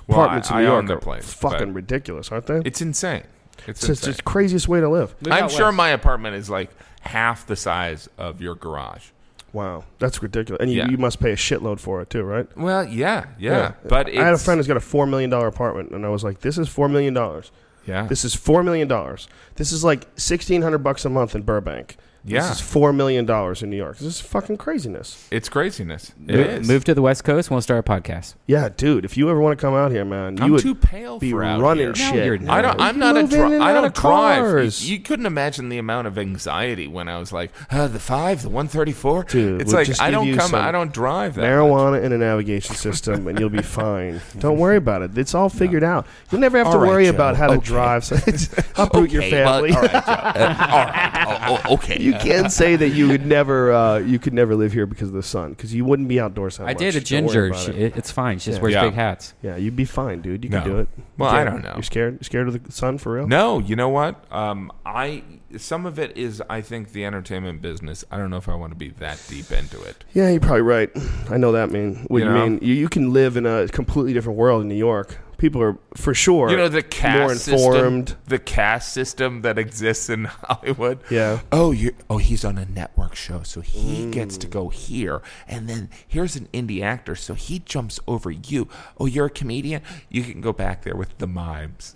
Speaker 4: Well, I-
Speaker 1: apartments
Speaker 4: I
Speaker 1: in New York
Speaker 4: own the
Speaker 1: are
Speaker 4: place,
Speaker 1: fucking
Speaker 4: but-
Speaker 1: ridiculous, aren't they?
Speaker 4: it's insane. It's,
Speaker 1: It's just
Speaker 4: insane.
Speaker 1: the craziest way to live.
Speaker 4: I'm
Speaker 5: out
Speaker 4: sure
Speaker 5: west.
Speaker 4: my apartment is like half the size of your garage.
Speaker 1: Wow, that's ridiculous. And you,
Speaker 4: Yeah.
Speaker 1: you must pay a shitload for it too, right?
Speaker 4: Well, yeah, yeah, but it's,
Speaker 1: I had a friend who's got a four million dollar apartment, and I was like, "This is four million dollars.
Speaker 4: Yeah,
Speaker 1: This is four million dollars. This is like sixteen hundred bucks a month in Burbank.
Speaker 4: Yeah.
Speaker 1: This is four million dollars in New York. This is fucking craziness.
Speaker 4: it's craziness. It
Speaker 5: Move,
Speaker 4: is.
Speaker 5: move to the West Coast. We'll start a podcast.
Speaker 1: Yeah, dude. If you ever want to come out here, man, you
Speaker 4: I'm
Speaker 1: would
Speaker 4: too pale
Speaker 1: be
Speaker 4: for out
Speaker 1: running
Speaker 4: here.
Speaker 1: shit.
Speaker 5: No, you're
Speaker 4: I don't.
Speaker 1: man.
Speaker 4: I'm
Speaker 1: You
Speaker 4: not a.
Speaker 1: move in
Speaker 4: Dri-
Speaker 1: and
Speaker 4: I
Speaker 1: out
Speaker 4: don't
Speaker 1: of
Speaker 4: drive.
Speaker 1: cars.
Speaker 4: You, you couldn't imagine the amount of anxiety when I was like uh, the five, the one thirty four.
Speaker 1: Dude,
Speaker 4: It's
Speaker 1: we'll
Speaker 4: like
Speaker 1: just
Speaker 4: I
Speaker 1: give
Speaker 4: don't
Speaker 1: you
Speaker 4: come.
Speaker 1: some
Speaker 4: I don't drive that.
Speaker 1: marijuana and a navigation system, and you'll be fine. Don't worry about it. It's all figured out. You'll never have to
Speaker 4: All right,
Speaker 1: worry
Speaker 4: Joe.
Speaker 1: about how to
Speaker 4: Okay.
Speaker 1: drive. So it's- uproot your
Speaker 4: Okay, well,
Speaker 1: family.
Speaker 4: all right, Joe. Uh, all right. Oh, oh, okay.
Speaker 1: You can say that you would never, uh, you could never live here because of the sun, because you wouldn't be outdoors. That
Speaker 5: I
Speaker 1: much.
Speaker 5: did a
Speaker 1: Don't worry
Speaker 5: ginger.
Speaker 1: about
Speaker 5: She,
Speaker 1: it.
Speaker 5: it- it's fine. She just
Speaker 1: Yeah.
Speaker 5: wears
Speaker 4: Yeah.
Speaker 5: big hats.
Speaker 1: Yeah, you'd be fine, dude. You can
Speaker 4: No.
Speaker 1: do it.
Speaker 4: Well,
Speaker 1: You
Speaker 4: I
Speaker 1: can.
Speaker 4: don't know.
Speaker 1: You're scared? You're scared of the sun for real?
Speaker 4: No, you know what? Um, I some of it is I think the entertainment business. I don't know if I want to be that deep into it.
Speaker 1: Yeah, you're probably right. I know that mean. What
Speaker 4: You
Speaker 1: you,
Speaker 4: know?
Speaker 1: mean? You, you can live in a completely different world in New York. People are for sure.
Speaker 4: You know the
Speaker 1: more
Speaker 4: cast
Speaker 1: informed.
Speaker 4: system, the cast system that exists in Hollywood.
Speaker 1: Yeah. Mm.
Speaker 4: Oh, you. Oh, he's on a network show, so he gets to go here, and then here's an indie actor, so he jumps over you. Oh, you're a comedian. You can go back there with the mimes.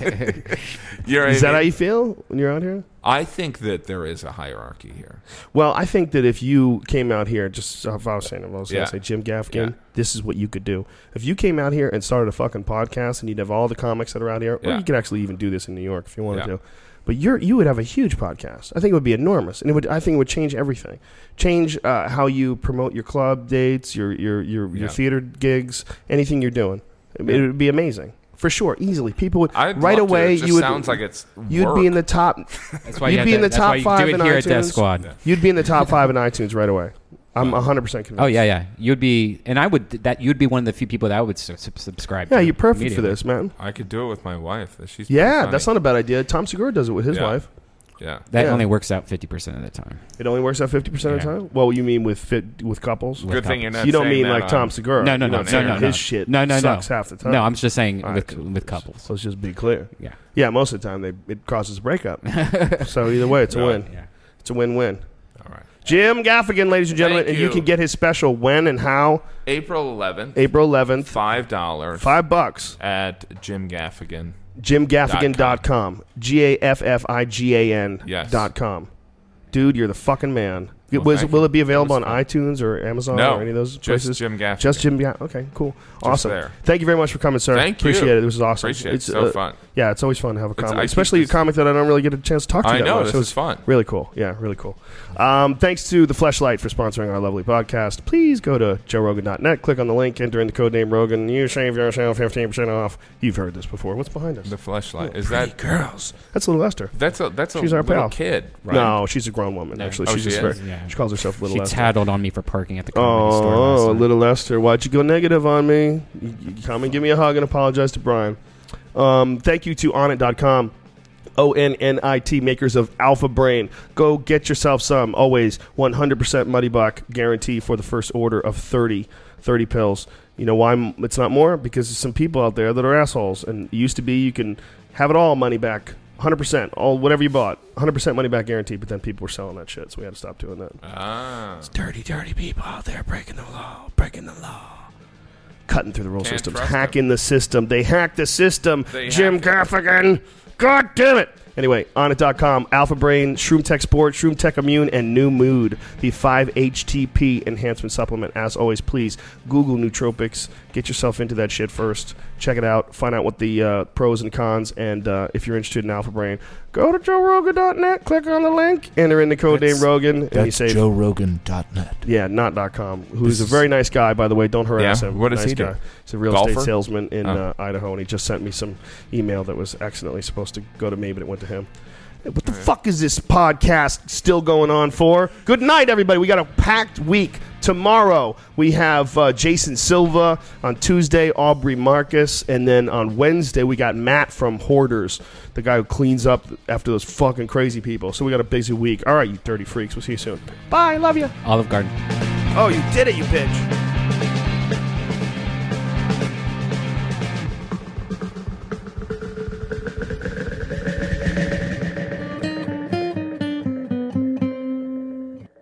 Speaker 4: you know what
Speaker 1: Is that
Speaker 4: I
Speaker 1: how
Speaker 4: mean?
Speaker 1: you feel when you're out here?
Speaker 4: I think that there is a hierarchy here.
Speaker 1: Well, I think that if you came out here, just uh, if I was saying, I was
Speaker 4: Yeah.
Speaker 1: going to say Jim Gaffigan,
Speaker 4: Yeah.
Speaker 1: this is what you could do. If you came out here and started a fucking podcast, and you'd have all the comics that are out here, or
Speaker 4: Yeah.
Speaker 1: you could actually even do this in New York if you wanted
Speaker 4: Yeah.
Speaker 1: to. But you're you would have a huge podcast. I think it would be enormous, and it would I think it would change everything. Change uh, how you promote your club dates, your your your, your
Speaker 4: Yeah.
Speaker 1: theater gigs, anything you're doing. It, it would be amazing for sure. Easily, people would
Speaker 4: I'd
Speaker 1: right
Speaker 4: love to. It
Speaker 1: away.
Speaker 4: just
Speaker 1: you would
Speaker 4: sounds like it's
Speaker 1: you'd
Speaker 4: work.
Speaker 1: be in the top.
Speaker 5: That's why
Speaker 1: You'd
Speaker 5: you have
Speaker 1: be
Speaker 5: to,
Speaker 1: in the
Speaker 5: that's
Speaker 1: top
Speaker 5: why you
Speaker 1: five
Speaker 5: do it
Speaker 1: in
Speaker 5: here at Death
Speaker 1: iTunes.
Speaker 5: Squad.
Speaker 1: You'd be in the top five in iTunes right away. I'm 100 percent convinced.
Speaker 5: Oh yeah, yeah. You'd be, and I would that you'd be one of the few people that I would su- sub- subscribe.
Speaker 1: Yeah,
Speaker 5: to
Speaker 1: you're perfect for
Speaker 5: immediately.
Speaker 1: this, man.
Speaker 4: I could do it with my wife. She's
Speaker 1: Yeah,
Speaker 4: pretty
Speaker 1: that's
Speaker 4: funny.
Speaker 1: not a bad idea. Tom Segura does it with his
Speaker 4: Yeah.
Speaker 1: wife.
Speaker 4: Yeah.
Speaker 5: That
Speaker 1: Yeah.
Speaker 5: only works out fifty percent of the time.
Speaker 1: It only works out 50 percent of the
Speaker 5: Yeah.
Speaker 1: time. Well, you mean with fit with couples?
Speaker 5: With
Speaker 4: Good thing you're not.
Speaker 1: you don't
Speaker 4: saying
Speaker 1: mean
Speaker 4: that
Speaker 1: like
Speaker 4: on-
Speaker 1: Tom Segura.
Speaker 5: No, no,
Speaker 1: You know
Speaker 5: no,
Speaker 1: what I'm
Speaker 5: no,
Speaker 1: saying?
Speaker 5: no, no.
Speaker 1: His shit
Speaker 5: no, no,
Speaker 1: sucks
Speaker 5: no.
Speaker 1: half the time.
Speaker 5: No, I'm just saying
Speaker 1: All
Speaker 5: with
Speaker 1: right,
Speaker 5: with couples.
Speaker 1: Let's just be clear.
Speaker 5: Yeah.
Speaker 1: Yeah, most of the time they it causes breakup. so either way, it's a win.
Speaker 5: Yeah.
Speaker 1: It's a win-win.
Speaker 4: All right.
Speaker 1: Jim Gaffigan, ladies and gentlemen,
Speaker 4: Thank
Speaker 1: and you
Speaker 4: you.
Speaker 1: can get his special when and how
Speaker 4: April 11th,
Speaker 1: April 11th,
Speaker 4: five dollars
Speaker 1: five bucks.
Speaker 4: at Jim Gaffigan.
Speaker 1: JimGaffigan.com. G A F F I G A N
Speaker 4: Yes.
Speaker 1: dot com. Dude, you're the fucking man. It was-
Speaker 4: thank
Speaker 1: will
Speaker 4: you.
Speaker 1: it be available
Speaker 4: That
Speaker 1: on
Speaker 4: was
Speaker 1: iTunes or Amazon
Speaker 4: No,
Speaker 1: or any of those
Speaker 4: just
Speaker 1: places?
Speaker 4: Jim Gaffigan.
Speaker 1: Just Jim Gaffigan. Okay, cool, awesome.
Speaker 4: there.
Speaker 1: Thank you very much for coming, sir.
Speaker 4: Thank you.
Speaker 1: Appreciate it. This was awesome.
Speaker 4: Appreciate it. So
Speaker 1: uh,
Speaker 4: fun.
Speaker 1: Yeah, it's always fun to have a
Speaker 4: It's-
Speaker 1: comic,
Speaker 4: I keep
Speaker 1: especially a
Speaker 4: this-
Speaker 1: comic that I don't really get a chance to talk to.
Speaker 4: I
Speaker 1: that
Speaker 4: know
Speaker 1: much.
Speaker 4: this
Speaker 1: So
Speaker 4: is
Speaker 1: it's
Speaker 4: fun.
Speaker 1: Really cool. Yeah, really cool. Um, thanks to the Fleshlight for sponsoring our lovely podcast. Please go to joerogan.net, click on the link, enter in the code name Rogan. You shave yourself fifteen percent off. You've heard this before. What's behind us?
Speaker 4: The fleshlight is that
Speaker 1: girls. That's little Esther.
Speaker 4: that's a that's a
Speaker 1: She's our
Speaker 4: little
Speaker 1: pal.
Speaker 4: kid, right?
Speaker 1: No, she's a grown woman. Actually,
Speaker 4: Oh,
Speaker 1: she's
Speaker 4: she
Speaker 1: just
Speaker 4: is?
Speaker 1: very-
Speaker 5: Yeah.
Speaker 1: She calls herself Little
Speaker 5: She
Speaker 1: Esther.
Speaker 5: tattled on me for parking at the comedy store. last
Speaker 1: Oh,
Speaker 5: night.
Speaker 1: little Esther, why'd you go negative on me? You, you come and give me a hug and apologize to Brian. Um, thank you to onit.com. O N N I T, makers of Alpha Brain. Go get yourself some. Always 100% money back guarantee for the first order of 30, 30 pills. You know why m- it's not more? Because there's some people out there that are assholes. And it used to be you can have it all money back. 100%, all whatever you bought, 100% money back guarantee, but then people were selling that shit, so we had to stop doing that.
Speaker 4: Ah,
Speaker 1: Dirty, dirty people out there breaking the law, breaking the law. Cutting through the rule
Speaker 4: Can't
Speaker 1: systems,
Speaker 4: trust
Speaker 1: hacking the system. They hacked the system.
Speaker 4: They
Speaker 1: Jim
Speaker 4: hacked
Speaker 1: Gaffigan. God damn it. Anyway, on it.com, Alpha Brain, Shroom Tech Sport, Shroom Tech Immune, and New Mood, the 5-HTP enhancement supplement. As always, please Google nootropics. Get yourself into that shit first. Check it out. Find out what the uh, pros and cons. And uh, if you're interested in Alpha Brain, go to joerogan.net, click on the link, enter in the code name
Speaker 4: That's-
Speaker 1: Rogan, and you
Speaker 2: That's
Speaker 1: save
Speaker 2: JoeRogan.net.
Speaker 1: yeah, not dot .com. Who's a very nice guy, by the way. Don't harass
Speaker 4: Yeah?
Speaker 1: him.
Speaker 4: What does
Speaker 1: nice
Speaker 4: he do?
Speaker 1: guy. He's a real
Speaker 4: Golfer?
Speaker 1: estate salesman in
Speaker 4: Oh.
Speaker 1: uh, Idaho, and he just sent me some email that was accidentally supposed to go to me, but it went to him. Hey, What the fuck is this podcast still going on for? Good night, everybody. We got a packed week. Tomorrow we have uh, Jason Silva. On Tuesday, Aubrey Marcus, and then on Wednesday we got Matt from Hoarders, the guy who cleans up after those fucking crazy people. So we got a busy week. All right, you dirty freaks. We'll see you soon. Bye. Love you.
Speaker 5: Olive Garden.
Speaker 1: Oh, you did it, you bitch.